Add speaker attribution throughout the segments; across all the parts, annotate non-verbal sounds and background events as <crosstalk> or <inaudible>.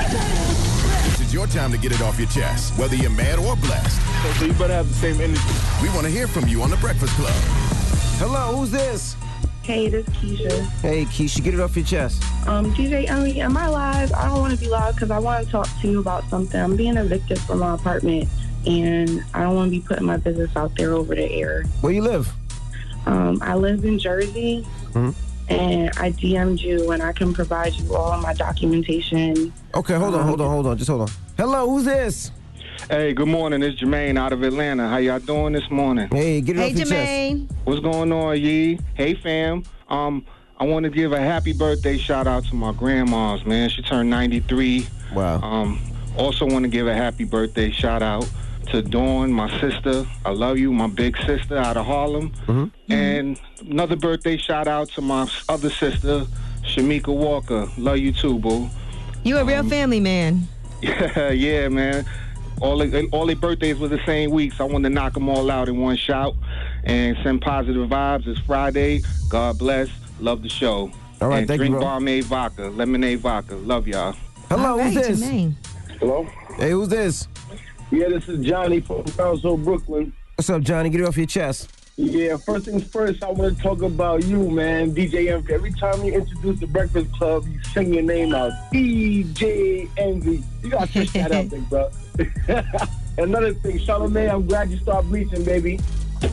Speaker 1: It's your time to get it off your chest, whether you're mad or blessed.
Speaker 2: So you better have the same energy.
Speaker 1: We want to hear from you on The Breakfast Club.
Speaker 3: Hello, who's this?
Speaker 4: Hey, this is Keisha.
Speaker 3: Hey, Keisha, get it off your chest.
Speaker 4: Um, DJ Ellie, am I live? I don't want to be live because I want to talk to you about something. I'm being evicted from my apartment, and I don't want to be putting my business out there over the air.
Speaker 3: Where you live?
Speaker 4: Um, I live in Jersey, Mm-hmm. and I DM'd you, and I can provide you all my documentation. Um,
Speaker 3: Okay, hold on, hold on, hold on. Oh, Just hold on. Hello, who's this?
Speaker 2: Hey, good morning. It's Jermaine out of Atlanta. How y'all doing this morning?
Speaker 3: Hey, get it
Speaker 5: Hey,
Speaker 3: off your chest.
Speaker 5: Jermaine.
Speaker 2: What's going on, ye? Hey, fam. Um, I want to give a happy birthday shout out to my grandma's man. She turned 93.
Speaker 3: Wow.
Speaker 2: Um, also want to give a happy birthday shout out to Dawn, my sister. I love you, my big sister out of Harlem.
Speaker 5: Mm-hmm.
Speaker 2: And another birthday shout out to my s- other sister, Shamika Walker. Love you too, boo.
Speaker 5: You a real family man.
Speaker 2: Yeah, <laughs> yeah, man. All they, all their birthdays were the same week, so I wanted to knock them all out in one shout and send positive vibes. It's Friday. God bless. Love the show.
Speaker 3: All right,
Speaker 2: and
Speaker 3: thank you,
Speaker 2: drink
Speaker 3: bro.
Speaker 2: Barmaid vodka, lemonade vodka. Love y'all.
Speaker 3: Hello,
Speaker 5: All right,
Speaker 3: who's this?
Speaker 5: Jermaine.
Speaker 6: Hello?
Speaker 3: Hey, who's this?
Speaker 6: Yeah, this is Johnny from Browns Hill, Brooklyn.
Speaker 3: What's up, Johnny? Get it off your chest.
Speaker 6: Yeah, first things first, I want to talk about you, man, DJ Envy. Every time you introduce the Breakfast Club, you sing your name out, DJ Envy. You gotta push that out there, bro. <laughs> Another thing, Charlamagne, I'm glad you start bleaching, baby.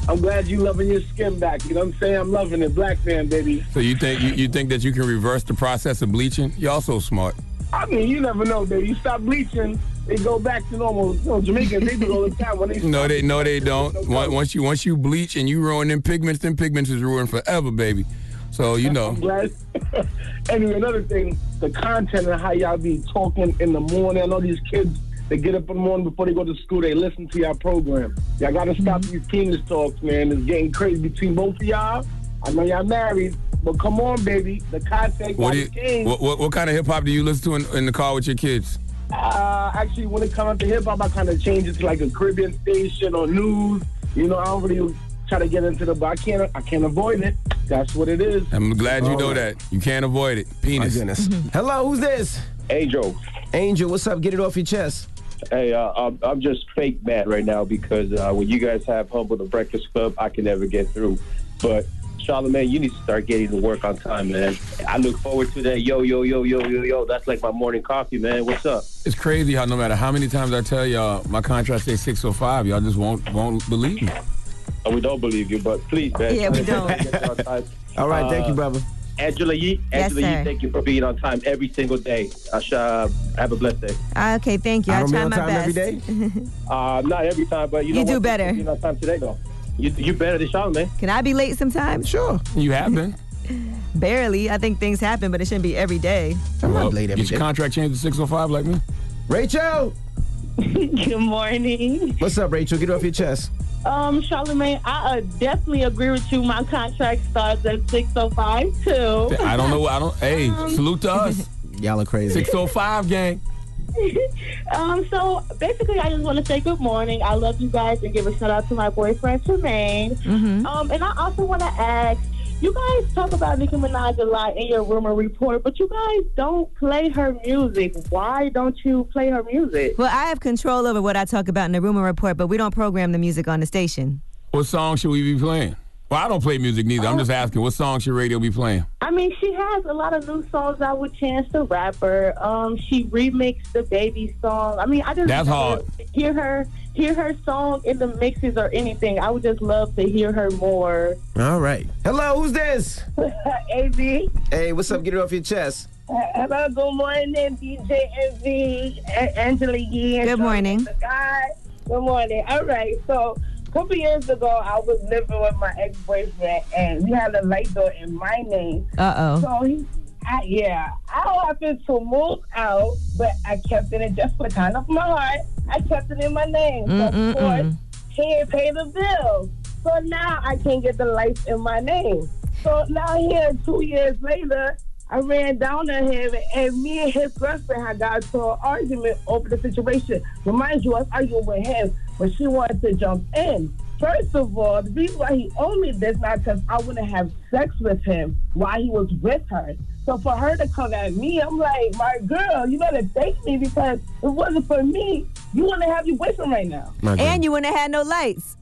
Speaker 6: I'm glad you loving your skin back. You know what I'm saying? I'm loving it, black man, baby.
Speaker 7: So you think you, you think that you can reverse the process of bleaching? You're also smart.
Speaker 6: I mean, you never know, baby. You stop bleaching, they go back to normal. You know, Jamaicans, they do it all the time when they
Speaker 7: No,
Speaker 6: stop
Speaker 7: they no, they don't.
Speaker 6: bleaching,
Speaker 7: Once once you once you bleach and you ruin them pigments, them pigments is ruined forever, baby. So you know.
Speaker 6: I'm glad. <laughs> anyway, another thing, the content and how y'all be talking in the morning. I know these kids, they get up in the morning before they go to school, they listen to y'all program. Y'all gotta stop these penis talks, man. It's getting crazy between both of y'all. I know y'all married, but come on, baby. The content
Speaker 7: What
Speaker 6: got to
Speaker 7: do you,
Speaker 6: change.
Speaker 7: what, what what kind of hip hop do you listen to in, in the car with your kids?
Speaker 6: Uh, actually, when it comes to hip hop, I kind of change it to like a Caribbean station or news. You know, I don't really try to get into the, but I can't, I can't avoid it. That's what it is.
Speaker 7: I'm glad you
Speaker 3: All
Speaker 7: know
Speaker 3: right.
Speaker 7: that. You can't avoid it.
Speaker 3: My
Speaker 7: Penis.
Speaker 3: goodness.
Speaker 5: Mm-hmm.
Speaker 3: Hello, who's this?
Speaker 8: Hey, Joe.
Speaker 3: Angel, what's up? Get it off your chest.
Speaker 8: Hey, uh, I'm, I'm just fake mad right now because uh, when you guys have Humble the Breakfast Club, I can never get through. But, Charlamagne, you need to start getting to work on time, man. I look forward to that. Yo, yo, yo, yo, yo, yo. That's like my morning coffee, man. What's up?
Speaker 7: <laughs> It's crazy how no matter how many times I tell y'all my contract says six or five, y'all just won't won't believe me.
Speaker 8: Uh, we don't believe you, but please, man.
Speaker 5: Yeah, we don't.
Speaker 8: Get on time.
Speaker 3: <laughs> All right, thank you,
Speaker 8: Uh,
Speaker 3: brother.
Speaker 8: Angela Yee,
Speaker 5: Yes,
Speaker 8: Angela
Speaker 5: sir.
Speaker 8: Yee, thank you for being on time every single day. Asha, have a blessed day.
Speaker 5: Ah, Okay, thank you. I,
Speaker 3: don't be
Speaker 5: try
Speaker 3: on
Speaker 5: my
Speaker 3: time
Speaker 5: best.
Speaker 3: every day.
Speaker 8: Uh, not every time, but you know
Speaker 5: You do
Speaker 8: what?
Speaker 5: better.
Speaker 8: Being on time today, though. You, you better than Charlamagne.
Speaker 5: <laughs> Can I be late sometimes?
Speaker 3: Sure.
Speaker 7: You have been.
Speaker 5: Barely. I think things happen, but it shouldn't be every day.
Speaker 3: I'm
Speaker 7: Well,
Speaker 3: not late every
Speaker 7: get your
Speaker 3: day.
Speaker 7: contract changed to six or five like me.
Speaker 3: Rachel,
Speaker 9: <laughs> Good morning.
Speaker 3: what's up, Rachel? Get it off your chest.
Speaker 9: Um, Charlemagne, I uh, definitely agree with you. My contract starts at 605 too.
Speaker 7: I
Speaker 9: <laughs>
Speaker 7: don't know. I don't. Hey, salute to us.
Speaker 3: Y'all are crazy.
Speaker 7: Six oh five gang.
Speaker 9: <laughs> Um, so basically, I just want to say good morning. I love you guys and give a shout out to my boyfriend, Tremaine.
Speaker 5: Mm-hmm.
Speaker 9: Um, and I also want to ask, you guys talk about Nicki Minaj a lot in your rumor report, but you guys don't play her music. Why don't you play her music?
Speaker 5: Well, I have control over what I talk about in the rumor report, but we don't program the music on the station.
Speaker 7: What song should we be playing? Well, I don't play music neither. I'm just
Speaker 3: Oh.
Speaker 7: asking, what song should radio be playing?
Speaker 9: I mean, she has a lot of new songs out with Chance the Rapper. Um, she remixed the baby song. I mean, I just
Speaker 7: That's
Speaker 9: never
Speaker 7: hard.
Speaker 9: hear her hear her song in the mixes or anything. I would just love to hear her more.
Speaker 3: All right. Hello, who's this?
Speaker 4: AV.
Speaker 3: Hey, what's up? Get it off your chest.
Speaker 4: Hello, good morning, DJ Envy, A- Angela Yee. and
Speaker 5: Good morning.
Speaker 4: Charlotte the Guy. Good morning. All right, so a couple years ago, I was living with my ex-boyfriend, and we had a light door in my name.
Speaker 5: Uh oh.
Speaker 4: So he, I, yeah, I happened to move out, but I kept it in just for kind of my heart. I kept it in my name. So
Speaker 5: Mm, mm,
Speaker 4: of course,
Speaker 5: mm.
Speaker 4: he didn't pay the bill. So now I can't get the lights in my name. So now here, two years later, I ran down on him, and me and his girlfriend had got into an argument over the situation. Remind you, I was arguing with him, but she wanted to jump in. First of all, the reason why he owned me this not because I wouldn't have sex with him while he was with her. So for her to come at me, I'm like, my girl, you better thank me because if it wasn't for me, you wouldn't have your boyfriend right now.
Speaker 5: And you wouldn't have had no lights.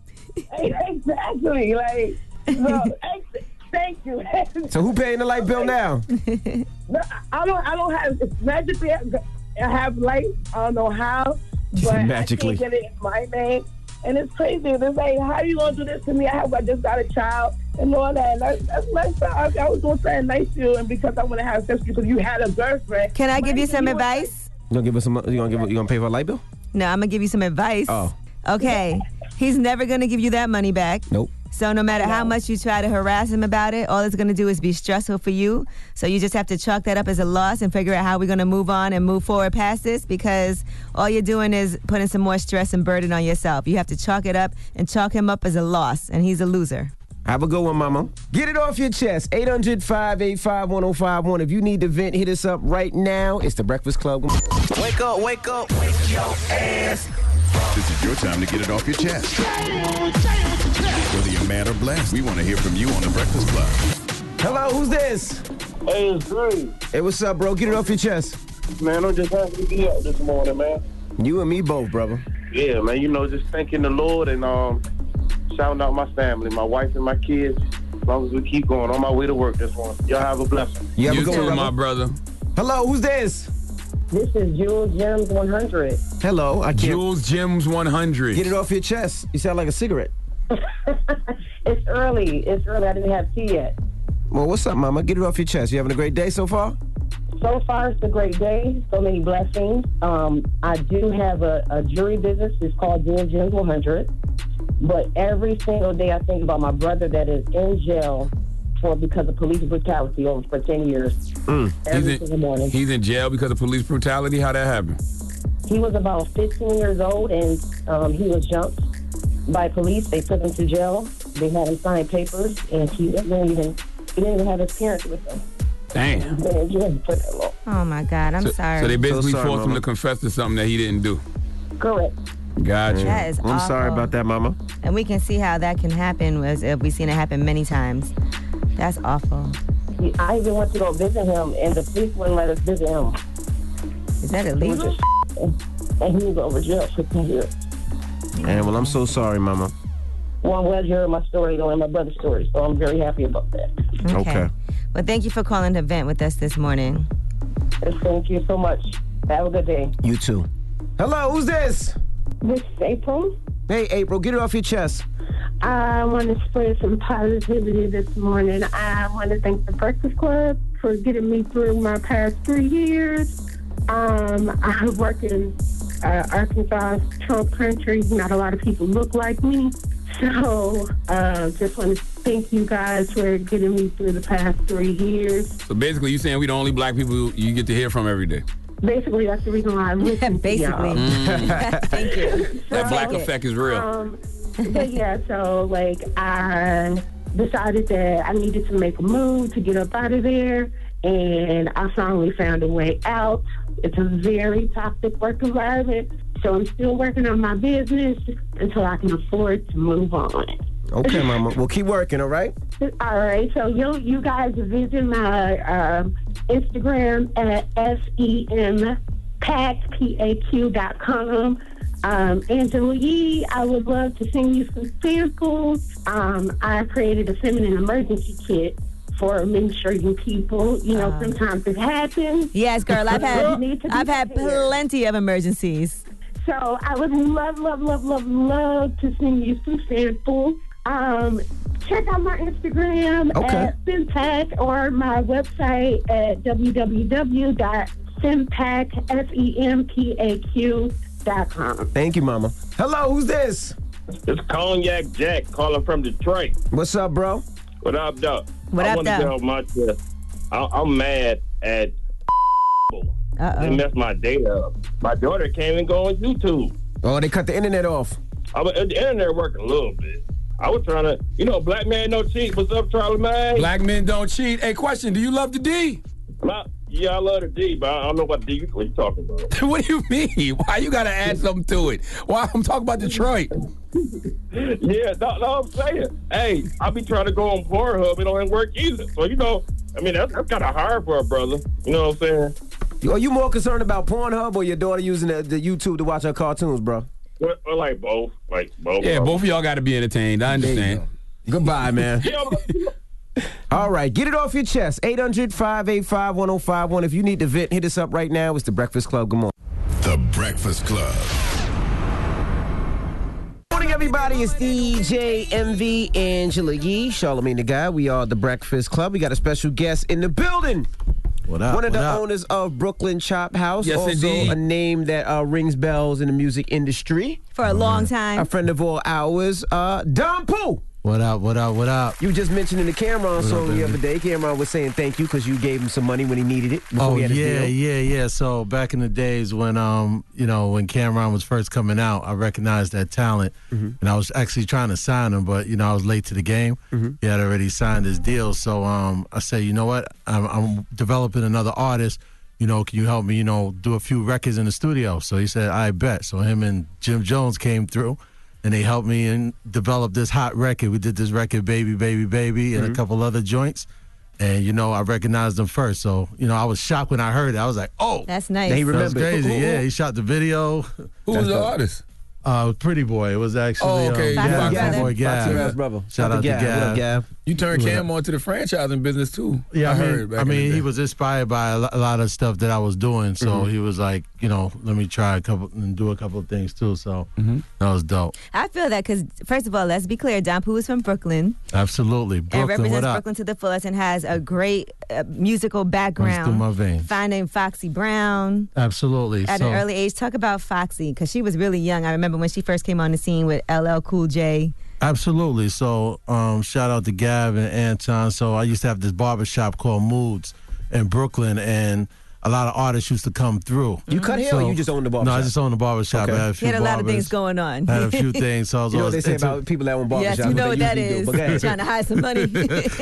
Speaker 4: Exactly. Like,
Speaker 9: uh,
Speaker 4: so, ex- <laughs> thank you.
Speaker 3: So who paying the light bill now?
Speaker 4: No, I don't. I don't have magically. I I have light. I don't know how, but
Speaker 3: Magically.
Speaker 4: I can't get it in my name. And it's crazy. It's like, how you gonna do this to me? I have. I just got a child and all that. And that's, that's messed up. I, I was doing something nice to you, and because I want to have sex because you had a girlfriend.
Speaker 5: Can I
Speaker 4: Why
Speaker 5: give you
Speaker 4: did
Speaker 5: some
Speaker 4: want-
Speaker 5: advice?
Speaker 3: You gonna give us some? You gonna give? You gonna pay for a light bill?
Speaker 5: No, I'm gonna give you some advice.
Speaker 3: Oh.
Speaker 5: Okay. He's never gonna give you that money back.
Speaker 3: Nope.
Speaker 5: So no matter how much you try to harass him about it, all it's gonna do is be stressful for you. So you just have to chalk that up as a loss and figure out how we're gonna move on and move forward past this because all you're doing is putting some more stress and burden on yourself. You have to chalk it up and chalk him up as a loss, and he's a loser.
Speaker 3: Have a good one, mama. Get it off your chest. 800 585 1051. If you need to vent, hit us up right now. It's the Breakfast Club. Wake up, wake up.
Speaker 1: This is your time to get it off your chest. Whether you're mad or blessed, we want to hear from you on The Breakfast Club.
Speaker 3: Hello, who's this?
Speaker 10: Hey, it's Drew.
Speaker 3: Hey, what's up, bro? Get it off your chest.
Speaker 10: Man, I'm just happy to be up this morning, man.
Speaker 3: You and me both, brother.
Speaker 10: Yeah, man. You know, just thanking the Lord and um, shouting out my family, my wife and my kids. As long as we keep going on my way to work this morning. Y'all have a blessing.
Speaker 3: You have a
Speaker 7: You
Speaker 3: good
Speaker 7: too,
Speaker 3: one,
Speaker 7: my
Speaker 3: brother.
Speaker 7: brother.
Speaker 3: Hello, who's this?
Speaker 11: This is Jules Gems 100.
Speaker 3: Hello, I can't.
Speaker 7: Jules Gems 100.
Speaker 3: Get it off your chest. You sound like a cigarette.
Speaker 11: It's early. It's early. I didn't have tea yet.
Speaker 3: Well, what's up, mama? Get it off your chest. You having a great day so far?
Speaker 11: So far, it's a great day. So many blessings. Um, I do have a, a jewelry business. It's called Jules Gems 100. But every single day, I think about my brother that is in jail for because of police brutality over for 10 years. Every
Speaker 7: Mm. He's in-
Speaker 11: single morning.
Speaker 7: He's in jail because of police brutality. How that happened?
Speaker 11: He was about 15 years old and um, he was jumped by police. They took him to jail. They had him sign papers and he didn't even, he didn't even have his parents with him.
Speaker 7: Damn.
Speaker 11: He's been in jail for that long.
Speaker 5: Oh my God, I'm
Speaker 7: So,
Speaker 5: sorry.
Speaker 7: so they basically
Speaker 3: sorry,
Speaker 7: forced him
Speaker 3: Mama.
Speaker 7: to confess to something that he didn't do.
Speaker 11: Correct.
Speaker 7: Gotcha.
Speaker 5: that is
Speaker 3: I'm sorry
Speaker 5: awful.
Speaker 3: about that, mama.
Speaker 5: And we can see how that can happen. As if we've seen it happen many times. That's awful.
Speaker 11: He- I even went to go visit him, and the police wouldn't let us visit him.
Speaker 5: Is that
Speaker 11: He was
Speaker 5: illegal?
Speaker 11: just and he was over jail for 10 years.
Speaker 3: And well, I'm so sorry, mama.
Speaker 11: Well, I'm glad you heard my story, though, and my brother's story, so I'm very happy about that.
Speaker 3: Okay.
Speaker 5: Well, thank you for calling to vent with us this morning.
Speaker 11: And thank you so much. Have a good day.
Speaker 3: You too. Hello, who's this?
Speaker 9: This is April.
Speaker 3: Hey, April, get it off your chest.
Speaker 9: I want to spread some positivity this morning. I want to thank the Breakfast Club for getting me through my past three years. Um, I work in uh, Arkansas, Trump country. Not a lot of people look like me. So uh, just want to thank you guys for getting me through the past three years.
Speaker 7: So basically, you saying we the only black people you get to hear from every day.
Speaker 9: Basically, that's the reason why I listen to y'all.
Speaker 5: Basically.
Speaker 3: <laughs>
Speaker 5: thank you.
Speaker 7: Mm. That black
Speaker 5: take it.
Speaker 7: effect is real.
Speaker 3: Uh-huh.
Speaker 9: Um, but yeah, so like I decided that I needed to make a move to get up out of there, and I finally found a way out. It's a very toxic work environment, so I'm still working on my business until I can afford to move on.
Speaker 3: Okay, mama. We'll keep working, all right?
Speaker 9: All right, so you you guys visit my um, Instagram at E sempaq dot com. Um, Angela Yee, I would love to send you some samples. Um, I created a feminine emergency kit for menstruating people. You know, sometimes it happens.
Speaker 5: Ah. Yes, girl, I've
Speaker 9: <laughs>
Speaker 5: had
Speaker 9: You need to be
Speaker 5: I've had
Speaker 9: prepared.
Speaker 5: plenty of emergencies.
Speaker 9: So I would love, love, love, love, love to send you some samples. Um, check out my Instagram
Speaker 3: Okay.
Speaker 9: at FinPack or my website at www.fmpac, F-E-M-P-A-Q dot com.
Speaker 3: Thank you, mama. Hello, who's this?
Speaker 12: It's Cognac Jack calling from Detroit.
Speaker 3: What's up, bro?
Speaker 12: What up, Doc?
Speaker 5: What
Speaker 12: I
Speaker 5: up,
Speaker 12: wanna
Speaker 5: though?
Speaker 12: get off my chest. I- I'm mad at they
Speaker 5: Uh
Speaker 12: messed my day up. My daughter can't even go on YouTube.
Speaker 3: Oh, they cut the internet off.
Speaker 12: I was at the internet working a little bit. I was trying to, you know, black man no cheat. What's up, Charlie man?
Speaker 7: Black men don't cheat. Hey, question: Do you love the D?
Speaker 12: My- yeah, I love the D, but I don't know what D you, what you talking about.
Speaker 7: <laughs> what do you mean? Why you gotta add something to it? Why I'm talking about Detroit?
Speaker 12: Yeah, that's what I'm saying. Hey, I be trying to go on Pornhub. It don't work either. So, you know,
Speaker 8: I mean, that's, that's kind of hard for a brother. You know what I'm saying?
Speaker 3: Are you more concerned about Pornhub or your daughter using the, the YouTube to watch her cartoons, bro?
Speaker 8: We're, we're like both, like both.
Speaker 7: Yeah, both of y'all got to be entertained. I understand.
Speaker 3: Goodbye,
Speaker 13: <laughs>
Speaker 3: man.
Speaker 8: Yeah,
Speaker 3: All right, get it off your chest. 800 585 1051. If you need to vent, hit us up right now. It's The Breakfast Club. Good morning.
Speaker 1: The Breakfast Club.
Speaker 3: Morning, everybody. It's DJ MV Angela Yee, Charlemagne the Guy. We are The Breakfast Club. We got a special guest in the building.
Speaker 13: What up?
Speaker 3: One of
Speaker 13: What
Speaker 3: the
Speaker 13: up?
Speaker 3: owners of Brooklyn Chop House.
Speaker 13: Yes,
Speaker 3: also
Speaker 13: indeed.
Speaker 3: a name that uh, rings bells in the music industry.
Speaker 5: For a long time.
Speaker 3: A friend of all ours, uh, Don Pooh.
Speaker 13: What up? What up? What up?
Speaker 3: You just mentioned in the Cameron
Speaker 13: What up,
Speaker 3: song the
Speaker 13: baby?
Speaker 3: other day. Cameron was saying thank you because you gave him some money when he needed it. before
Speaker 13: Oh
Speaker 3: he had a
Speaker 13: yeah,
Speaker 3: deal.
Speaker 13: yeah, yeah. So back in the days when um you know when Cameron was first coming out, I recognized that talent,
Speaker 3: Mm-hmm.
Speaker 13: and I was actually trying to sign him, but you know I was late to the game.
Speaker 3: Mm-hmm.
Speaker 13: He had already signed his deal, so um I say you know what I'm, I'm developing another artist. You know, can you help me? You know, do a few records in the studio. So he said, I bet. So him and Jim Jones came through. And they helped me and develop this hot record. We did this record, Baby, Baby, Baby, and
Speaker 7: Mm-hmm.
Speaker 14: Mhm.
Speaker 13: a couple other joints. And you know, I recognized him first, so you know, I was shocked when I heard it. I was like, "Oh,
Speaker 5: That's nice.
Speaker 13: That was crazy.
Speaker 5: Who- who-
Speaker 13: Yeah, he shot the video. Who
Speaker 7: was the artist?
Speaker 13: Uh, it was Pretty Boy. It was actually
Speaker 7: Oh, okay.
Speaker 13: um,
Speaker 7: you
Speaker 13: Gab,
Speaker 7: rock
Speaker 13: my
Speaker 7: with
Speaker 13: boy
Speaker 7: him. Rock
Speaker 13: Gab.
Speaker 7: to your ass, brother.
Speaker 13: Shout out to Gab.
Speaker 7: You turned
Speaker 13: What up?
Speaker 7: Cam on to the franchising business too.
Speaker 13: Yeah, I,
Speaker 7: I
Speaker 13: mean,
Speaker 7: heard. back
Speaker 13: I
Speaker 7: in the
Speaker 13: mean,
Speaker 7: day.
Speaker 13: he was inspired by a lo- a lot of stuff that I was doing, so
Speaker 7: Mhm.
Speaker 13: he was like, you know, let me try a couple and do a couple of things too. So
Speaker 7: Mm-hmm.
Speaker 13: that was dope.
Speaker 5: I feel that because, first of all, let's be clear. Don Pooh is from Brooklyn
Speaker 13: Absolutely,
Speaker 5: and
Speaker 13: Brooklyn. What
Speaker 5: represents
Speaker 13: up?
Speaker 5: Brooklyn to the fullest and has a great uh, musical
Speaker 13: Runs through
Speaker 5: background.
Speaker 13: my veins.
Speaker 5: Finding Foxy Brown.
Speaker 13: Absolutely.
Speaker 5: At
Speaker 13: so,
Speaker 5: an early age, talk about Foxy because she was really young. I remember when she first came on the scene with LL Cool J.
Speaker 13: Absolutely. So, um, shout out to Gav and Anton. So, I used to have this barbershop called Moods in Brooklyn, and a lot of artists used to come through.
Speaker 3: You cut hair or you just owned the
Speaker 13: No, I
Speaker 3: barbershop?
Speaker 13: just owned the barbershop. I had a
Speaker 5: She
Speaker 13: few
Speaker 5: had a lot of
Speaker 13: barbers.
Speaker 5: things going on.
Speaker 13: I had a few things, so I
Speaker 3: <laughs>
Speaker 13: was
Speaker 3: You know what
Speaker 13: always
Speaker 3: they say
Speaker 13: into-
Speaker 3: about people that own barbershops?
Speaker 5: Yes, you know what that is. Trying to hide some
Speaker 7: <laughs>
Speaker 5: money.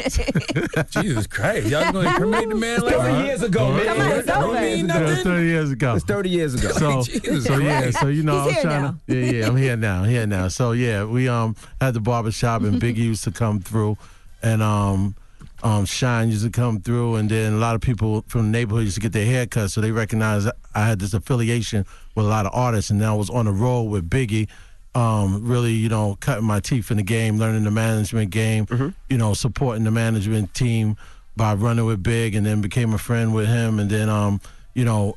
Speaker 3: <laughs>
Speaker 7: Jesus Christ, y'all gonna incriminate
Speaker 5: <laughs>
Speaker 7: the man like
Speaker 3: 30
Speaker 7: that?
Speaker 3: years ago, man.
Speaker 7: Come on, it's
Speaker 3: Don't
Speaker 7: over.
Speaker 3: mean
Speaker 13: That was
Speaker 3: nothing.
Speaker 13: 30 years ago.
Speaker 3: It's 30 years ago. <laughs>
Speaker 13: So,
Speaker 3: Jesus
Speaker 13: so yeah,
Speaker 3: Christ.
Speaker 13: so you know,
Speaker 3: He's
Speaker 13: I was
Speaker 3: here
Speaker 13: trying
Speaker 3: now.
Speaker 13: to. Yeah, yeah, I'm here now, here now. So yeah, we um had the barbershop and Biggie used to come through, and um. Um, Shine used to come through, and then a lot of people from the neighborhood used to get their hair cut, so they recognized I had this affiliation with a lot of artists, and then I was on the road with Biggie, um, really, you know, cutting my teeth in the game, learning the management game,
Speaker 3: Mm-hmm.
Speaker 13: you know, supporting the management team by running with Big, and then became a friend with him, and then, um, you know,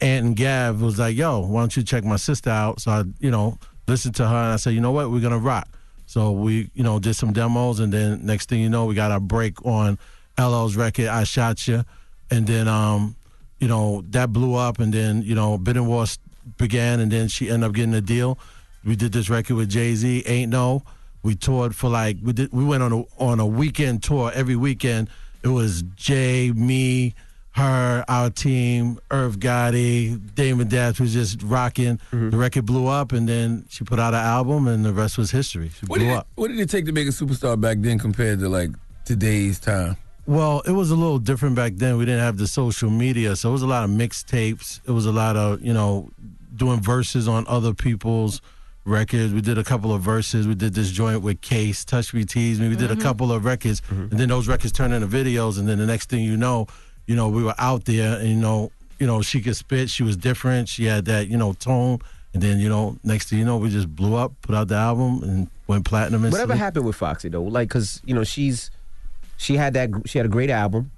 Speaker 13: Aunt and Gav was like, "Yo, why don't you check my sister out?" So I, you know, listened to her, and I said, "You know what? We're gonna rock." So we, you know, did some demos, and then next thing you know, we got our break on LL's record, "I Shot Ya," and then, um, you know, that blew up, and then you know, bidding wars began, and then she ended up getting a deal. We did this record with Jay Z, "Ain't No." We toured for like we did. We went on a on a weekend tour every weekend. It was Jay, me, her, our team, Irv Gotti, Damon Dash was just rocking.
Speaker 7: Mm-hmm.
Speaker 13: The record blew up, and then she put out an album, and the rest was history. She
Speaker 7: What
Speaker 13: blew
Speaker 7: did, it,
Speaker 13: up.
Speaker 7: what did it take to make a superstar back then compared to like today's time?
Speaker 13: Well, it was a little different back then. We didn't have the social media, so it was a lot of mixtapes. It was a lot of you know doing verses on other people's records. We did a couple of verses. We did this joint with Case, Touch Me, Tease Me. We did a couple of records, and then those records turned into videos. And then the next thing you know, you know we were out there, and you know you know she could spit. She was different. She had that you know tone. And then you know next thing you know, we just blew up, put out the album, and went platinum.
Speaker 3: Whatever
Speaker 13: instantly.
Speaker 3: happened with Foxy though, like because you know she's she had that gr- she had a great album,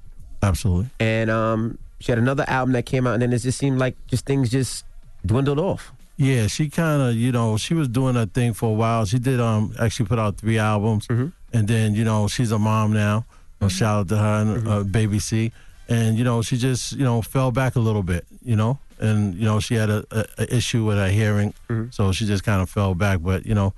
Speaker 13: absolutely,
Speaker 3: and um she had another album that came out, and then it just seemed like just things just dwindled off.
Speaker 13: Yeah, she kind of, you know, she was doing her thing for a while. She did um actually put out three albums, and then you know she's a mom now. Uh, Shout out to her and uh, Baby C, and you know she just you know fell back a little bit, you know, and you know she had a, a, a issue with her hearing, so she just kind of fell back. But you know,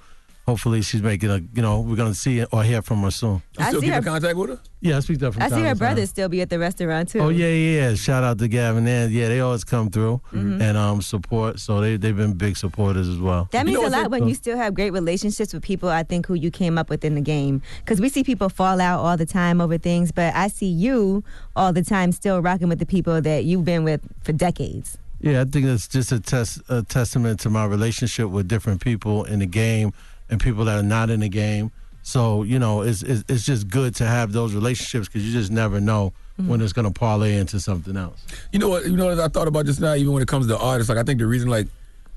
Speaker 13: hopefully she's making a, you know, we're gonna see or hear from her soon.
Speaker 5: I see her.
Speaker 7: Contact with her?
Speaker 13: Yeah, I speak that from
Speaker 5: I see
Speaker 13: time
Speaker 5: her
Speaker 13: to time.
Speaker 5: brother still be at the restaurant too.
Speaker 13: Oh yeah, yeah, yeah. Shout out to Gavin and yeah, they always come through
Speaker 5: Mhm.
Speaker 13: and um support. So they they've been big supporters as well.
Speaker 5: That means a lot when you still have great relationships with people, I think, who you came up with in the game. Because we see people fall out all the time over things, but I see you all the time still rocking with the people that you've been with for decades.
Speaker 13: Yeah, I think that's just a test a testament to my relationship with different people in the game and people that are not in the game. So you know, it's it's, it's just good to have those relationships because you just never know
Speaker 5: Mm-hmm.
Speaker 13: when it's gonna parlay into something else.
Speaker 7: You know what? You know what I thought about just now. Even when it comes to artists, like I think the reason like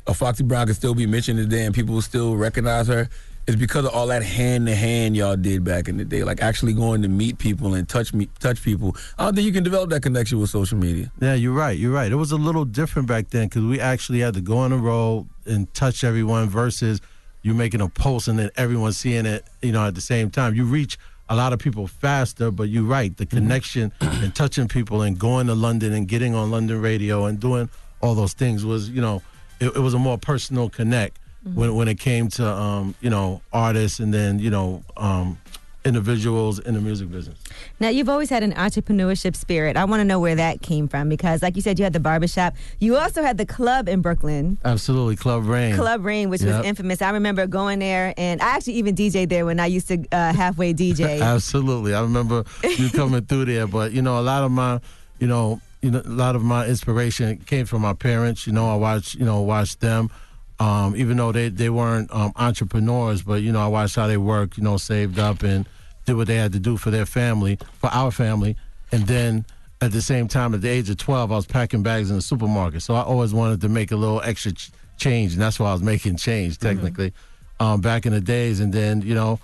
Speaker 7: a Foxy Brown can still be mentioned today and people will still recognize her is because of all that hand to hand y'all did back in the day. Like actually going to meet people and touch me, touch people. I don't think you can develop that connection with social media.
Speaker 13: Yeah, you're right. You're right. It was a little different back then because we actually had to go on the road and touch everyone versus you making a post and then everyone seeing it. You know, at the same time, you reach a lot of people faster. But you're right.
Speaker 5: Mm-hmm.
Speaker 13: The connection and touching people and going to London and getting on London radio and doing all those things was, you know, it, it was a more personal connect
Speaker 5: Mm-hmm.
Speaker 13: when when it came to um, you know artists and then you know um, individuals in the music business.
Speaker 5: Now, you've always had an entrepreneurship spirit. I want to know where that came from because, like you said, you had the barbershop. You also had the club in Brooklyn,
Speaker 13: Absolutely, Club Rain.
Speaker 5: Club Rain, which
Speaker 13: Yep.
Speaker 5: was infamous. I remember going there, and I actually even DJ'd there when I used to uh,
Speaker 13: <laughs>
Speaker 5: halfway DJ.
Speaker 13: Absolutely. I remember you coming through there, but you know, a lot of my, you know, you know, a lot of my inspiration came from my parents. You know, I watched, you know, watched them. Um, even though they they weren't um, entrepreneurs, but you know, I watched how they worked. You know, saved up and did what they had to do for their family, for our family, and then. At the same time, at the age of 12, I was packing bags in the supermarket. So I always wanted to make a little extra ch- change, and that's why I was making change technically um, back in the days. And then, you know,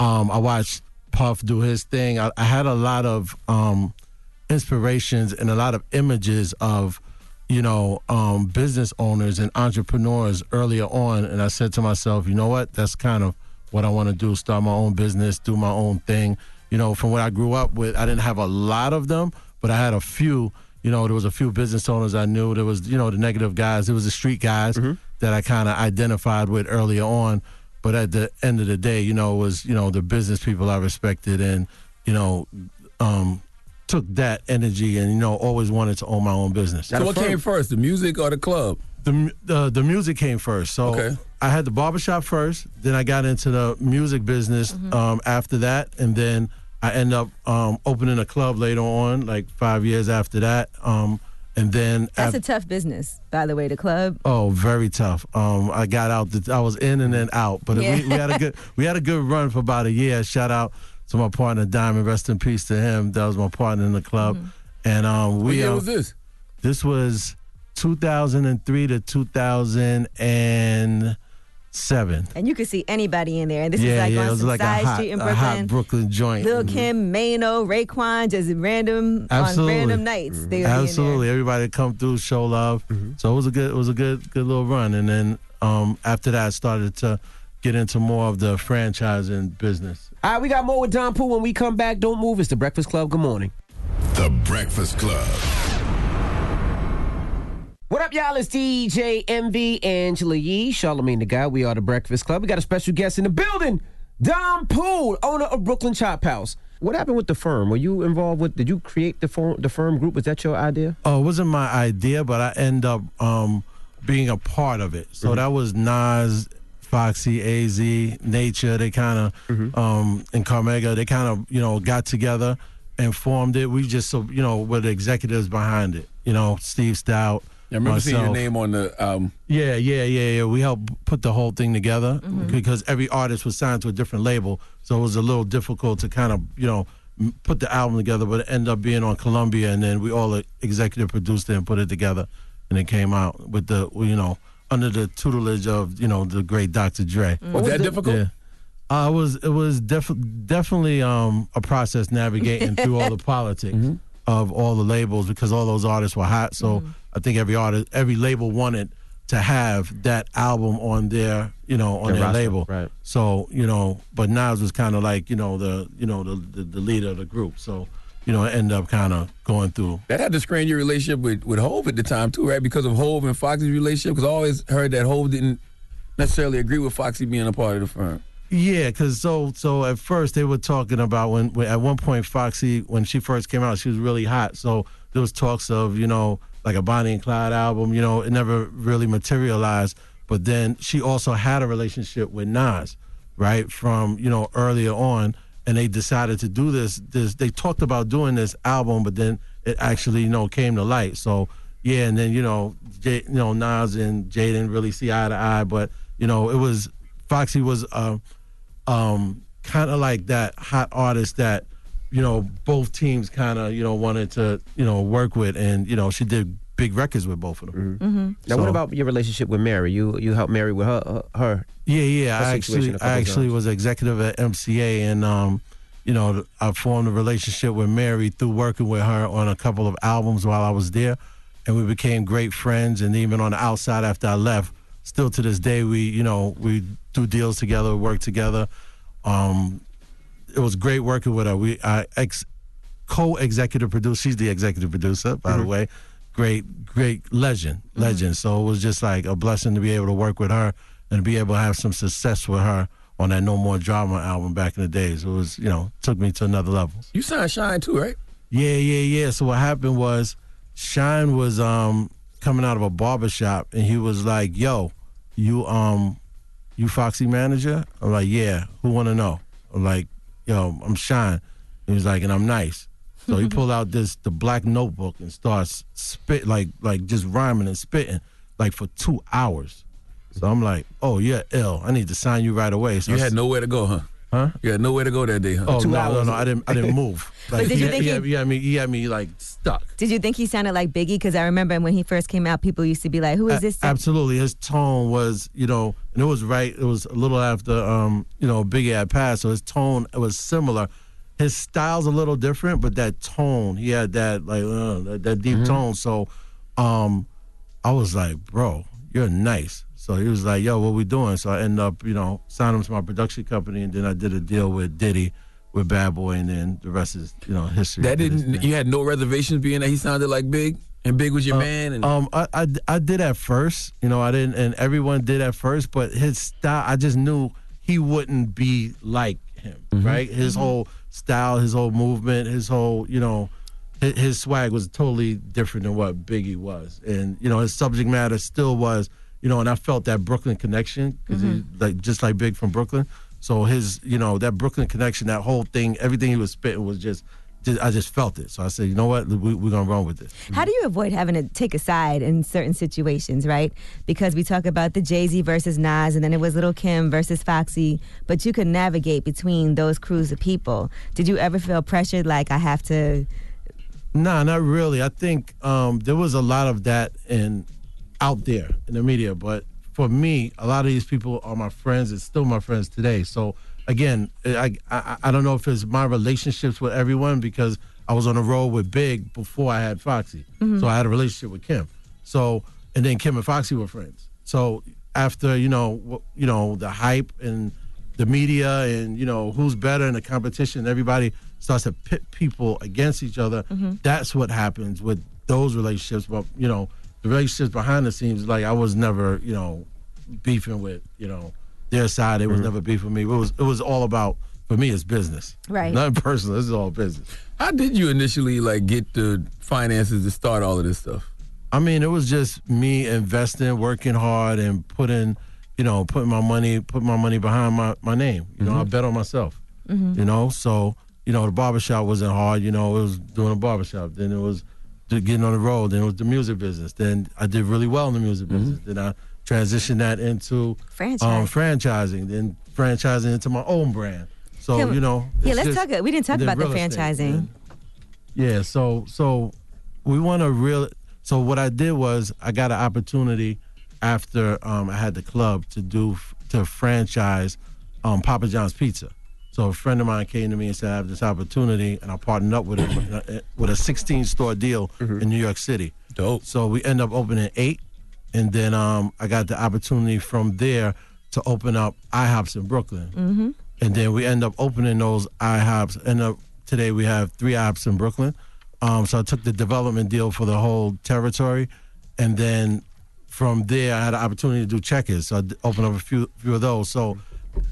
Speaker 13: um, I watched Puff do his thing. I, I had a lot of um, inspirations and a lot of images of, you know, um, business owners and entrepreneurs earlier on. And I said to myself, you know what? That's kind of what I want to do start my own business, do my own thing. You know, from what I grew up with, I didn't have a lot of them, but I had a few. You know, there was a few business owners I knew. There was, you know, the negative guys. There was the street guys that I kind of identified with earlier on. But at the end of the day, you know, it was you know the business people I respected, and you know, um, took that energy, and you know, always wanted to own my own business.
Speaker 7: So what came first, the music or the club?
Speaker 13: The mu- uh, the, the music came first. So
Speaker 7: Okay.
Speaker 13: I had the barbershop first, then I got into the music business
Speaker 7: Mm-hmm.
Speaker 13: um, after that, and then I end up um, opening a club later on, like five years after that, um, and then
Speaker 5: That's
Speaker 13: af-
Speaker 5: a tough business, by the way, the club.
Speaker 13: Oh, very tough. Um, I got out. The, I was in and then out, but
Speaker 5: Yeah.
Speaker 13: we, we had a good we had a good run for about a year. Shout out to my partner Diamond. Rest in peace to him. That was my partner in the club,
Speaker 5: Mm-hmm.
Speaker 13: and um, we.
Speaker 7: What year
Speaker 13: um,
Speaker 7: was this?
Speaker 13: This was 2003 to 2007.
Speaker 5: And you could see anybody in there. And this
Speaker 13: yeah,
Speaker 5: was like
Speaker 13: yeah, it
Speaker 5: on
Speaker 13: was
Speaker 5: some
Speaker 13: like
Speaker 5: side
Speaker 13: a hot,
Speaker 5: street in
Speaker 13: a hot
Speaker 5: Brooklyn.
Speaker 13: Brooklyn joint.
Speaker 5: Lil Kim, Mano, Raekwon, just random
Speaker 13: Absolutely.
Speaker 5: on random nights. They would be in there.
Speaker 13: Absolutely, everybody come through, show love.
Speaker 3: Mm-hmm.
Speaker 13: So it was a good, it was a good, good little run. And then um, after that, I started to get into more of the franchising business.
Speaker 3: All right, we got more with Don Poole when we come back. Don't move. It's the Breakfast Club. Good morning.
Speaker 1: The Breakfast Club.
Speaker 3: What up, y'all? It's DJ MV, Angela Yee, Charlemagne the Guy. We are the Breakfast Club. We got a special guest in the building, Don Poole, owner of Brooklyn Chop House. What happened with the firm? Were you involved with? Did you create the firm? The firm group was that your idea?
Speaker 13: Oh, it wasn't my idea, but I end up um, being a part of it.
Speaker 3: Mm-hmm.
Speaker 13: So that was Nas, Foxy, AZ, Nature. They kind of
Speaker 3: Mm-hmm.
Speaker 13: um, and Carmega. They kind of you know got together and formed it. We just so you know were the executives behind it. You know, Steve Stout.
Speaker 7: I remember seeing your
Speaker 13: myself.
Speaker 7: name on the um,
Speaker 13: Yeah, yeah, yeah, yeah. We helped put the whole thing together because every artist was signed to a different label, so it was a little difficult to kind of you know m- put the album together. But it ended up being on Columbia, and then we all executive produced it and put it together, and it came out with the you know under the tutelage of you know the great Dr. Dre.
Speaker 7: Was that difficult?
Speaker 13: Yeah. Uh, it was it was def- definitely um, a process navigating
Speaker 3: <laughs>
Speaker 13: through all the politics
Speaker 3: Mm-hmm.
Speaker 13: of all the labels because all those artists were hot. So I think every artist, every label wanted to have that album on their you know on
Speaker 3: Their
Speaker 13: their,
Speaker 3: roster,
Speaker 13: label.
Speaker 3: right.
Speaker 13: So you know, but Nas was kind of like you know the you know the, the the leader of the group. So you know, it ended up kind of going through.
Speaker 7: That had to strain your relationship with, with Hove at the time too, right? Because of Hove and Foxy's relationship. Because I always heard that Hove didn't necessarily agree with Foxy being a part of the firm.
Speaker 13: Yeah, cause so so at first they were talking about when, when at one point Foxy when she first came out she was really hot. So there was talks of you know like a Bonnie and Clyde album. You know it never really materialized. But then she also had a relationship with Nas, right from you know earlier on, and they decided to do this. This they talked about doing this album, but then it actually you know came to light. So yeah, and then you know J, you know Nas and Jay uh, didn't really see eye to eye, but you know it was Foxy was. Um, um, kind of like that hot artist that you know both teams kind of you know wanted to you know work with, and you know she did big records with both of them.
Speaker 3: Mm-hmm. Now, what
Speaker 13: So-
Speaker 3: about your relationship with Mary? You you helped Mary with her uh, her.
Speaker 13: Yeah, yeah.
Speaker 3: her situation
Speaker 13: I actually,
Speaker 3: a couple
Speaker 13: I actually
Speaker 3: times.
Speaker 13: was executive at MCA, and um, you know, I formed a relationship with Mary through working with her on a couple of albums while I was there, and we became great friends. And even on the outside after I left, still to this day, we, you know, we do deals together, work together. Um, it was great working with her. We, I ex, co-executive producer. She's the executive producer, by
Speaker 3: Mm-hmm.
Speaker 13: the way. Great, great legend,
Speaker 7: Mm-hmm.
Speaker 13: legend. So it was just like a blessing to be able to work with her and be able to have some success with her on that No More Drama album back in the days. It was, you know, took me to another level.
Speaker 7: You signed Shine too, right?
Speaker 13: Yeah, yeah, yeah. So what happened was Shine was um coming out of a barber shop and he was like, Yo, you um you Foxy manager? I'm like, Yeah, who wanna know? I'm like, yo, I'm Shine. He was like, and I'm nice. So he pulled out this the black notebook and starts spit like like just rhyming and spitting like for two hours. So I'm like, oh yeah, ill. I need to sign you right away. So
Speaker 7: You
Speaker 13: I
Speaker 7: had
Speaker 13: s-
Speaker 7: nowhere to go, huh?
Speaker 13: Huh?
Speaker 7: You had nowhere to go that day, huh?
Speaker 13: Oh no, no, no, I didn't I didn't
Speaker 5: <laughs>
Speaker 13: move.
Speaker 5: But did you think
Speaker 13: yeah,
Speaker 5: you-
Speaker 13: yeah, I mean, he had me like stuck.
Speaker 5: Did you think he sounded like Biggie? Because I remember when he first came out, people used to be like, "Who is
Speaker 13: A-
Speaker 5: this?"
Speaker 13: Absolutely, his tone was, you know, and it was right. It was a little after, um, you know, Biggie had passed, so his tone was similar. His style's a little different, but that tone, he had that like uh, that, that
Speaker 7: Mm-hmm.
Speaker 13: deep tone. So, um, I was like, bro, you're nice. So he was like, yo, what we doing? So I ended up, you know, signing him to my production company, and then I did a deal with Diddy, with Bad Boy, and then the rest is, you know, history.
Speaker 7: That didn't. You had no reservations being that he sounded like Big, and Big was your man. And
Speaker 13: Um, I, I, I did at first, you know, I didn't, and everyone did at first, but his style, I just knew he wouldn't be like him, right? His whole style, his whole movement, his whole, you know, his, his swag was totally different than what Biggie was, and you know, his subject matter still was, you know, and I felt that Brooklyn connection because he's like just like Big from Brooklyn, so his, you know, that Brooklyn connection, that whole thing, everything he was spitting was just. just- I just felt it, so I said, "You know what? We, we're gonna run with this."
Speaker 5: How do you avoid having to take a side in certain situations, right? Because we talk about the Jay Z versus Nas, and then it was Little Kim versus Foxy, but you could navigate between those crews of people. Did you ever feel pressured, like I have to?
Speaker 13: Nah, not really. I think um, there was a lot of that in out there in the media, but for me, a lot of these people are my friends. It's still my friends today. So again, I I, I don't know if it's my relationships with everyone because I was on the road with Big before I had Foxy,
Speaker 14: Mhm.
Speaker 13: so I had a relationship with Kim. So and then Kim and Foxy were friends. So after you know wh- you know the hype and the media and you know who's better in the competition, everybody starts to pit people against each other.
Speaker 14: Mhm.
Speaker 13: That's what happens with those relationships. But you know the relationships behind the scenes, like I was never you know beefing with you know their side.
Speaker 7: Mm-hmm.
Speaker 13: It was never beefing me. It was it was all about for me it's business,
Speaker 5: Right.
Speaker 13: Nothing <laughs> personal. This is all business.
Speaker 7: how did you initially like get the finances to start all of this stuff?
Speaker 13: I mean, it was just me investing, working hard, and putting, you know, putting my money, putting my money behind my, my name. You know, I bet on myself. You know, so you know, the barbershop wasn't hard. You know, it was doing a barbershop. Then it was the- getting on the road. Then it was the music business. Then I did really well in the music business. Then I transitioned that into um,
Speaker 5: Franchise.
Speaker 13: franchising. Then franchising into my own brand. So
Speaker 5: Kim,
Speaker 13: you know,
Speaker 5: yeah,
Speaker 13: it's
Speaker 5: let's
Speaker 13: just-
Speaker 5: talk. We didn't talk
Speaker 13: and then
Speaker 5: about the
Speaker 13: real estate,
Speaker 5: franchising.
Speaker 13: and- yeah, so so we want to real. So what I did was I got an opportunity after um, I had the club to do f- to franchise um, Papa John's Pizza. So a friend of mine came to me and said I have this opportunity, and I partnered up with him with a- with a 16 store deal in New York City. Dope. So we end up opening eight, and then um, I got the opportunity from there to open up IHOPs in Brooklyn
Speaker 14: Mm-hmm.
Speaker 13: and then we end up opening those IHOPs. And up today we have three IHOPs in Brooklyn. Um, so I took the development deal for the whole territory, and then from there I had an opportunity to do checkers. So I d- opened up a few few of those. So,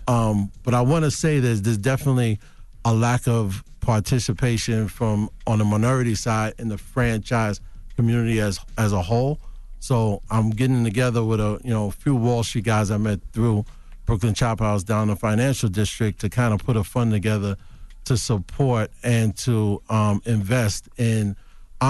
Speaker 13: um, but I want to say this: there's definitely a lack of participation from on the minority side in the franchise community as as a whole. So I'm getting together with a you know a few Wall Street guys I met through Brooklyn Chop House down in the financial district to kind of put a fund together to support and to um, invest in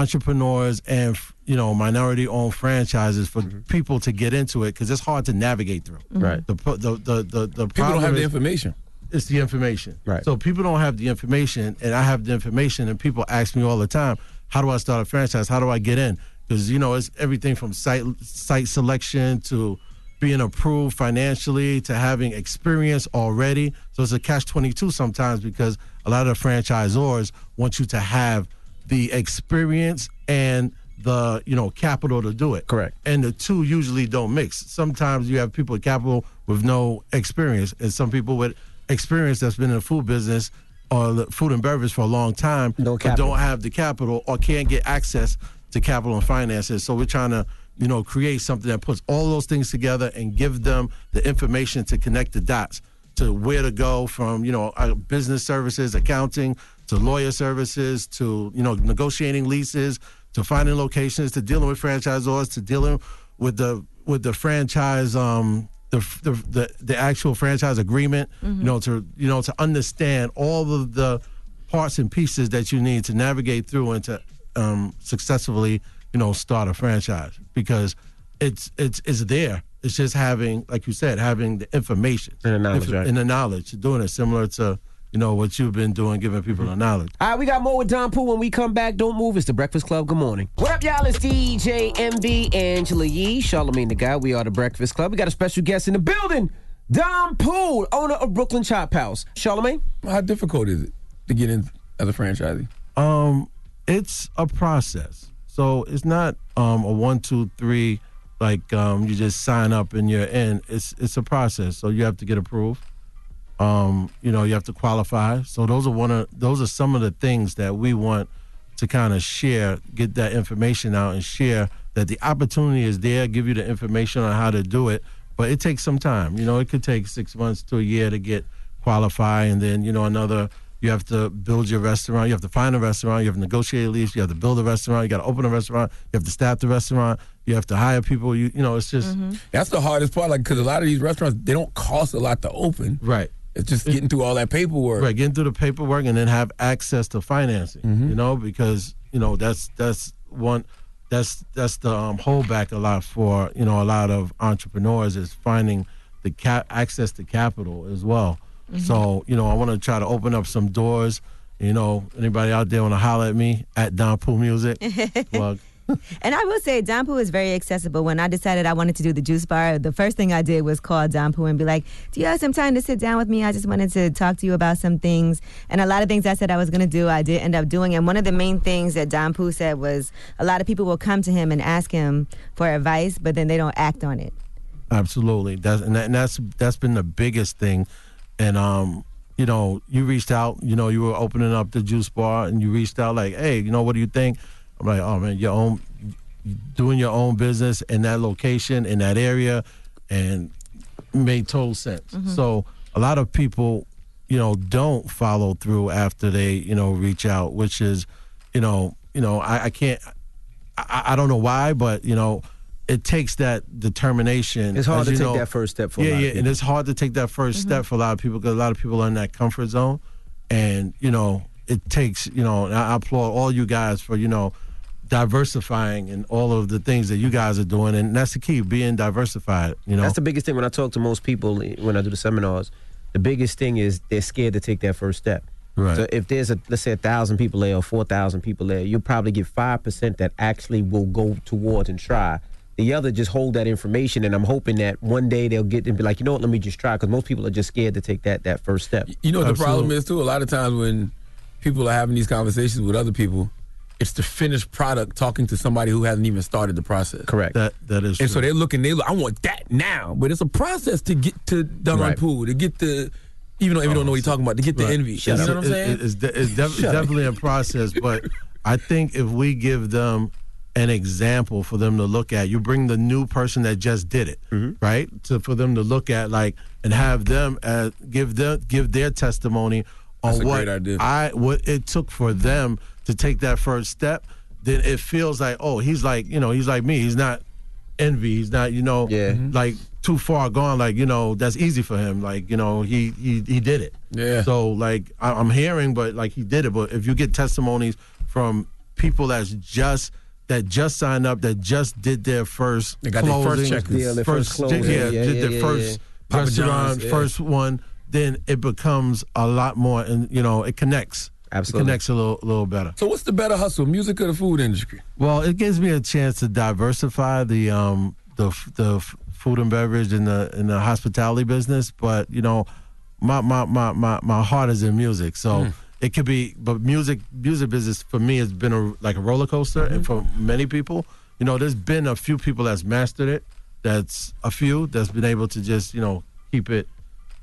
Speaker 13: entrepreneurs and f- you know minority owned franchises for people to get into it because it's hard to navigate through.
Speaker 7: Right.
Speaker 13: The pro- the the the, the
Speaker 7: Mm-hmm. People don't
Speaker 13: problem
Speaker 7: have the
Speaker 13: is-
Speaker 7: information.
Speaker 13: It's the information. Right. So people don't have the information, and I have the information, and people ask me all the time, "How do I start a franchise? How do I get in?" Because you know, it's everything from site site selection to being approved financially to having experience already. So it's a catch twenty two sometimes because a lot of the franchisors want you to have the experience and the you know capital to do it. Correct. And the two usually don't mix. Sometimes you have people with capital with no experience, and some people with experience that's been in the food business or the food and beverage for a long time, but
Speaker 14: capital.
Speaker 13: don't have the capital or can't get access to capital and finances. So we're trying to you know create something that puts all those things together and give them the information to connect the dots to where to go from you know uh, business services accounting to lawyer services to you know negotiating leases to finding locations to dealing with franchisors to dealing with the with the franchise um the the the, the actual franchise agreement you know to you know to understand all of the parts and pieces that you need to navigate through and to um successfully you know start a franchise because it's it's it's there it's just having like you said having the information and the
Speaker 3: knowledge, right?
Speaker 13: and the knowledge doing it similar to you know what you've been doing giving people the knowledge
Speaker 3: All right, we got more with Don Poole when we come back. Don't move. It's the Breakfast Club. Good morning. What up, y'all? It's DJ MV, Angela Yee, Charlemagne the Guy. We are the Breakfast Club. We got a special guest in the building, Don Poole, owner of Brooklyn Chop House. Charlemagne?
Speaker 7: How difficult is it to get in as a franchisee?
Speaker 13: Um, it's a process. So it's not um a one, two, three, like um you just sign up and you're in. It's it's a process. So you have to get approved. Um, you know, you have to qualify. So those are one of those are some of the things that we want to kind of share, get that information out and share that the opportunity is there, give you the information on how to do it. But it takes some time. You know, it could take six months to a year to get qualify and then, you know, another you have to build your restaurant, you have to find a restaurant, you have to negotiate a lease, you have to build a restaurant, you gotta open a restaurant, you have to staff the restaurant, you have to hire people, you you know, it's just
Speaker 7: That's the hardest part, like because a lot of these restaurants they don't cost a lot to open.
Speaker 13: Right.
Speaker 7: It's just getting through all that paperwork.
Speaker 13: Right, getting through the paperwork and then have access to financing.
Speaker 7: Mm-hmm.
Speaker 13: You know, because you know that's that's one that's that's the um, holdback a lot for you know a lot of entrepreneurs is finding the cap access to capital as well. So you know, I want to try to open up some doors. You know, anybody out there want to holler at me at Don Pool Music? Plug.
Speaker 5: And I will say, Dampu is very accessible. When I decided I wanted to do the juice bar, the first thing I did was call Dampu and be like, Do you have some time to sit down with me? I just wanted to talk to you about some things. And a lot of things I said I was going to do, I did end up doing. And one of the main things that Dampu said was a lot of people will come to him and ask him for advice, but then they don't act on it.
Speaker 13: Absolutely. That's and, that, and that's that's been the biggest thing. And um, you know, you reached out. You know, you were opening up the juice bar, and you reached out like, "Hey, you know, what do you think?" I'm like, "Oh man, your own doing your own business in that location in that area, and made total sense." So a lot of people, you know, don't follow through after they you know reach out, which is, you know, you know, I, I can't. I, I don't know why, but you know, it takes that determination.
Speaker 3: It's hard
Speaker 13: As
Speaker 3: to
Speaker 13: you
Speaker 3: take
Speaker 13: know-
Speaker 3: that first step for a
Speaker 13: yeah,
Speaker 3: lot of
Speaker 13: yeah, and
Speaker 3: people.
Speaker 13: it's hard to take that 1st step for a lot of people because a lot of people are in that comfort zone, and you know, it takes you know. And I applaud all you guys for you know diversifying and all of the things that you guys are doing, and that's the key, being diversified. You know,
Speaker 3: That's the biggest thing when I talk to most people when I do the seminars. The biggest thing is they're scared to take that first step.
Speaker 13: Right.
Speaker 3: So if there's a let's say a thousand people there or four thousand people there, you'll probably get five percent that actually will go towards and try. The other just hold that information, and I'm hoping that one day they'll get and be like, you know what, let me just try, because most people are just scared to take that that first step.
Speaker 7: You know what the problem is too? A lot of times when people are having these conversations with other people, it's the finished product talking to somebody who hasn't even started the process. Correct.
Speaker 13: That that is.
Speaker 7: And so they're looking. They look. I want that now, but it's a process to get to Don
Speaker 13: Right. Oh,
Speaker 7: Pool to get the. Even though everyone don't know what he's talking about, to get the
Speaker 13: Right.
Speaker 7: envy.
Speaker 13: Shut
Speaker 7: you
Speaker 13: up.
Speaker 7: know what I'm
Speaker 13: It-
Speaker 7: saying?
Speaker 13: it- it's de- it's def-
Speaker 7: Shut up.
Speaker 13: definitely a process,
Speaker 7: <laughs>
Speaker 13: but I think if we give them an example for them to look at, you bring the new person that just did it,
Speaker 7: Mm-hmm.
Speaker 13: right? To for them to look at, like, and have them uh, give them give their testimony on
Speaker 7: That's a
Speaker 13: what
Speaker 7: great idea.
Speaker 13: I what it took for them to take that first step. Then it feels like, oh, he's like, you know, he's like me. He's not envy. He's not, you know,
Speaker 7: Mm-hmm.
Speaker 13: like too far gone. Like you know, that's easy for him. Like you know, he he he did it. Yeah. So like I, I'm hearing, but like he did it. But if you get testimonies from people that's just that just signed up, that just did their first,
Speaker 7: They got their first
Speaker 13: closing,
Speaker 7: checkers. Yeah, their first
Speaker 13: yeah,
Speaker 7: closing. Yeah,
Speaker 13: did
Speaker 7: yeah,
Speaker 13: their
Speaker 7: yeah,
Speaker 13: first
Speaker 7: yeah. Papa
Speaker 13: restaurant,
Speaker 7: John's, yeah.
Speaker 13: first one. then it becomes a lot more, and you know, it connects. Absolutely, it connects a little, little better.
Speaker 7: So what's the better hustle, music or the food industry?
Speaker 13: Well, it gives me a chance to diversify the um the f- the f- food and beverage and the and the hospitality business, but you know, my my my my, my heart is in music,
Speaker 7: Hmm.
Speaker 13: so. It could be, but music, music business for me has been a, like a roller coaster,
Speaker 7: Hmm.
Speaker 13: and for many people, you know, there's been a few people that's mastered it. That's a few that's been able to just, you know, keep it,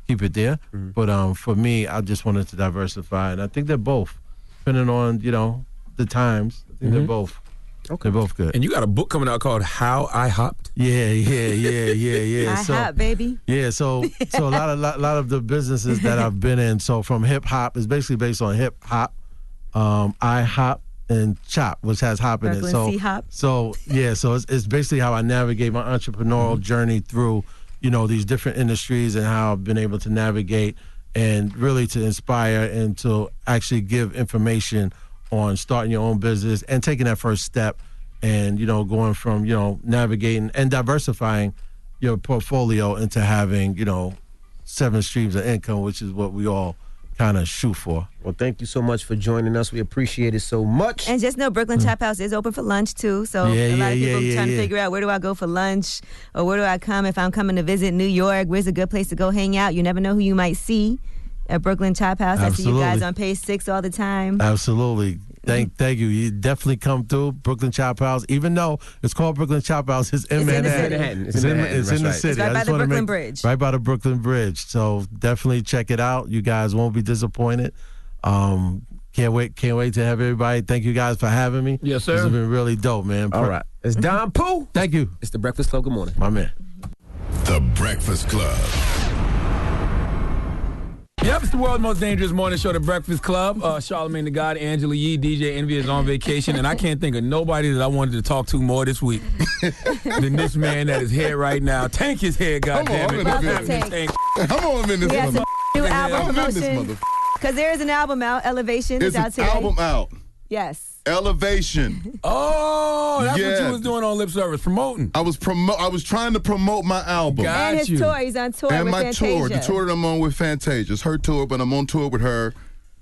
Speaker 13: keep it there.
Speaker 7: Mm-hmm.
Speaker 13: But um, for me, I just wanted to diversify, and I think they're both, depending on you know the times. I think they're
Speaker 7: Mhm.
Speaker 13: both, they're both good.
Speaker 7: And you got a book coming out called How I Hopped.
Speaker 13: Yeah, yeah, yeah, yeah, yeah.
Speaker 5: <laughs> I hop, baby.
Speaker 13: Yeah, so so a lot of lot, lot of the businesses that I've been in, so from hip hop is basically based on hip hop, um, I hop and chop, which has hop in
Speaker 5: Brooklyn
Speaker 13: it. So
Speaker 5: C-hop.
Speaker 13: so yeah, so it's, it's basically how I navigate my entrepreneurial journey through you know these different industries and how I've been able to navigate and really to inspire and to actually give information on starting your own business and taking that first step and you know going from you know navigating and diversifying your portfolio into having you know seven streams of income, which is what we all kind of shoot for.
Speaker 3: Well, thank you so much for joining us. We appreciate it so much.
Speaker 5: And just know Brooklyn
Speaker 1: Hmm.
Speaker 5: Chop House is open for lunch too. So
Speaker 3: Yeah,
Speaker 5: a lot
Speaker 3: yeah,
Speaker 5: of
Speaker 3: yeah,
Speaker 5: people
Speaker 3: yeah,
Speaker 5: trying
Speaker 3: yeah.
Speaker 5: to figure out where do I go for lunch or where do I come if I'm coming to visit New York, where's a good place to go hang out? You never know who you might see at Brooklyn Chop House. I see you guys
Speaker 13: Absolutely.
Speaker 5: on page six all the time.
Speaker 1: <laughs>
Speaker 13: Absolutely. Thank, thank you. You definitely come through Brooklyn Chop House, even though it's called Brooklyn Chop House. It's in
Speaker 5: It's in the
Speaker 13: Manhattan.
Speaker 5: city. Manhattan.
Speaker 3: It's in Manhattan.
Speaker 13: It's in
Speaker 3: That's
Speaker 13: the
Speaker 3: right.
Speaker 13: city.
Speaker 5: It's
Speaker 13: I
Speaker 5: right by
Speaker 13: just
Speaker 5: the
Speaker 13: wanna
Speaker 5: Brooklyn
Speaker 13: make-
Speaker 5: Bridge.
Speaker 13: Right by the Brooklyn Bridge. So definitely check it out. You guys won't be disappointed. Um, can't wait! Can't wait to have everybody. Thank you guys for having me. Yes, sir. This has been really dope, man.
Speaker 3: All right.
Speaker 13: it's Don Pooh. Thank you.
Speaker 3: It's the Breakfast Club. Good morning,
Speaker 13: my man.
Speaker 1: The Breakfast Club.
Speaker 7: Yep, it's the world's most dangerous morning show, The Breakfast Club. Uh, Charlemagne the God, Angela Yee, DJ Envy is on vacation, and I can't think of nobody that I wanted to talk to more this week <laughs> than this man that is here right now. Tank is here,
Speaker 1: Come on,
Speaker 7: goddammit.
Speaker 1: I'm in this
Speaker 5: Welcome,
Speaker 1: bitch. <laughs> Come on, I'm in this
Speaker 5: We have
Speaker 1: mother.
Speaker 5: some new
Speaker 1: Yeah,
Speaker 5: album
Speaker 1: I'm in this
Speaker 5: promotion.
Speaker 1: mother.
Speaker 5: Because there is an album out, Elevation.
Speaker 1: There's
Speaker 5: is out
Speaker 1: an
Speaker 5: today.
Speaker 1: album out.
Speaker 5: Yes.
Speaker 1: Elevation.
Speaker 7: Oh,
Speaker 5: that's what you
Speaker 7: was doing on lip service promoting.
Speaker 1: I was promo. I was trying to promote my album.
Speaker 5: and his tour. He's on tour
Speaker 1: and
Speaker 5: with
Speaker 1: my
Speaker 5: Fantasia.
Speaker 1: tour, the tour that I'm on with Fantasia. It's her tour, but I'm on tour with her.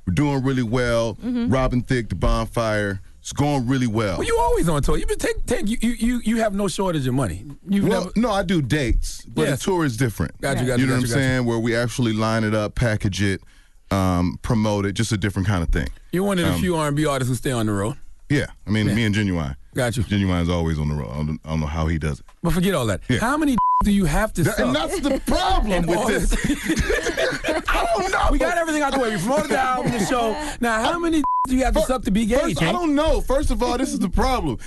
Speaker 1: We're doing really well.
Speaker 5: Mm-hmm.
Speaker 7: Mhm.
Speaker 1: Robin Thicke, the bonfire. It's going really well.
Speaker 7: Well, Oh, you always on tour. You been Tank, Tank you, you, you, you have no shortage of money. You've
Speaker 1: well,
Speaker 7: never,
Speaker 1: no, I do dates, but
Speaker 7: Yes.
Speaker 1: the tour is different.
Speaker 7: Got you, got you,
Speaker 1: know
Speaker 7: got
Speaker 1: what I'm
Speaker 7: you, got you.
Speaker 1: saying? Where we actually line it up, package it, um, promote it, just a different kind of thing.
Speaker 7: you're one of the
Speaker 1: Um,
Speaker 7: few R&B artists who stay on the road.
Speaker 1: Yeah, I mean,
Speaker 7: Yeah.
Speaker 1: me and Genuine.
Speaker 7: Got you.
Speaker 1: Genuine's always on the road. I don't, I don't know how he does it.
Speaker 7: But forget all that.
Speaker 1: Yeah.
Speaker 7: How many <laughs> do you have to
Speaker 1: Th-
Speaker 7: sell?
Speaker 1: and that's the problem
Speaker 7: In
Speaker 1: with
Speaker 7: order-
Speaker 1: this. <laughs> I don't know.
Speaker 7: <laughs> We got everything out the way. We promoted the album, the show. Now, how many do you have to suck to be gay?
Speaker 1: First, I don't know. First of all, this is the problem.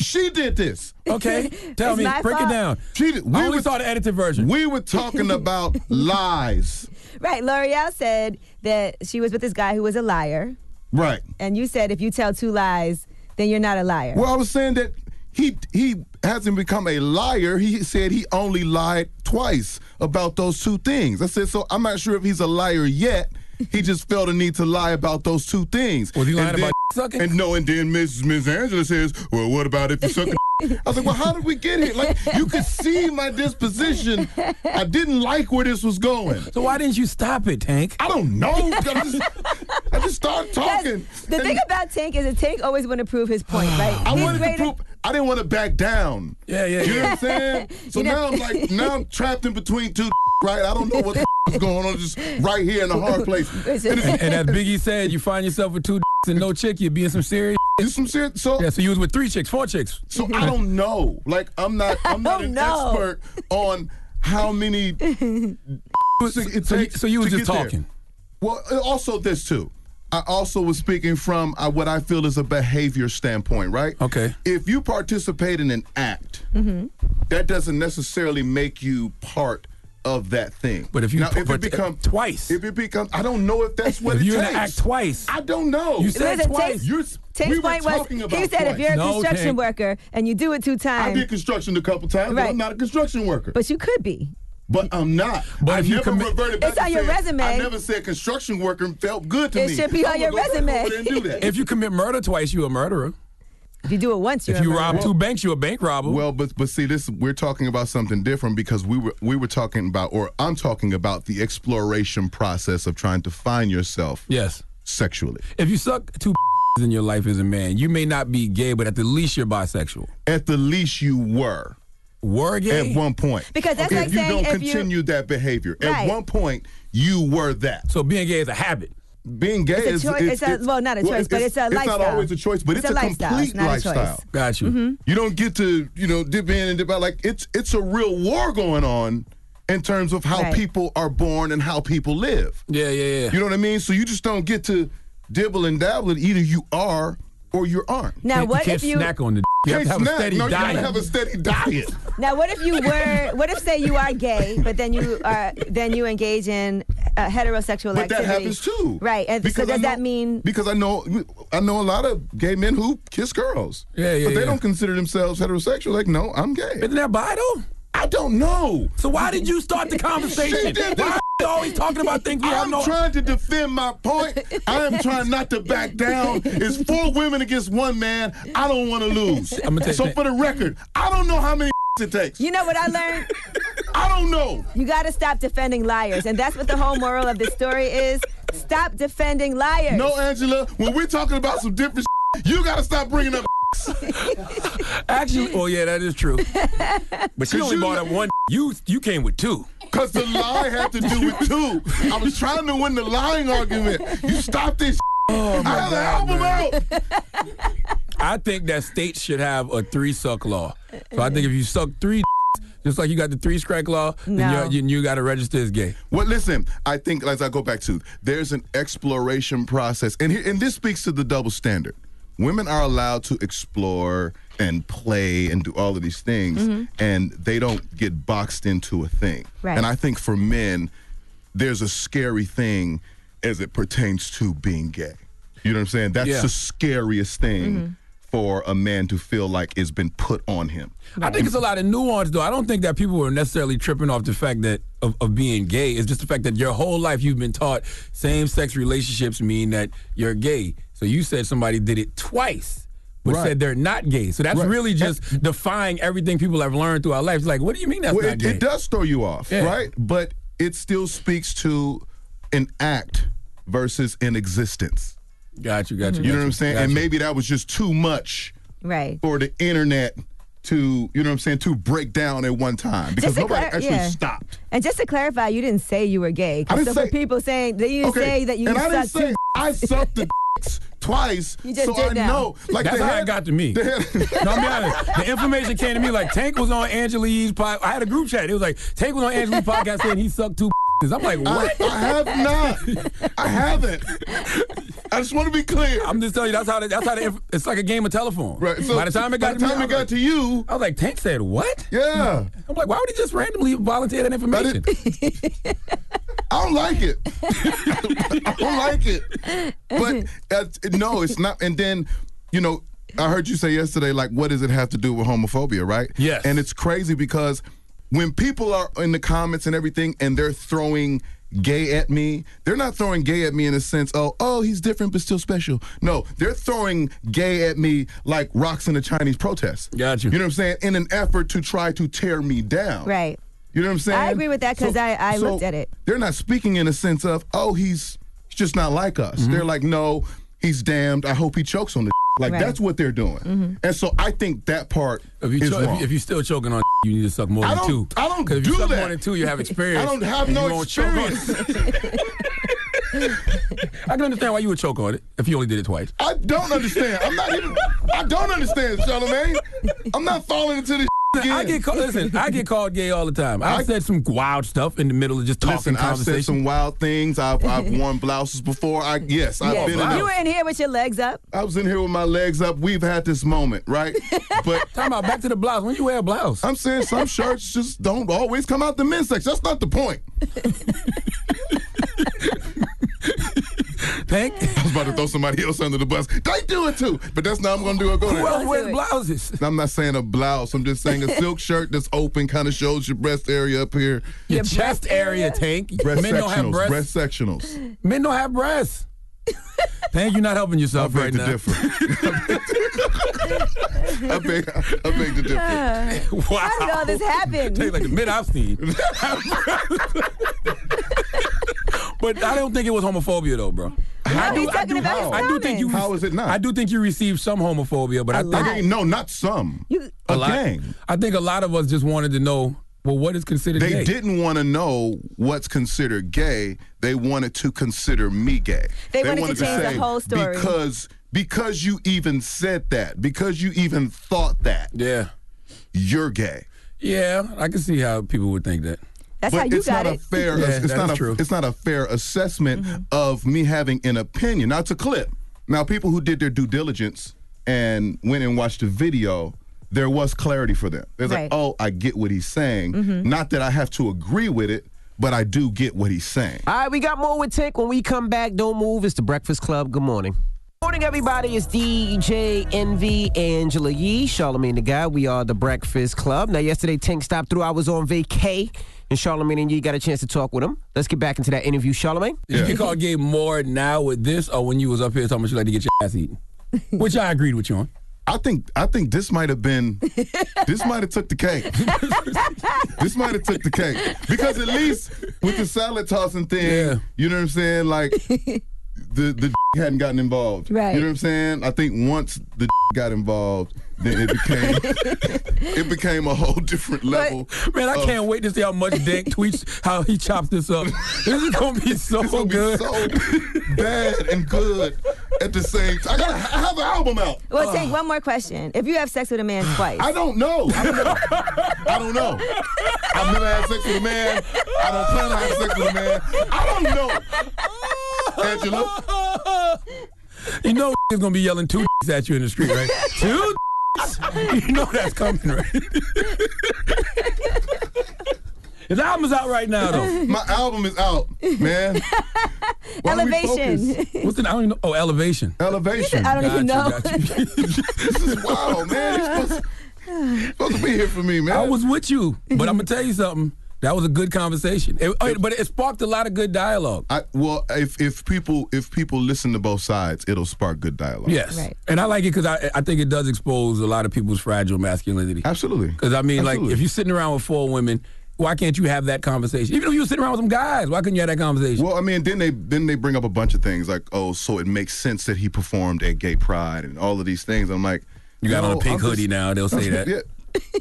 Speaker 1: She did this.
Speaker 7: Okay, tell It's me. my Break it fault. down.
Speaker 1: She did. We
Speaker 7: I only
Speaker 1: were,
Speaker 7: saw the edited version.
Speaker 1: We were talking
Speaker 7: <laughs>
Speaker 1: about lies.
Speaker 5: Right. L'Oreal said that she was with this guy who was a liar.
Speaker 1: Right.
Speaker 5: And you said if you tell two lies, then you're not a liar.
Speaker 1: Well, I was saying that he he hasn't become a liar. He said he only lied twice about those two things. I said, so I'm not sure if he's a liar yet. He just felt a need to lie about those two things. Was he
Speaker 7: lying about <laughs> sucking?
Speaker 1: And no, and then Miss Miss Angela says, well, what about if you suck? a- <laughs> I was like, well, how did we get here? Like, you could see my disposition. I didn't like where this was going.
Speaker 7: So why didn't you stop it, Tank?
Speaker 1: I don't know. I just, I just started talking.
Speaker 5: The thing about Tank is that Tank always want to prove his point, right?
Speaker 1: I
Speaker 5: He's
Speaker 1: wanted to
Speaker 5: great at-
Speaker 1: prove I didn't want to back down.
Speaker 7: Yeah, yeah,
Speaker 1: You know
Speaker 7: yeah.
Speaker 1: what I'm saying? So
Speaker 5: You know-
Speaker 1: now I'm like, now I'm trapped in between two, <laughs> right? I don't know what the <laughs> is going on, just right here in a hard <laughs> place.
Speaker 7: and, and as Biggie said, you find yourself with two <laughs> and no chick, you're being some serious. <laughs>
Speaker 1: You some serious? So
Speaker 7: yeah, so you was with three chicks, four chicks.
Speaker 1: So I don't know. Like I'm not,
Speaker 5: <laughs>
Speaker 1: I'm <laughs> not an
Speaker 5: know.
Speaker 1: expert on how many.
Speaker 5: <laughs>
Speaker 1: it
Speaker 7: so you-
Speaker 1: takes
Speaker 7: so you was
Speaker 1: to
Speaker 7: just
Speaker 1: get there.
Speaker 7: talking.
Speaker 1: Well, uh, also this too. I also was speaking from uh, what I feel is a behavior standpoint, right?
Speaker 7: Okay.
Speaker 1: If you participate in an act,
Speaker 14: Mm-hmm.
Speaker 1: that doesn't necessarily make you part of that thing.
Speaker 7: But if you
Speaker 1: now, if
Speaker 7: part- uh,
Speaker 1: it become
Speaker 7: twice,
Speaker 1: if it becomes, I don't know if that's what
Speaker 7: If
Speaker 1: it
Speaker 7: you're in
Speaker 1: takes.
Speaker 7: the act twice.
Speaker 1: I don't know.
Speaker 7: You said
Speaker 5: Listen,
Speaker 7: twice.
Speaker 5: Tank's-
Speaker 1: You're,
Speaker 5: Tank's
Speaker 1: we were
Speaker 5: point was,
Speaker 1: talking
Speaker 5: he
Speaker 1: about
Speaker 5: said if
Speaker 1: twice.
Speaker 5: you're a
Speaker 1: No,
Speaker 5: construction
Speaker 1: Tank.
Speaker 5: worker and you do it two times,
Speaker 1: I did construction a couple times, but
Speaker 5: Right.
Speaker 1: I'm not a construction worker.
Speaker 5: but you could be.
Speaker 1: But I'm not.
Speaker 7: But
Speaker 1: I
Speaker 7: if you
Speaker 1: never
Speaker 7: commit-
Speaker 1: reverted back
Speaker 5: It's on
Speaker 1: and
Speaker 5: your
Speaker 1: said-
Speaker 5: resume.
Speaker 1: I never said construction worker felt good to
Speaker 5: It
Speaker 1: me.
Speaker 5: should be on
Speaker 1: I'm gonna
Speaker 5: your
Speaker 1: go back
Speaker 5: resume.
Speaker 1: over there and do that.
Speaker 7: If you commit murder twice, you a murderer.
Speaker 5: If you do it once, you're a murderer.
Speaker 1: banks, you're a bank robber. Well, but but see, this we're talking about something different because we were we were talking about, or I'm talking about the exploration process of trying to find yourself.
Speaker 7: Yes.
Speaker 1: Sexually.
Speaker 7: If you suck two <laughs> in your life as a man, you may not be gay, but at the least you're bisexual.
Speaker 1: At the least you were.
Speaker 7: Were gay?
Speaker 1: At one point.
Speaker 5: Because that's
Speaker 1: if
Speaker 5: like
Speaker 1: you
Speaker 5: saying
Speaker 1: don't
Speaker 5: if you-
Speaker 1: continue that behavior,
Speaker 5: Right.
Speaker 1: at one point you were that.
Speaker 7: So being gay is a habit.
Speaker 1: Being gay
Speaker 5: It's a
Speaker 1: is
Speaker 5: choi- it's a- well, not a choice, but it's a
Speaker 1: not
Speaker 5: lifestyle.
Speaker 1: always a choice, but
Speaker 5: It's
Speaker 1: it's,
Speaker 5: a
Speaker 1: a,
Speaker 5: lifestyle, it's
Speaker 1: complete
Speaker 5: not a choice. Mm-hmm.
Speaker 1: lifestyle.
Speaker 7: Got you.
Speaker 1: You don't get to you know dip in and dip out. Like it's it's a real war going on in terms of how
Speaker 7: Right.
Speaker 1: people are born and how people live.
Speaker 7: Yeah, yeah, yeah.
Speaker 1: You know what I mean? So you just don't get to dibble and dabble. It. Either you are or you aren't.
Speaker 5: Now, You what can't if you- snack on the d- you have
Speaker 1: Can't
Speaker 5: to have a
Speaker 1: snack.
Speaker 5: steady
Speaker 1: no, You
Speaker 5: diet.
Speaker 1: gotta have
Speaker 5: <laughs>
Speaker 1: a steady diet.
Speaker 5: Now, what if you were? What if say you are gay, but then you are then you engage in uh, heterosexual
Speaker 1: But
Speaker 5: activity?
Speaker 1: that happens too.
Speaker 5: Right, and so
Speaker 1: Because
Speaker 5: does
Speaker 1: I know-
Speaker 5: that mean?
Speaker 1: Because I know I know a lot of gay men who kiss girls. Yeah, yeah. But they
Speaker 7: yeah.
Speaker 1: don't consider themselves heterosexual. Like, no, I'm gay. Isn't
Speaker 7: that bi though?
Speaker 1: I don't know.
Speaker 7: So why did you start the conversation?
Speaker 1: She did
Speaker 7: Why
Speaker 1: this.
Speaker 7: you always talking about things you have
Speaker 1: I'm
Speaker 7: no-
Speaker 1: trying to defend my point. I am trying not to back down. It's four women against one man. I don't want to lose.
Speaker 7: I'ma tell you
Speaker 1: so
Speaker 7: that.
Speaker 1: for the record, I don't know how many <laughs> it takes.
Speaker 5: You know what I learned?
Speaker 1: <laughs> I don't know.
Speaker 5: You got to stop defending liars, and that's what the whole moral of this story is. Stop defending liars.
Speaker 1: No, Angela, when we're talking about some different you gotta stop bringing up
Speaker 7: <laughs> Actually, oh yeah, that is true. <laughs> But she
Speaker 1: Cause
Speaker 7: only
Speaker 1: you-
Speaker 7: bought up one. <laughs> You you came with two.
Speaker 1: Cause the lie had to do with two. I was trying to win the lying argument. You stop this.
Speaker 7: Oh, my
Speaker 1: I have
Speaker 7: God,
Speaker 1: an album out.
Speaker 7: I think that states should have a three suck law. So I think if you suck three, <laughs> just like you got the three strike law, then
Speaker 1: No.
Speaker 7: you're, you you got to register as gay.
Speaker 1: Well, listen, I think as I go back to, there's an exploration process, and here, and this speaks to the double standard. Women are allowed to explore and play and do all of these things,
Speaker 14: Mhm.
Speaker 1: and they don't get boxed into a thing.
Speaker 14: Right.
Speaker 1: And I think for men, there's a scary thing as it pertains to being gay. You know what I'm saying? That's
Speaker 7: Yeah.
Speaker 1: the scariest thing
Speaker 7: Mhm.
Speaker 1: for a man to feel like it's been put on him.
Speaker 7: I think it's a lot of nuance, though. I don't think that people were necessarily tripping off the fact that of, of being gay. It's just the fact that your whole life you've been taught same-sex relationships mean that you're gay. So you said somebody did it twice, but
Speaker 1: Right.
Speaker 7: said they're not gay. So that's really just defying everything people have learned through our lives. Like, what do you mean that's
Speaker 1: well,
Speaker 7: not
Speaker 1: it,
Speaker 7: gay?
Speaker 1: it does throw you off,
Speaker 7: Yeah.
Speaker 1: right? But it still speaks to an act versus an existence.
Speaker 7: Got you, got you.
Speaker 1: You know
Speaker 7: got
Speaker 1: what I'm saying?
Speaker 7: got
Speaker 1: And
Speaker 7: you.
Speaker 1: maybe that was just too much
Speaker 5: Right.
Speaker 1: for the internet to, you know what I'm saying, to break down at one time
Speaker 5: Just
Speaker 1: because
Speaker 5: to
Speaker 1: nobody
Speaker 5: clar-
Speaker 1: actually
Speaker 5: yeah.
Speaker 1: stopped.
Speaker 5: And just to clarify, you didn't say you were gay.
Speaker 1: I didn't
Speaker 5: so for
Speaker 1: say-
Speaker 5: people saying that you didn't say that you
Speaker 1: and I didn't
Speaker 5: sucked
Speaker 1: say
Speaker 5: two
Speaker 1: I
Speaker 5: <laughs>
Speaker 1: sucked the dicks twice.
Speaker 5: You just
Speaker 1: so
Speaker 5: did
Speaker 1: I
Speaker 5: now.
Speaker 1: know. Like
Speaker 7: That's
Speaker 1: the
Speaker 7: how
Speaker 1: head-
Speaker 7: it got to me. <laughs> no, I'm be honest. The information came to me like Tank was on Angela Yee's podcast. I had a group chat. It was like Tank was on Angela Yee's podcast saying he sucked two. <laughs> I'm like, what?
Speaker 1: I, I have not. I haven't. I just want to be clear.
Speaker 7: I'm just telling you that's how the, that's how the, inf- it's like a game of telephone.
Speaker 1: Right, so
Speaker 7: by the time it
Speaker 1: by
Speaker 7: got
Speaker 1: the
Speaker 7: to
Speaker 1: time
Speaker 7: me,
Speaker 1: it got to you,
Speaker 7: I was like, Tank said what?
Speaker 1: Yeah.
Speaker 7: I'm like, why would he just randomly volunteer that information?
Speaker 1: I don't like
Speaker 5: <laughs>
Speaker 1: it. I don't like it. But uh, no, it's not. And then, you know, I heard you say yesterday, like, what does it have to do with homophobia, right? Yes. And it's crazy because when people are in the comments and everything and they're throwing gay at me, they're not throwing gay at me in a sense, oh, oh, he's different but still special. No, they're throwing gay at me like rocks in a Chinese protest. Got you. You know what I'm saying? In an effort to try to tear me down.
Speaker 5: Right.
Speaker 1: You know what I'm saying?
Speaker 5: I agree with that 'cause I- I looked at it.
Speaker 1: They're not speaking in a sense of, oh, he's he's just not like us.
Speaker 7: Mm-hmm.
Speaker 1: They're like, no, he's damned. I hope he chokes on the. <laughs> Like
Speaker 7: Right. Mm-hmm.
Speaker 1: that's what they're doing. And so I think that part
Speaker 7: If you
Speaker 1: is
Speaker 7: cho- if
Speaker 1: wrong.
Speaker 7: you- if you're still choking on, <laughs> you need to suck more
Speaker 1: I
Speaker 7: than
Speaker 1: don't-
Speaker 7: two.
Speaker 1: I don't
Speaker 7: 'Cause if you
Speaker 1: do
Speaker 7: suck more
Speaker 1: that.
Speaker 7: than two, you have experience.
Speaker 1: I don't have
Speaker 7: and
Speaker 1: no
Speaker 7: you won't choke on it. I can understand why you would choke on it if you only did it twice.
Speaker 1: I don't understand. I'm not even. I don't understand, Charlamagne. I'm not falling into this. Again.
Speaker 7: I get called. Listen, I get called gay all the time. I, said some wild stuff in the middle of just <laughs> talking
Speaker 1: Listen, I've
Speaker 7: conversation.
Speaker 1: said some wild things. I've,
Speaker 7: <laughs>
Speaker 1: I've worn blouses before. I yes, I've
Speaker 5: Yes.
Speaker 1: been. in
Speaker 5: You were in here with your legs
Speaker 1: <laughs>
Speaker 5: up.
Speaker 1: I was in here with my legs up. We've had this moment,
Speaker 7: <laughs>
Speaker 1: right? But
Speaker 7: talking about back to the blouse. When you wear a blouse,
Speaker 1: I'm saying some shirts just don't always come out the men's section. That's not the
Speaker 7: <laughs>
Speaker 1: point.
Speaker 7: Thank. I
Speaker 1: was about to throw somebody else under the bus. They do it too, but that's not. I'm gonna do it. Go
Speaker 7: Who
Speaker 1: there.
Speaker 7: else wears blouses?
Speaker 1: I'm not saying a blouse. I'm just saying a
Speaker 7: <laughs>
Speaker 1: silk shirt that's open, kind of shows your breast area up here.
Speaker 7: Your Your chest breast area, area? Tank.
Speaker 1: Breast
Speaker 7: Men don't have
Speaker 1: sectionals,
Speaker 7: breasts.
Speaker 1: Breast sectionals.
Speaker 7: Men don't have breasts. Pam, you're not helping yourself right now. <laughs>
Speaker 1: I beg, I beg to differ.
Speaker 7: wow.
Speaker 5: How did all this happen?
Speaker 7: Tastes like the mid I've seen. <laughs> but I don't think it was homophobia though, bro. I do, I do, I do think you. How
Speaker 1: is it not?
Speaker 7: I do think you received some homophobia, but I think
Speaker 1: lot. no, not some.
Speaker 7: a
Speaker 1: A
Speaker 7: lot.
Speaker 1: gang.
Speaker 7: I think a lot of us just wanted to know. Well, what is considered?
Speaker 1: They
Speaker 7: gay?
Speaker 1: didn't want to know what's considered gay. They wanted to consider me gay.
Speaker 5: They wanted to change the
Speaker 1: say,
Speaker 5: whole story.
Speaker 1: because because you even said that, because you even thought that.
Speaker 7: Yeah,
Speaker 1: you're gay.
Speaker 7: Yeah, I can see how people would think that.
Speaker 1: but it's not a fair.
Speaker 7: <laughs> Yeah,
Speaker 1: it's not
Speaker 7: that's
Speaker 1: a.
Speaker 7: true.
Speaker 1: It's not a fair assessment
Speaker 5: Mm-hmm.
Speaker 1: of me having an opinion. Now it's a clip. Now people who did their due diligence and went and watched the video, there was clarity for them. They're
Speaker 14: Right.
Speaker 1: like, oh, I get what he's saying.
Speaker 3: Mhm.
Speaker 1: Not that I have to agree with it, but I do get what he's saying.
Speaker 3: All right, we got more with Tick. When we come back, don't move. It's the Breakfast Club. Good morning. Morning, everybody. It's DJ NV Angela Yee, Charlemagne the Guy. We are the Breakfast Club. Now, yesterday, Tank stopped through. I was on vacay, and Charlemagne and Yee got a chance to talk with him. Let's get back into that interview, Charlemagne.
Speaker 7: Did you get called gay more now with this or when you was up here talking about you like to get your ass eaten? Which I agreed with you on.
Speaker 1: I think I think this might have been this might have took
Speaker 3: <laughs>
Speaker 1: the cake. this might have took the cake because at least with the salad tossing thing, you know what I'm saying. Like the the <laughs> hadn't gotten involved.
Speaker 14: Right.
Speaker 1: You know what I'm saying. I think once the <laughs> got involved, then it
Speaker 3: <laughs>
Speaker 1: became it became a whole different level.
Speaker 7: Man, I
Speaker 1: of-
Speaker 7: can't wait to see how much Dank tweets how he chops
Speaker 1: <laughs>
Speaker 7: this up. This is gonna be so good.
Speaker 1: bad and good at the same time. I gotta I have an album out.
Speaker 5: Well, Tank, one more question. If you have sex with a
Speaker 1: <sighs>
Speaker 5: man twice,
Speaker 1: I don't know. I don't know. I don't know. I've never had sex with a man. I don't plan on having sex with a man. I don't know.
Speaker 7: <laughs> Angela. You know <laughs> is gonna be yelling two at you in the
Speaker 5: <laughs>
Speaker 7: street, right? two <laughs> You know that's coming, right? <laughs> His album is out right now though.
Speaker 1: My album is out, man. Why don't we
Speaker 5: Elevation.
Speaker 1: focus?
Speaker 7: What's the I don't even know. Oh, elevation.
Speaker 1: Elevation.
Speaker 5: I don't even know.
Speaker 1: <laughs>
Speaker 7: <laughs>
Speaker 1: Wow, man. You're supposed to, supposed to be here for me, man.
Speaker 7: I was with you, but I'm gonna tell you something. That was a good conversation. It- oh, but it sparked a lot of good dialogue.
Speaker 1: I, well, if if people if people listen to both sides, it'll spark good dialogue.
Speaker 7: Yes, and I like it because I, I think it does expose a lot of people's fragile masculinity.
Speaker 1: Absolutely.
Speaker 7: Because I mean, like,
Speaker 1: Absolutely.
Speaker 7: if you're sitting around with four women, why can't you have that conversation? Even if you were sitting around with some guys, why couldn't you
Speaker 1: <laughs>
Speaker 7: have that conversation?
Speaker 1: Well, I mean, then they then they bring up a bunch of things like, oh, so it makes sense that he performed at Gay Pride and all of these things. I'm like,
Speaker 7: You got on a
Speaker 1: no,
Speaker 7: pink
Speaker 1: I'm
Speaker 7: hoodie now, they'll say that.
Speaker 1: yeah.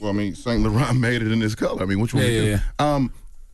Speaker 1: Well, I mean, Saint Laurent made it in this color. I mean, which one?
Speaker 7: Yeah,
Speaker 1: we do?
Speaker 7: yeah,
Speaker 1: Um,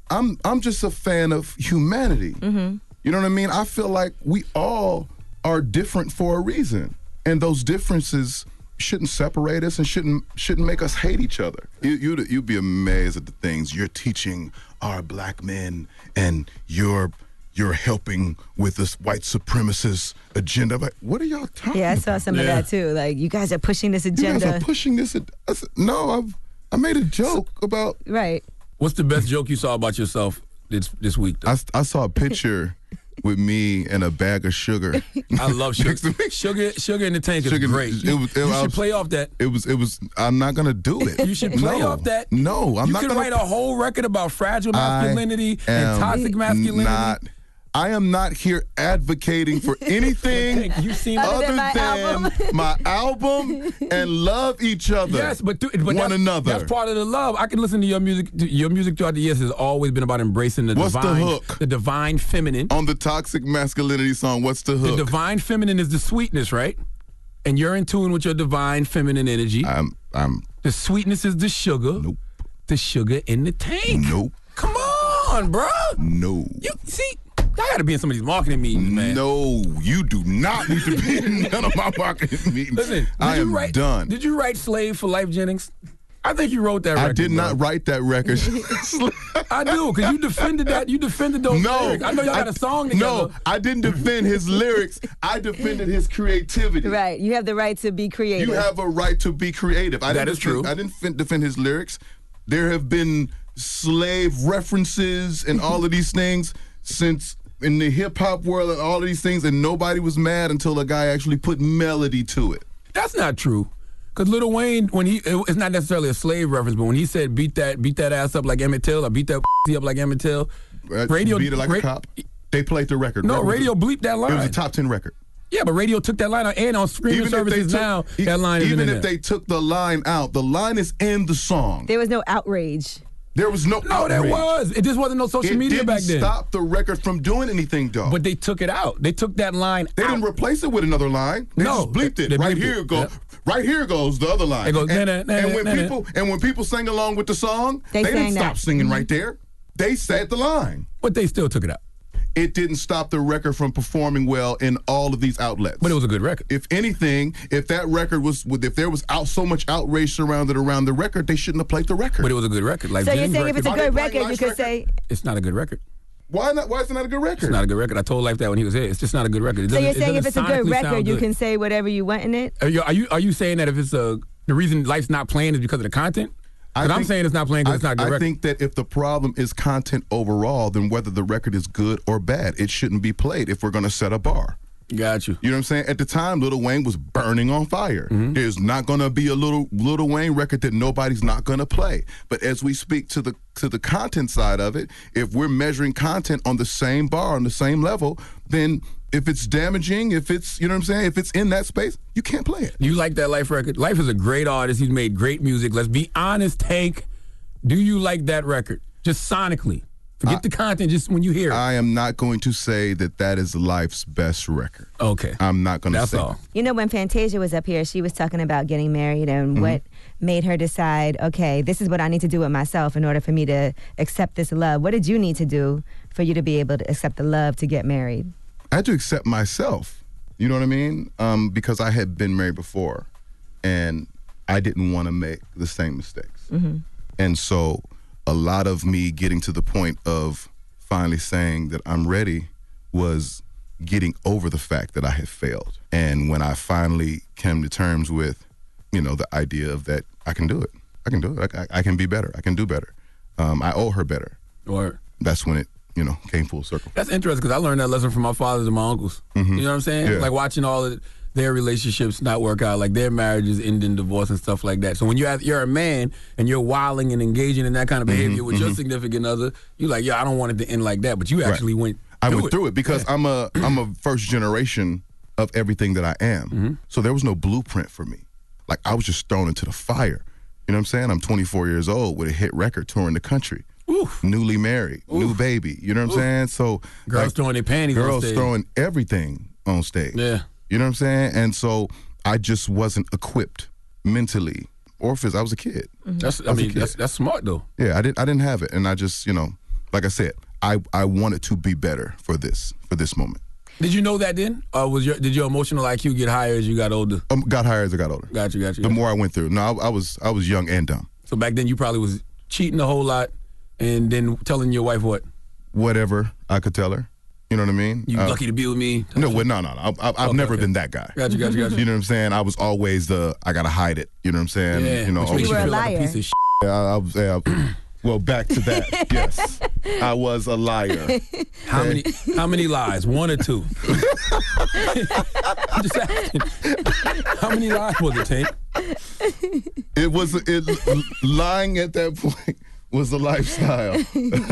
Speaker 1: I'm I'm just a fan of humanity.
Speaker 8: Mm-hmm.
Speaker 7: Mm-hmm.
Speaker 1: You know what I mean? I feel like we all are different for a reason, and those differences shouldn't separate us and shouldn't shouldn't make us hate each other. You, you'd you'd be amazed at the things you're teaching our black men, and you're you're helping with this white supremacist agenda. But what are y'all talking?
Speaker 5: Yeah, I saw some of
Speaker 1: Yeah.
Speaker 5: that too. Like you guys are pushing this
Speaker 1: You guys
Speaker 5: agenda.
Speaker 1: are pushing this. ag- I said, no, I've I made a joke about
Speaker 5: right.
Speaker 7: What's the best joke you saw about yourself this this week?
Speaker 1: I, I saw a picture with me and a bag of sugar.
Speaker 7: I love sugar. sugar, sugar in the tank is
Speaker 1: Sugar-
Speaker 7: great.
Speaker 1: it was- it
Speaker 7: you
Speaker 1: was-
Speaker 7: should play off that.
Speaker 1: It was. It was. I'm not gonna do it.
Speaker 7: You should play
Speaker 1: No.
Speaker 7: off that.
Speaker 1: No, I'm
Speaker 7: you
Speaker 1: not
Speaker 7: could
Speaker 1: gonna
Speaker 7: write a whole record about fragile
Speaker 1: I
Speaker 7: masculinity
Speaker 1: am
Speaker 7: and toxic masculinity.
Speaker 1: Not, I am not here advocating
Speaker 7: <laughs>
Speaker 1: for anything
Speaker 7: you seem
Speaker 1: other than, my, album. and love each other.
Speaker 7: Yes, but, th- but
Speaker 1: one
Speaker 7: that's,
Speaker 1: another.
Speaker 7: That's part of the love. I can listen to your music. to- Your music throughout the years has always been about embracing the
Speaker 1: What's the
Speaker 7: divine,
Speaker 1: hook?
Speaker 7: the divine feminine.
Speaker 1: On the toxic masculinity song, what's the hook?
Speaker 7: The divine feminine is the sweetness, right? And you're in tune with your divine feminine energy.
Speaker 1: I'm. I'm.
Speaker 7: The sweetness is the sugar. Nope. The sugar in the tank.
Speaker 1: Nope.
Speaker 7: Come on, bro.
Speaker 1: No.
Speaker 7: You see, I gotta be in somebody's <laughs> marketing meetings, man.
Speaker 1: No, you do not need to be in none of my marketing meetings.
Speaker 7: Listen, did
Speaker 1: I
Speaker 7: you
Speaker 1: am
Speaker 7: write,
Speaker 1: done.
Speaker 7: Did you write "Slave for Life," Jennings? I think you wrote that.
Speaker 1: I
Speaker 7: record,
Speaker 1: did
Speaker 7: bro.
Speaker 1: not write <laughs> that
Speaker 7: <laughs>
Speaker 1: record.
Speaker 7: I do, because you defended that. You defended those
Speaker 1: no,
Speaker 7: lyrics. I know y'all
Speaker 1: I-
Speaker 7: got a song together.
Speaker 1: No, I didn't defend his lyrics. I defended his creativity.
Speaker 5: Right. You have the right to be creative.
Speaker 1: You have a right to be creative. I
Speaker 7: That
Speaker 1: didn't
Speaker 7: is
Speaker 1: defend-
Speaker 7: true.
Speaker 1: I didn't fin- defend his lyrics. There have been slave references and all of these things since in the hip hop world and all of these things, and nobody was mad until a guy actually put melody to it.
Speaker 7: That's not true. Cause Lil Wayne, when he, it- it's not necessarily a slave reference, but when he said <laughs> beat that, beat that ass up like Emmett Till, or beat that up like Emmett Till,
Speaker 1: Uh, beat it like a cop. They played the record.
Speaker 7: No,
Speaker 1: Record was-
Speaker 7: radio bleeped that line.
Speaker 1: It was a top ten record.
Speaker 7: Yeah, but radio took that line out, and on streaming services now,
Speaker 1: e-
Speaker 7: that line isn't
Speaker 1: even
Speaker 7: in
Speaker 1: if
Speaker 7: there.
Speaker 1: they took the line out, the line is in the song.
Speaker 5: There was no outrage.
Speaker 1: There was no.
Speaker 7: No, there
Speaker 1: outrage.
Speaker 7: was. It just wasn't no social
Speaker 1: It
Speaker 7: media
Speaker 1: didn't
Speaker 7: back then.
Speaker 1: Stop the record from doing anything, though.
Speaker 7: But they took it out. They took that line.
Speaker 1: They didn't replace it with another line. They
Speaker 7: No,
Speaker 1: just bleeped it.
Speaker 7: they
Speaker 1: right
Speaker 7: bleeped
Speaker 1: here
Speaker 7: it.
Speaker 1: it goes.
Speaker 7: Yep.
Speaker 1: Right here goes the other line.
Speaker 7: It goes,
Speaker 1: and,
Speaker 7: "Na, na, na,
Speaker 1: and when
Speaker 7: na, na."
Speaker 1: people and when people sing along with the song,
Speaker 5: They
Speaker 1: they, didn't
Speaker 5: sang
Speaker 1: stop
Speaker 5: that. Mm-hmm.
Speaker 1: singing right there. They said the line.
Speaker 7: But they still took it out.
Speaker 1: It didn't stop the record from performing well in all of these outlets.
Speaker 7: But it was a good record.
Speaker 1: if anything, if that record was, if there was out so much outrage surrounded around the record, they shouldn't have played the record.
Speaker 7: But it was a good record. Like
Speaker 5: So you're
Speaker 7: Jim's
Speaker 5: saying if it's a
Speaker 7: record-
Speaker 5: good
Speaker 1: Black
Speaker 5: record, you
Speaker 1: Lives
Speaker 5: could
Speaker 1: Record.
Speaker 5: say
Speaker 7: it's not a good record.
Speaker 1: why not? Why is it not a good record?
Speaker 7: It's not a good record. I told Life that when he was here. It's just not a good record. It
Speaker 5: So you're
Speaker 7: doesn't- it
Speaker 5: saying if it's a
Speaker 7: doesn't
Speaker 5: good
Speaker 7: sonically sound
Speaker 5: record, you
Speaker 7: good.
Speaker 5: can say whatever you want in it?
Speaker 7: Are you, are you are you saying that if it's a the reason Life's not playing is because of the content? Because I'm
Speaker 1: think-
Speaker 7: saying it's not playing because it's not a good
Speaker 1: I
Speaker 7: record.
Speaker 1: think that if the problem is content overall, then whether the record is good or bad, it shouldn't be played if we're going to set a bar.
Speaker 7: Got you. Mm-hmm.
Speaker 1: You know what I'm saying? At the time, Lil Wayne was burning on fire. There's not gonna be a little Lil Wayne record that nobody's not gonna play. But as we speak to the to the content side of it, if we're measuring content on the same bar, on the same level, then if it's damaging, if it's you know what I'm saying, if it's in that space, you can't play it.
Speaker 7: You like that Life record? Life is a great artist. He's made great music. Let's be honest, Tank. Do you like that record? Just sonically. Forget the content. Just when you hear it.
Speaker 1: I am not going to say that that is life's best record.
Speaker 7: okay.
Speaker 1: I'm not gonna
Speaker 7: That's
Speaker 1: say
Speaker 7: all.
Speaker 1: that.
Speaker 5: You know, when Fantasia was up here, she was talking about getting married and
Speaker 7: Mm-hmm.
Speaker 5: what made her decide, okay, this is what I need to do with myself in order for me to accept this love. What did you need to do for you to be able to accept the love to get
Speaker 1: <laughs>
Speaker 5: married?
Speaker 1: I had to accept myself. You know what I mean? Um, because I had been married before, and I didn't want to make the same mistakes.
Speaker 15: Mm-hmm.
Speaker 1: And so, a lot of me getting to the point of finally saying that I'm ready was getting over the fact that I had failed. And when I finally came to terms with, you know, the idea of that I can do it, I can do it, I, I, I can be better, I can do better. Um, I owe her better.
Speaker 7: Or
Speaker 1: That's when it, you know, came full circle.
Speaker 7: That's interesting because I learned that lesson from my fathers and my uncles. You know what I'm saying?
Speaker 1: Mm-hmm. Yeah.
Speaker 7: Like watching all of their relationships not work out, like their marriages end in divorce and stuff like that. So when you're you're a man and you're wilding and engaging in that kind of
Speaker 1: Mm-hmm,
Speaker 7: behavior with your significant other, you're like, yeah, I don't want it to end like that. But you actually went.
Speaker 1: I
Speaker 7: through
Speaker 1: went through it because I'm a I'm a first generation of everything that I am.
Speaker 7: Mm-hmm.
Speaker 1: So there was no blueprint for me. Like I was just thrown into the fire. You know what I'm saying? I'm 24 years old with a hit record touring the country.
Speaker 7: Oof.
Speaker 1: Newly married, new baby. You know what I'm saying? So
Speaker 7: Girls
Speaker 1: like,
Speaker 7: throwing their panties. on
Speaker 1: girls
Speaker 7: stage.
Speaker 1: throwing everything on stage.
Speaker 7: Yeah.
Speaker 1: You know what I'm saying? And so I just wasn't equipped mentally or phys. I was a kid.
Speaker 7: Mm-hmm. That's. I
Speaker 1: As a
Speaker 7: mean,
Speaker 1: kid.
Speaker 7: that's that's smart though.
Speaker 1: Yeah, I didn't I didn't have it, and I just you know, like I said, I I wanted to be better for this for this moment.
Speaker 7: Did you know that then? Or was your did your emotional IQ get higher as you got older?
Speaker 1: um, got higher as I got older.
Speaker 7: Got you. Got you.
Speaker 1: The more I went through, no, I, I was I was young and dumb.
Speaker 7: so back then you probably was cheating a whole lot, and then telling your wife what
Speaker 1: Whatever I could tell her, you know what I mean.
Speaker 7: you
Speaker 1: Uh,
Speaker 7: lucky to be with me.
Speaker 1: No, well, no, no, no. I, I, I've
Speaker 7: Okay,
Speaker 1: never
Speaker 7: okay.
Speaker 1: been that guy.
Speaker 7: Got you. Got you. Got you.
Speaker 1: <laughs> You know what I'm saying? I was always the I gotta hide it. You know what I'm saying?
Speaker 7: Yeah,
Speaker 1: You know,
Speaker 7: which
Speaker 1: always-
Speaker 7: makes
Speaker 5: You
Speaker 7: you
Speaker 5: were a
Speaker 7: feel like a
Speaker 5: liar.
Speaker 7: piece of shit.
Speaker 1: Yeah, I, I was. Yeah, I- well, back
Speaker 7: <laughs>
Speaker 1: to that. yes, I was
Speaker 5: <laughs>
Speaker 1: a liar.
Speaker 7: How many? How many lies? One or two? I'm just asking. How many lies was it, Tank?
Speaker 1: It was it lying at that point was a lifestyle.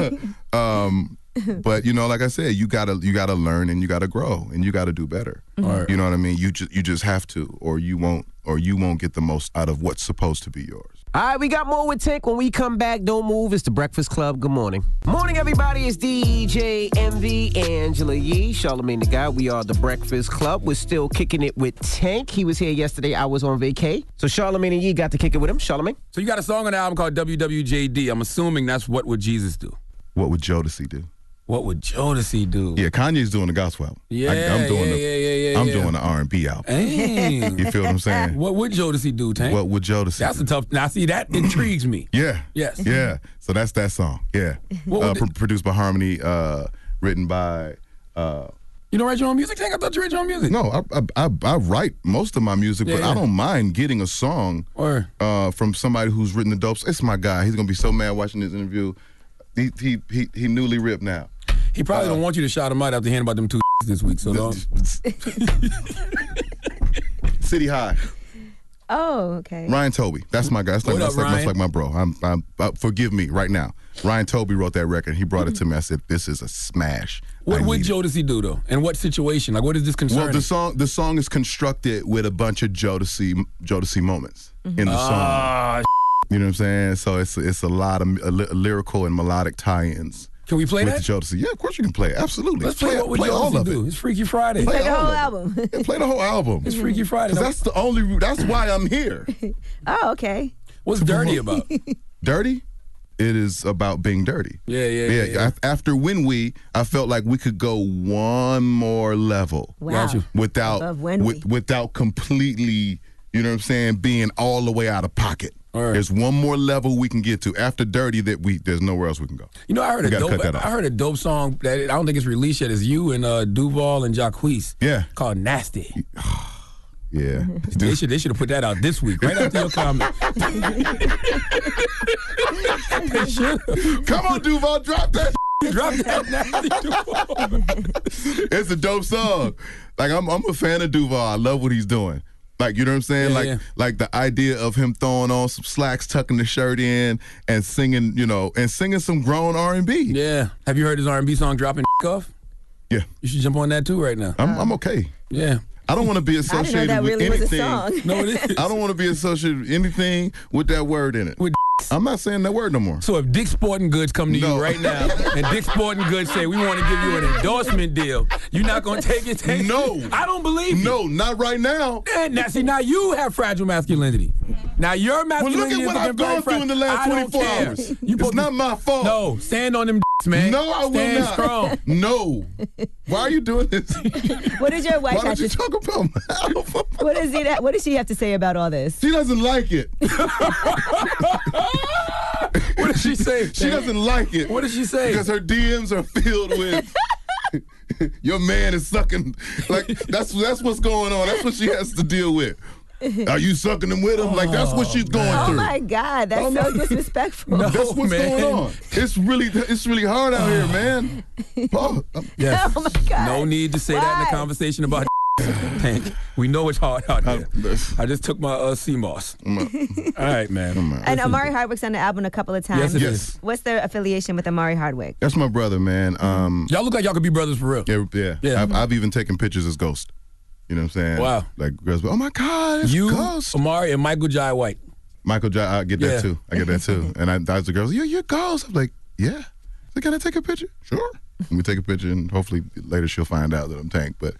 Speaker 1: <laughs> um, but you know, like I said, you gotta you gotta learn and you gotta grow and you gotta do better.
Speaker 7: Alright.
Speaker 1: You know what I mean? You just you just have to, or you won't, or you won't get the most out of what's supposed to be yours.
Speaker 3: All right, we got more with Tink. When we come back, don't move. It's the Breakfast Club. Good morning. Morning, everybody. It's DJ MV, Angela Yee, Charlemagne the Guy. We are the Breakfast Club. We're still kicking it with Tank. He was here yesterday. I was on vacay. So Charlemagne and Yee got to kick it with him. Charlemagne.
Speaker 7: So you got a song on the album called WWJD. I'm assuming that's what would Jesus do?
Speaker 1: What would Jodeci do?
Speaker 7: What would Jodeci do?
Speaker 1: Yeah, Kanye's doing the gospel album.
Speaker 7: Yeah,
Speaker 1: I'm doing
Speaker 7: yeah,
Speaker 1: the
Speaker 7: yeah, yeah, yeah,
Speaker 1: I'm
Speaker 7: yeah.
Speaker 1: doing the R and B album.
Speaker 7: Dang.
Speaker 1: You feel what I'm saying?
Speaker 7: what would Jodeci do, Tank?
Speaker 1: what would Jodeci?
Speaker 7: that's
Speaker 1: do?
Speaker 7: a tough. Now
Speaker 1: <clears throat>
Speaker 7: see that intrigues me.
Speaker 1: yeah.
Speaker 7: Yes.
Speaker 1: Yeah. So that's that song. Yeah.
Speaker 7: <laughs> What
Speaker 1: Uh,
Speaker 7: would
Speaker 1: pro-
Speaker 7: it-
Speaker 1: produced by Harmony, uh, written by. Uh,
Speaker 7: You don't write your own music, Tank? I thought you write your own music.
Speaker 1: No, I, I, I, I write most of my music, but
Speaker 7: Yeah.
Speaker 1: I don't mind getting a song
Speaker 7: Or
Speaker 1: uh, from somebody who's written the dopes. It's my guy. He's gonna be so mad watching this interview. He he he, he newly ripped now. Uh,
Speaker 7: he probably don't want you to shout him out after hearing about them two <laughs> this week. So don't.
Speaker 1: City High.
Speaker 5: Oh, okay.
Speaker 1: Ryan Toby. That's my guy. That's like,
Speaker 5: What up,
Speaker 1: that's, like, that's
Speaker 5: Ryan?
Speaker 1: like my bro. I'm, I'm, uh, forgive me right now. Ryan Toby wrote that record. He brought it to me. I said, this is a smash.
Speaker 7: What, what Joe does he do though? And what situation? Like, what is this concern?
Speaker 1: Well, the song the song is constructed with a bunch of Jodeci Jodeci moments in the
Speaker 7: Ah,
Speaker 1: song. You know what I'm saying? So it's it's a lot of uh, ly- lyrical and melodic tie-ins.
Speaker 7: Can we play
Speaker 1: with
Speaker 7: that?
Speaker 1: The Jodeci. Yeah, of course you can play. it. Absolutely.
Speaker 7: Let's play,
Speaker 1: it.
Speaker 7: what would
Speaker 1: play
Speaker 7: Jodeci
Speaker 1: all of
Speaker 7: do?
Speaker 1: it.
Speaker 7: It's Freaky Friday.
Speaker 1: Play
Speaker 5: the
Speaker 1: all
Speaker 5: whole
Speaker 1: of it.
Speaker 5: album.
Speaker 1: Yeah, play the whole album.
Speaker 7: It's Freaky Friday.
Speaker 1: 'Cause That's the only. That's why I'm here.
Speaker 5: <laughs> oh, okay.
Speaker 7: What's dirty
Speaker 5: <laughs>
Speaker 7: about?
Speaker 1: dirty it is about being dirty
Speaker 7: Yeah, yeah, yeah, yeah.
Speaker 1: af- after when we i felt like we could go one more level
Speaker 5: Wow. Got you.
Speaker 1: without
Speaker 5: Above When
Speaker 1: with, without completely you know what i'm saying being all the way out of pocket there's one more level we can get to after dirty that we there's nowhere else we can go
Speaker 7: You know, I heard
Speaker 1: We
Speaker 7: a
Speaker 1: gotta
Speaker 7: dope.
Speaker 1: cut that off.
Speaker 7: I heard a dope song that I don't think it's released yet. It's you and uh, Duval and Jacquees.
Speaker 1: Yeah,
Speaker 7: called Nasty.
Speaker 1: yeah,
Speaker 7: <laughs> they should they should have put that out this week, right after your comment. They should.
Speaker 1: Come on, Duval, drop that.
Speaker 7: <laughs> drop that nasty Duval.
Speaker 1: <laughs> it's a dope song. Like I'm, I'm a fan of Duval. I love what he's doing. Like you know what I'm saying? like like the idea of him throwing on some slacks, tucking the shirt in, and singing, you know, and singing some grown R and B.
Speaker 7: Yeah. Have you heard his R and B song dropping <laughs> off?
Speaker 1: Yeah.
Speaker 7: You should jump on that too right now.
Speaker 1: I'm, I'm okay. <laughs>
Speaker 7: Yeah.
Speaker 1: I don't want to be associated with anything.
Speaker 7: no, it
Speaker 1: <laughs>
Speaker 7: is.
Speaker 1: I don't want to be associated with anything with that word in it.
Speaker 7: With <laughs>
Speaker 1: I'm not saying that word no more.
Speaker 7: So if Dick Sporting Goods come to you
Speaker 1: <laughs>
Speaker 7: right now, and Dick Sporting Goods say we want to give you an endorsement deal, you're not gonna take it? <laughs> Take
Speaker 1: No.
Speaker 7: I don't believe you.
Speaker 1: No, not right now.
Speaker 7: And now, see, now you have fragile masculinity. Now your
Speaker 1: look
Speaker 7: masculinity
Speaker 1: at
Speaker 7: is
Speaker 1: what I've
Speaker 7: looking very
Speaker 1: gone through
Speaker 7: fragile.
Speaker 1: in the last
Speaker 7: I don't
Speaker 1: 24
Speaker 7: care.
Speaker 1: hours.
Speaker 7: You it's
Speaker 1: not my fault.
Speaker 7: No, stand on them, dicks, man.
Speaker 1: No, I will
Speaker 7: stand
Speaker 1: not.
Speaker 7: strong.
Speaker 1: No. Why are you doing <laughs> this?
Speaker 5: What did your wife
Speaker 1: Why
Speaker 5: have
Speaker 1: don't you
Speaker 5: to
Speaker 1: talk about my <laughs> album?
Speaker 5: What does he what does she have to say about all this?
Speaker 1: She doesn't
Speaker 5: <laughs>
Speaker 1: like it.
Speaker 7: What did she say?
Speaker 1: She doesn't like it.
Speaker 7: What did she say?
Speaker 1: Because her DMs are filled with <laughs> your man is sucking. Like that's that's what's going on. That's what she has to deal with. Are you sucking him with him? Like that's what she's going
Speaker 5: oh
Speaker 1: through.
Speaker 5: my God, that's so disrespectful.
Speaker 1: <laughs> that's what's going on. It's really it's really hard out
Speaker 5: <laughs>
Speaker 1: here, man. Oh, I'm-
Speaker 7: Yes.
Speaker 5: Oh my God.
Speaker 7: No need to say that in a conversation about. <laughs> Tank. We know it's hard out there. I just took my uh, sea moss. <laughs> All right, man.
Speaker 5: And Amari Hardwick's on the album a couple of times.
Speaker 7: Uh, Yes, it is.
Speaker 5: What's their affiliation with Amari Hardwick?
Speaker 1: That's my brother, man. Um,
Speaker 7: y'all look like y'all could be brothers for real.
Speaker 1: Yeah, yeah.
Speaker 7: Yeah.
Speaker 1: I've, I've even taken pictures as Ghost. You know what I'm saying?
Speaker 7: Wow.
Speaker 1: Like, girls, be, oh my God, it's
Speaker 7: You,
Speaker 1: Ghost.
Speaker 7: Amari, and Michael Jai White.
Speaker 1: Michael J. I get that
Speaker 7: Yeah.
Speaker 1: too. I get that too. And I, that's the girls. You're, you're ghost. I'm like, yeah. So can I take a picture? Sure. And we take a picture, and hopefully later she'll find out that I'm Tank. But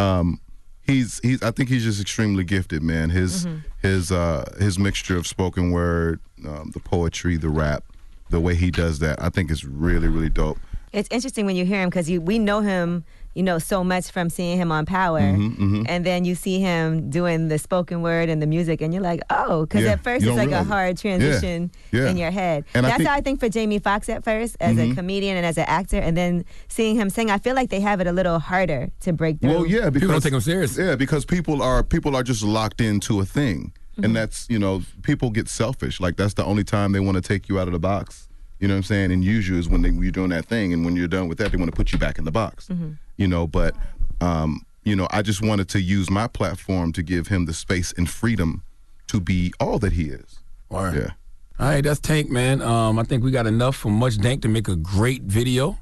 Speaker 1: um, he's he's. I think he's just extremely gifted, man. His his uh, his mixture of spoken word, um, the poetry, the rap, the way he does that, I think is really really dope.
Speaker 5: It's interesting when you hear him because we know him, you know, so much from seeing him on Power,
Speaker 1: Mhm, mhm.
Speaker 5: and then you see him doing the spoken word and the music, and you're like, oh, because
Speaker 1: Yeah,
Speaker 5: at first
Speaker 1: you
Speaker 5: it's
Speaker 1: don't
Speaker 5: like a
Speaker 1: realize it.
Speaker 5: hard
Speaker 1: Yeah,
Speaker 5: transition
Speaker 1: yeah.
Speaker 5: in your head.
Speaker 1: And I
Speaker 5: That's
Speaker 1: think-
Speaker 5: how I think for Jamie Foxx at first as a
Speaker 1: Mhm.
Speaker 5: comedian and as an actor, and then seeing him sing, I feel like they have it a little harder to break through.
Speaker 1: Well, yeah, because
Speaker 7: don't take 'em serious.
Speaker 1: Yeah, because people are people are just locked into a thing,
Speaker 7: Mm-hmm.
Speaker 1: and that's you know people get selfish. Like that's the only time they want to take you out of the box. You know what I'm saying? And use you is when they, you're doing that thing, and when you're done with that, they want to put you back in the box.
Speaker 7: Mm-hmm.
Speaker 16: Mm-hmm.
Speaker 1: You know, but um, you know, I just wanted to use my platform to give him the space and freedom to be all that he is.
Speaker 7: All right.
Speaker 1: Yeah.
Speaker 7: All right, that's Tank, man. Um, I think we got enough for Much Dank to make a
Speaker 5: <laughs>
Speaker 7: great video.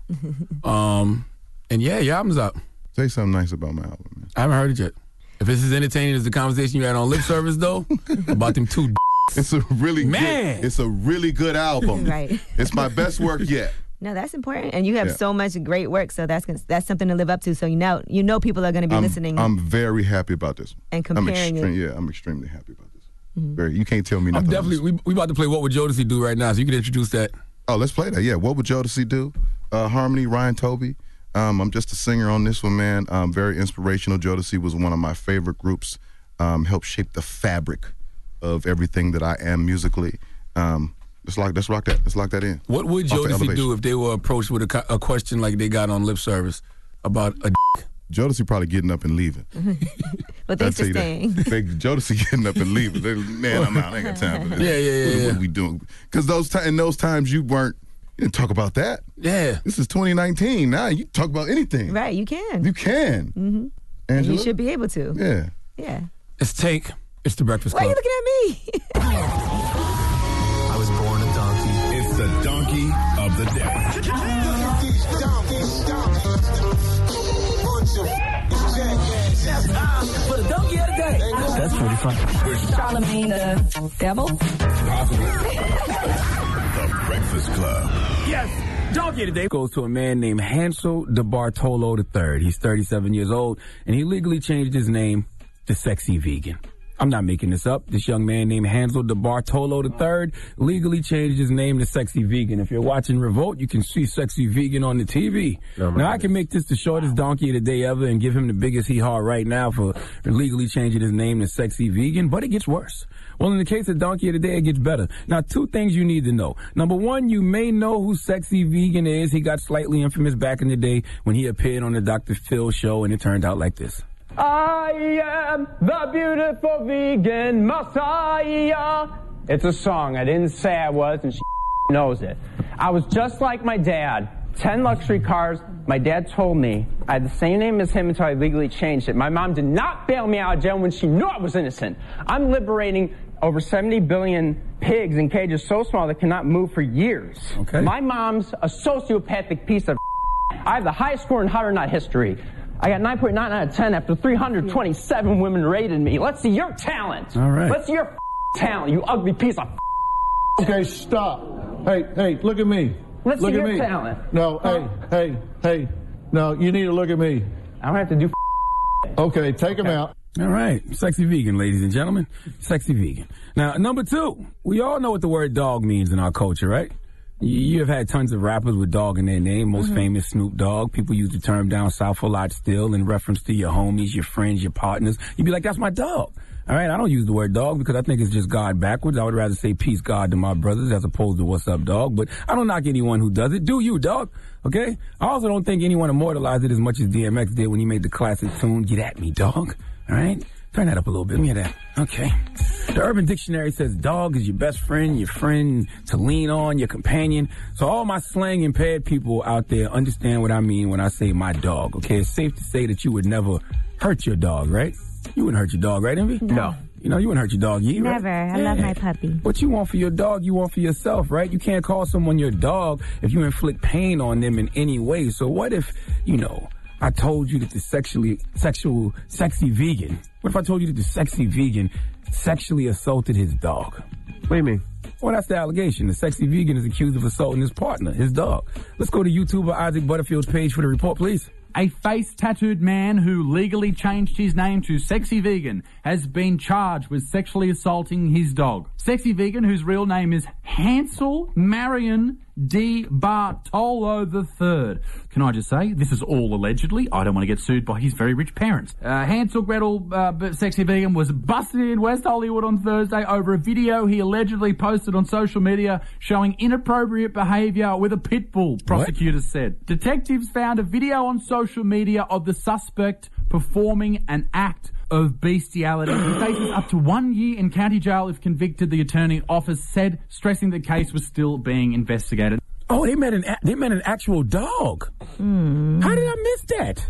Speaker 7: um, and yeah, your album's out.
Speaker 1: Say something nice about my album, man.
Speaker 7: I haven't heard it yet. If it's as entertaining as the conversation you had on lip
Speaker 1: <laughs>
Speaker 7: service, though, about them two.
Speaker 1: It's a really
Speaker 7: Man.
Speaker 1: Good, it's a really good
Speaker 7: <laughs>
Speaker 1: album.
Speaker 5: Right.
Speaker 1: It's my best work yet.
Speaker 5: No, that's important, and you have
Speaker 1: Yeah.
Speaker 5: so much great work, so that's gonna, that's something to live up to. So you know, you know, people are going to be
Speaker 1: I'm,
Speaker 5: listening. <laughs>
Speaker 1: I'm very happy about this.
Speaker 5: And
Speaker 1: I'm
Speaker 5: comparing
Speaker 1: extreme,
Speaker 5: it. Mm-hmm.
Speaker 1: Yeah, I'm extremely happy about this. Very, you can't tell me
Speaker 7: I'm
Speaker 1: nothing.
Speaker 7: definitely. We, we about to play What Would Jodeci Do right now, so you can introduce that.
Speaker 1: Oh, let's play that. Yeah. What would Jodeci do? Uh, Harmony, Ryan Toby. Um, I'm just a singer on this one, man. Um, very inspirational. Jodeci was one of my favorite groups. Um, helped shape the fabric of everything that I am musically. Um, let's lock. Let's rock that. Let's lock that in.
Speaker 7: What would
Speaker 1: Off the
Speaker 7: Jodeci
Speaker 1: elevation.
Speaker 7: do if they were approached with a, co- a question like they got on lip service about a?
Speaker 1: Jodeci probably getting up and leaving.
Speaker 5: but thanks
Speaker 1: <laughs> I
Speaker 5: for staying. <laughs>
Speaker 1: That. They, Jodeci getting up and leaving. They, man, I'm out. I ain't got time for this.
Speaker 7: Yeah, yeah, yeah,
Speaker 1: What, what
Speaker 7: yeah.
Speaker 1: we doing? Because those ti- in those times you weren't. You didn't talk about that.
Speaker 7: Yeah.
Speaker 1: This is 2019. Now you can talk about anything.
Speaker 5: Right, you can.
Speaker 1: You can.
Speaker 5: Mm-hmm.
Speaker 1: Angela.
Speaker 5: You should be able to.
Speaker 1: Yeah.
Speaker 5: Yeah.
Speaker 7: It's Tank. It's the Breakfast
Speaker 5: Why are
Speaker 7: Club.
Speaker 5: you looking at me? <laughs>
Speaker 14: I was born a donkey. It's the donkey of the day.
Speaker 15: For the donkey of the day.
Speaker 14: That's pretty fun.
Speaker 15: Charlemagne the devil.
Speaker 14: The Breakfast Club.
Speaker 7: Yes. Donkey today goes to a man named Hansel de Bartolo III. He's 37 years old, and he legally changed his name to Sexy Vegan. I'm not making this up. This young man named Hansel de Bartolo III legally changed his name to Sexy Vegan. If you're watching Revolt, you can see Sexy Vegan on the TV. now, I can make this the shortest donkey of the day ever and give him the biggest hee haw right now for legally changing his name to Sexy Vegan, but it gets worse. Well, in the case of Donkey of the Day, it gets better. Now, two things you need to know. Number one, you may know who Sexy Vegan is. He got slightly infamous back in the day when he appeared on the Dr. Phil show, and it turned out like this.
Speaker 15: I am the beautiful vegan messiah. It's a song. I didn't say I was, and she <laughs> knows it. I was just like my dad. Ten luxury cars. My dad told me I had the same name as him until I legally changed it. My mom did not bail me out of jail when she knew I was innocent. I'm liberating over 70 billion pigs in cages so small they cannot move for years. Okay. My mom's a sociopathic piece of I have the highest score in Hot or Not history. I got 9.9 out of 10 after 327 women rated me. Let's see your talent.
Speaker 7: All right.
Speaker 15: Let's see your talent, you ugly piece of.
Speaker 2: Okay, stop. Hey, hey, look at me.
Speaker 15: Let's
Speaker 2: look
Speaker 15: see
Speaker 2: at
Speaker 15: your
Speaker 2: me.
Speaker 15: talent.
Speaker 2: No, hey, hey, hey. No, you need to look at me.
Speaker 7: I don't have to do.
Speaker 2: Okay, take him out.
Speaker 7: All right, sexy vegan, ladies and gentlemen, sexy vegan. Now, number two, we all know what the word dog means in our culture, right? You- You have had tons of rappers with dog in their name. Most famous Snoop Dogg. People use the term down south a lot still in reference to your homies, your friends, your partners. You'd be like, "That's my dog." All right, I don't use the word dog because I think it's just God backwards. I would rather say peace God to my brothers as opposed to what's up, dog. But I don't knock anyone who does it. Do you, dog? Okay. I also don't think anyone immortalized it as much as DMX did when he made the classic tune "Get at Me, Dog." All right? Turn that up a little bit. Let me hear that. Okay. The Urban Dictionary says dog is your best friend, your friend to lean on, your companion. So all my slang impaired people out there understand what I mean when I say my dog, okay? It's safe to say that you would never hurt your dog, right? You wouldn't hurt your dog, right, Envy? No. You know, you wouldn't hurt your dog, you
Speaker 5: Never. I love my puppy.
Speaker 7: what you want for your dog, you want for yourself, right? You can't call someone your dog if you inflict pain on them in any way. So what if, you know, I told you that the sexually sexual sexy vegan. What if I told you that the sexy vegan sexually assaulted his dog? What do you mean? Well, that's the allegation. The sexy vegan is accused of assaulting his partner, his dog. Let's go to YouTuber Isaac Butterfield's page for the report, please.
Speaker 17: A face tattooed man who legally changed his name to Sexy Vegan has been charged with sexually assaulting his dog. Sexy Vegan, whose real name is Hansel Marion D. Bartolo III. Can I just say, this is all allegedly. I don't want to get sued by his very rich parents. Uh, Hansel Gretel, uh, B- Sexy Vegan, was busted in West Hollywood on Thursday over a video he allegedly posted on social media showing inappropriate behaviour with a pit bull, prosecutors said. Detectives found a video on social media of the suspect performing an act of bestiality. He faces up to one year in county jail if convicted, the attorney office said, stressing the case was still being investigated.
Speaker 7: Oh, they met an a- they met an actual dog. How did I miss that?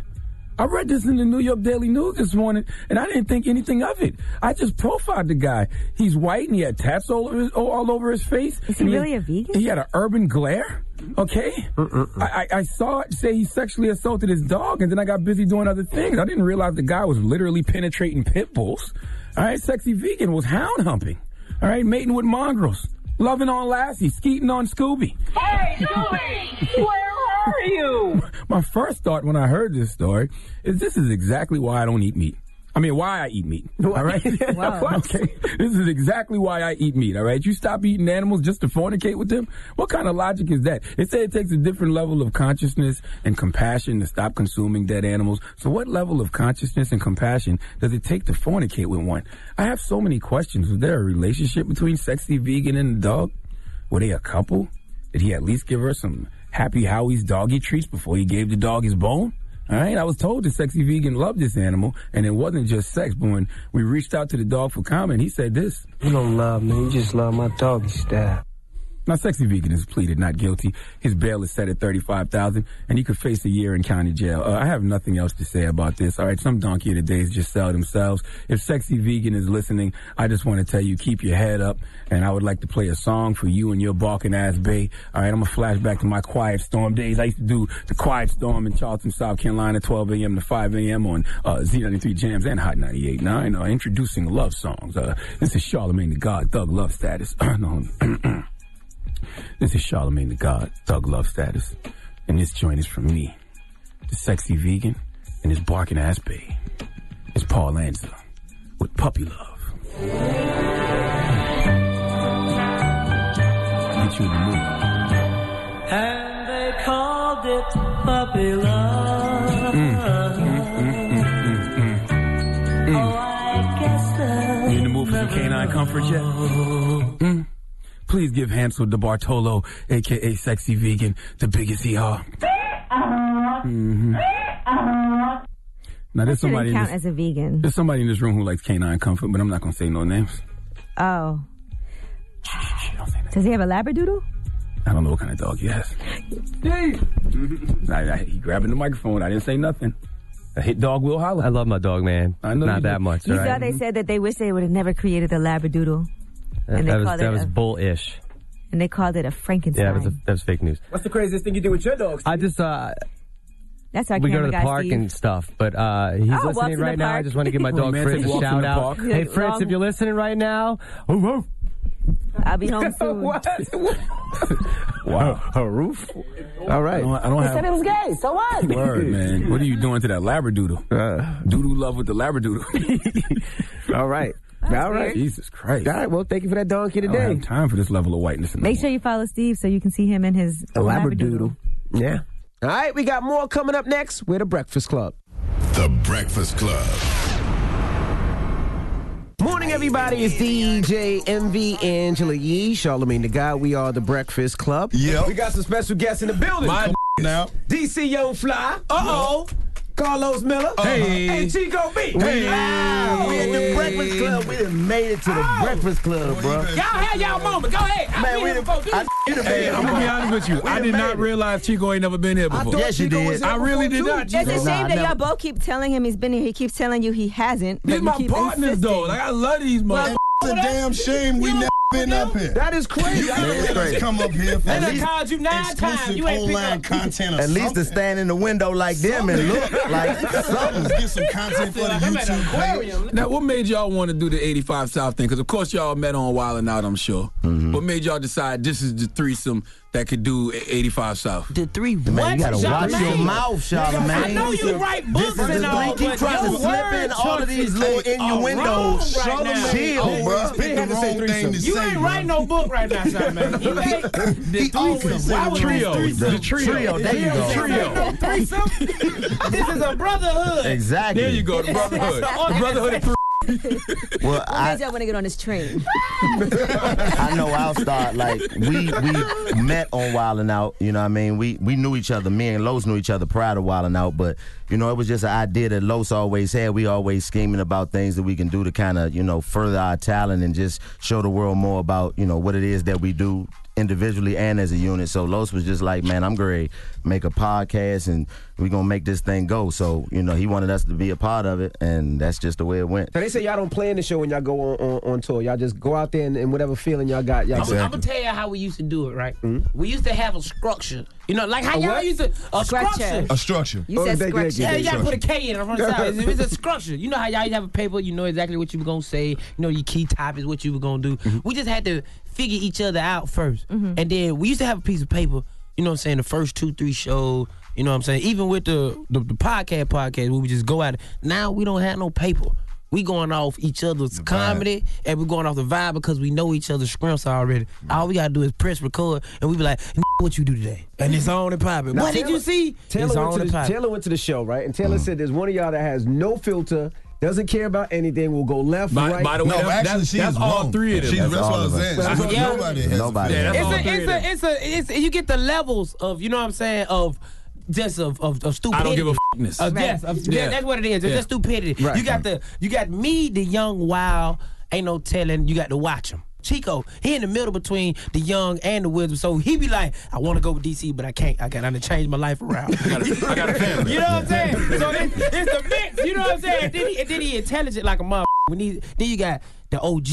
Speaker 7: I read this in the New York Daily News this morning, and I didn't think anything of it. I just profiled the guy. He's white, and he had tats all over his, all over his face.
Speaker 5: Is he
Speaker 7: And
Speaker 5: really a vegan?
Speaker 7: He had an urban glare. Okay, I, I, I saw it say he sexually assaulted his dog, and then I got busy doing other things. I didn't realize the guy was literally penetrating pit bulls. All right, sexy vegan was hound humping. All right, mating with mongrels, loving on Lassie, skeeting on Scooby.
Speaker 15: Hey, Dewey! Where are you?
Speaker 7: <laughs> My first thought when I heard this story is this is exactly why I don't eat meat. I mean, why I eat meat. All right. <laughs> okay. This is exactly why I eat meat. All right. You stop eating animals just to fornicate with them. What kind of logic is that? It said it takes a different level of consciousness and compassion to stop consuming dead animals. So, what level of consciousness and compassion does it take to fornicate with one? I have so many questions. Is there a relationship between sexy vegan and the dog? Were they a couple? Did he at least give her some Happy Howie's doggy treats before he gave the dog his bone? All right, I was told the sexy vegan loved this animal, and it wasn't just sex. But when we reached out to the dog for comment, he said this: "You don't love me; you just love my doggy style." Now, sexy vegan is pleaded not guilty. His bail is set at thirty-five thousand, and he could face a year in county jail. Uh, I have nothing else to say about this. All right, some donkey of the days just sell themselves. If sexy vegan is listening, I just want to tell you keep your head up, and I would like to play a song for you and your balking ass bay. All right, I'm gonna flash back to my quiet storm days. I used to do the quiet storm in Charleston, South Carolina, twelve a.m. to five a.m. on uh, Z93 Jams and Hot 98.9, uh, introducing love songs. Uh, this is Charlemagne the God, Thug Love Status. <clears throat> no, This is Charlemagne the God, Thug Love Status, and this joint is from me, the sexy vegan, and his barking ass babe. It's Paul Anza with Puppy Love. Get you in the mood.
Speaker 8: And they called it puppy love.
Speaker 7: Mm,
Speaker 8: Oh, I guess the
Speaker 7: mm. You in the mood for some canine comfort yet? Mm. Please give Hansel DeBartolo, aka Sexy Vegan, the biggest ER. Mm-hmm. Now
Speaker 5: Shouldn't
Speaker 7: there's somebody in
Speaker 5: count
Speaker 7: this,
Speaker 5: as a vegan.
Speaker 7: there's somebody in this room who likes canine comfort, but I'm not gonna say no names.
Speaker 5: Oh. Does he have a labradoodle?
Speaker 7: I don't know what kind of dog he has. I, I, he grabbing the microphone. I didn't say nothing. A hit dog will holler. I love my dog, man. I know
Speaker 15: Not
Speaker 7: you
Speaker 15: that
Speaker 7: do.
Speaker 15: much,
Speaker 5: You saw they said that they wish they would have never created a labradoodle,
Speaker 15: That,
Speaker 5: And they
Speaker 15: that
Speaker 5: call
Speaker 15: was
Speaker 5: it
Speaker 15: that was
Speaker 5: a-
Speaker 15: bullish.
Speaker 5: and they called it a Frankenstein.
Speaker 15: Yeah, that was, a, that was fake news.
Speaker 7: What's the craziest thing you do with your dogs?
Speaker 15: I just uh,
Speaker 5: That's our
Speaker 15: we go
Speaker 5: camera
Speaker 15: to the
Speaker 5: guy,
Speaker 15: park
Speaker 5: Steve.
Speaker 15: and stuff, but uh, he's
Speaker 5: Oh, walks in
Speaker 15: listening
Speaker 5: the
Speaker 15: right now. I
Speaker 5: park.
Speaker 15: just want to give my dog
Speaker 7: Romantic
Speaker 15: Fritz a
Speaker 7: walks in
Speaker 15: shout
Speaker 7: the
Speaker 15: out.
Speaker 7: park.
Speaker 15: Hey Fritz, if you're listening right now, woof, woof.
Speaker 5: I'll be home
Speaker 15: <laughs>
Speaker 5: soon.
Speaker 15: What?
Speaker 5: <laughs>
Speaker 7: Wow. Her roof?
Speaker 15: All right.
Speaker 7: I don't
Speaker 18: They
Speaker 7: have
Speaker 18: said it was gay. So what?
Speaker 7: Word, <laughs> man. What are you doing to that labradoodle? Uh, Doodle love with the labradoodle. <laughs> All right.
Speaker 5: That's All right. weird.
Speaker 7: Jesus Christ.
Speaker 5: All right,
Speaker 7: Well, thank you for that donkey today. I don't have time for this level of whiteness. In
Speaker 5: Make sure you follow Steve so you can see him and his labradoodle.
Speaker 3: Yeah. All right, we got more coming up next. We're the Breakfast Club.
Speaker 16: The Breakfast Club.
Speaker 3: Morning, everybody. It's DJ MV Angela Yee, Charlemagne the Guy. We are the Breakfast Club.
Speaker 16: Yep.
Speaker 3: We got some special guests in the building.
Speaker 16: My now.
Speaker 3: DC Young Fly. Uh oh. Carlos Miller.
Speaker 8: Uh-huh.
Speaker 3: Hey. And Chico B.
Speaker 19: Hey.
Speaker 3: Wow.
Speaker 19: We in the Breakfast Club. We done made it to the
Speaker 3: Oh.
Speaker 19: Breakfast Club, bro.
Speaker 3: Y'all had y'all moment. Go ahead. I've
Speaker 19: Man,
Speaker 3: been
Speaker 19: we
Speaker 3: here
Speaker 19: done-
Speaker 3: before. This
Speaker 19: I-
Speaker 3: is-
Speaker 19: you done made
Speaker 14: Hey,
Speaker 19: it,
Speaker 14: I'm gonna be
Speaker 19: bro.
Speaker 14: honest with you.
Speaker 19: We
Speaker 14: I
Speaker 19: done
Speaker 14: did
Speaker 19: made
Speaker 14: not
Speaker 19: it.
Speaker 14: realize Chico ain't never been here before.
Speaker 19: thought Yes, you Chico did. was here
Speaker 14: I really did
Speaker 19: before,
Speaker 14: not.
Speaker 5: It's a shame
Speaker 14: Chico.
Speaker 5: that y'all both keep telling him he's been here. He keeps telling you he hasn't.
Speaker 14: These
Speaker 5: but you
Speaker 14: my
Speaker 5: keep
Speaker 14: partners though. Like I love these motherfuckers.
Speaker 5: It's a damn
Speaker 16: shame we never been up here.
Speaker 3: That is crazy.
Speaker 16: You gotta let us come up here for
Speaker 3: They done
Speaker 16: at least
Speaker 3: called you nine
Speaker 16: exclusive
Speaker 3: times. You ain't picked
Speaker 16: online content or
Speaker 19: At least to
Speaker 16: something.
Speaker 19: stand in the window like them and look like
Speaker 16: <laughs>
Speaker 19: something.
Speaker 16: Let's get some content for the YouTube. page.
Speaker 14: Now, what made y'all want to do the 85 South thing? Because, of course, y'all met on Wild and Out, I'm sure.
Speaker 19: Mm-hmm.
Speaker 14: What made y'all decide this is the threesome that could do
Speaker 7: e-,
Speaker 14: 85 South?
Speaker 19: The three Man, you gotta watch your mouth, Charlamagne.
Speaker 14: I know you
Speaker 3: write
Speaker 19: This is the thing. Keep trying to slip in all of these little innuendos.
Speaker 14: Oh,
Speaker 19: Chill, bro.
Speaker 3: You ain't writing no book right now, son, man. You ain't.
Speaker 19: <laughs> The
Speaker 3: Trio.
Speaker 19: The trio. There you go.
Speaker 3: Trio.
Speaker 19: <laughs>
Speaker 3: Threesome? This is a brotherhood.
Speaker 19: Exactly.
Speaker 14: There you go, the
Speaker 19: <laughs>
Speaker 14: brotherhood. the brotherhood of
Speaker 19: Well,
Speaker 5: I
Speaker 19: I,
Speaker 5: y'all want to get on this train.
Speaker 19: I know I'll start like we we met on Wild 'N Out. You know what I mean? We we knew each other. Me and Los knew each other prior to Wild 'N Out, but you know it was just an idea that Los always had. We always scheming about things that we can do to kind of you know further our talent and just show the world more about you know what it is that we do individually and as a unit. So Los was just like, man, I'm great. Make a podcast and we're gonna make this thing go. So you know he wanted us to be a part of it, and that's just the way it went.
Speaker 3: So they say y'all don't plan the show when y'all go on, on, on tour. Y'all just go out there and, and whatever feeling y'all got, y'all
Speaker 20: I'm,
Speaker 3: go.
Speaker 20: I'm gonna tell you how we used to do it, right?
Speaker 16: Mm-hmm.
Speaker 20: We used to have a structure, you know, like how
Speaker 3: A
Speaker 20: y'all
Speaker 3: what?
Speaker 20: used to a
Speaker 3: Structure.
Speaker 20: structure.
Speaker 16: A structure.
Speaker 3: You said Oh, thank you, thank you,
Speaker 20: Yeah,
Speaker 3: thank you.
Speaker 20: y'all put a K in it from the side. It
Speaker 3: <laughs>
Speaker 20: was a structure. You know how y'all used to have a paper. You know exactly what you were gonna say. You know your key topics, what you were gonna do.
Speaker 3: Mm-hmm.
Speaker 20: We just had to figure each other out 1st and then we used to have a piece of paper. You know what I'm saying? The first two, three shows. You know what I'm saying? Even with the the, the podcast, podcast, we would just go at it. Now we don't have no paper. We going off each other's comedy and we going off the vibe because we know each other's scripts already.
Speaker 3: Mm-hmm.
Speaker 20: All we gotta do is press record and we be like, "N- "What you do today?" And it's on and popping.
Speaker 3: Now,
Speaker 20: What did
Speaker 3: Taylor-
Speaker 20: you see? it's
Speaker 3: Taylor
Speaker 20: on Mm-hmm.
Speaker 3: went, to
Speaker 20: and
Speaker 3: the,
Speaker 20: popping.
Speaker 3: Taylor went to the show, right? And Taylor said there's one of y'all that has no filter, doesn't care about anything, will go left,
Speaker 14: By-
Speaker 3: right.
Speaker 14: by the way, No, that's- actually, that's- she that's is all wrong. three of them. She's- That's that's what all I was of us. saying.
Speaker 3: But
Speaker 14: Nobody- nobody has a Nobody filter. has
Speaker 20: It's
Speaker 14: a
Speaker 20: a,
Speaker 14: filter.
Speaker 20: it's a, it's a, it's you get the levels of, you know what I'm saying, of just of of, of stupidity.
Speaker 14: I don't give a f-ness.
Speaker 20: Of
Speaker 14: Right.
Speaker 20: yes, of-
Speaker 14: Yeah.
Speaker 20: yeah, that's what it is. It's
Speaker 14: Yeah.
Speaker 20: just stupidity.
Speaker 14: Right.
Speaker 20: You got the, you got me, the young wild. Ain't no telling. You got to watch him. Chico, he in the middle between the young and the wisdom. So he be like, I want to go with DC, but I can't. I got to change my life
Speaker 14: <laughs>
Speaker 20: around.
Speaker 21: I
Speaker 20: <laughs>
Speaker 21: got a family.
Speaker 20: You know what I'm saying? So it's, it's the mix. You know what I'm saying? And then, he, and then he intelligent like a mother. When he, then you got the OG,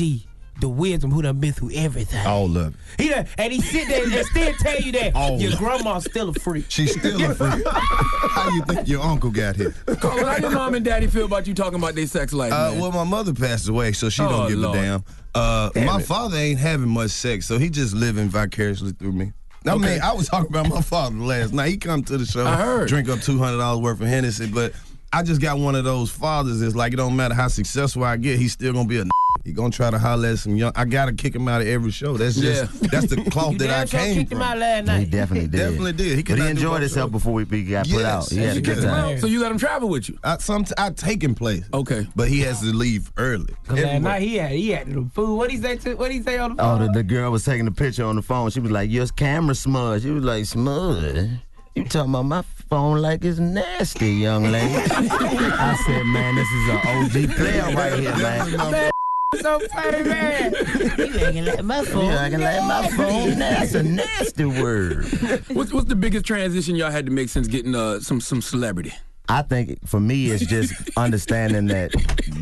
Speaker 20: the wisdom who done been through everything.
Speaker 16: All of it.
Speaker 20: He done, and he sit there and still tell you that
Speaker 16: All
Speaker 20: your
Speaker 16: of it.
Speaker 20: grandma's
Speaker 16: <laughs>
Speaker 20: still a freak.
Speaker 16: She's still a freak. How you think your uncle got
Speaker 7: <laughs>
Speaker 16: here?
Speaker 7: Carlos, how your mom and daddy feel about you talking about their sex life?
Speaker 16: Uh,
Speaker 7: man?
Speaker 16: well, my mother passed away, so she
Speaker 7: Oh,
Speaker 16: don't give
Speaker 7: Lord.
Speaker 16: a damn. Uh,
Speaker 7: Damn
Speaker 16: my
Speaker 7: it.
Speaker 16: father ain't having much sex, so he just living vicariously through me. <laughs> I
Speaker 7: Okay.
Speaker 16: mean, I was talking about my father last night. He come <laughs> to the show,
Speaker 7: I heard.
Speaker 16: drink up two hundred dollars worth of Hennessy, but I just got one of those fathers that's like, it don't matter how successful I get, he's still gonna be a. He gonna try to holler at some young. I gotta kick him out of every show. That's just that's
Speaker 7: <laughs>
Speaker 16: the cloth that I
Speaker 20: sure
Speaker 16: came
Speaker 20: kicked
Speaker 16: from.
Speaker 20: him out last
Speaker 19: He
Speaker 20: night.
Speaker 19: definitely did.
Speaker 16: Definitely did. He could
Speaker 19: but he
Speaker 16: not do
Speaker 19: enjoyed
Speaker 16: both
Speaker 19: himself before we, we got put out. He had a good time.
Speaker 16: So
Speaker 7: you let him travel with you?
Speaker 16: I, some, I take him places. Okay. But he has to leave early.
Speaker 20: Last night he had he had the food. What he say to what he say on the phone?
Speaker 19: Oh, the, the girl was taking a picture on the phone. She was like, "Your camera smudged." She was like, "Smudged? You talking about my phone like it's nasty, young lady?" <laughs> I said, "Man, this is an OG player right here, man."
Speaker 20: Man, <laughs> so funny, man. You acting like my phone.
Speaker 19: You acting like
Speaker 14: Oh,
Speaker 19: my phone. That's a nasty word.
Speaker 7: <laughs> what's, what's the biggest transition y'all had to make since getting uh, some some celebrity?
Speaker 19: I think for me, it's
Speaker 7: <laughs>
Speaker 19: just understanding that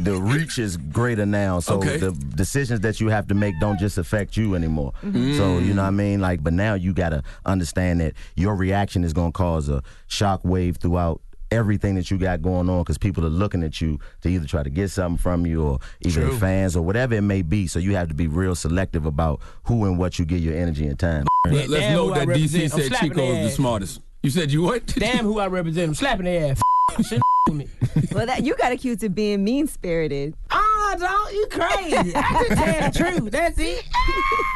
Speaker 19: the reach is greater now. So
Speaker 7: Okay.
Speaker 19: the decisions that you have to make don't just affect you anymore.
Speaker 7: Mhm.
Speaker 19: So, you know what I mean? Like, but now you got to understand that your reaction is going to cause a shock wave throughout everything that you got going on because people are looking at you to either try to get something from you or either
Speaker 22: True.
Speaker 19: fans or whatever it may be. So you have to be real selective about who and what you give your energy and time.
Speaker 7: Let, us
Speaker 20: Damn
Speaker 7: know
Speaker 20: who I
Speaker 7: that DC
Speaker 20: represent. I'm
Speaker 7: said
Speaker 20: slapping
Speaker 7: Chico
Speaker 20: their
Speaker 7: is the
Speaker 20: ass.
Speaker 7: smartest. You said you what?
Speaker 20: Damn who I represent. I'm slapping their ass. Shit with me.
Speaker 5: well, that you got accused of being mean spirited.
Speaker 20: Oh, don't you crazy? I just tell the truth. That's it. <laughs>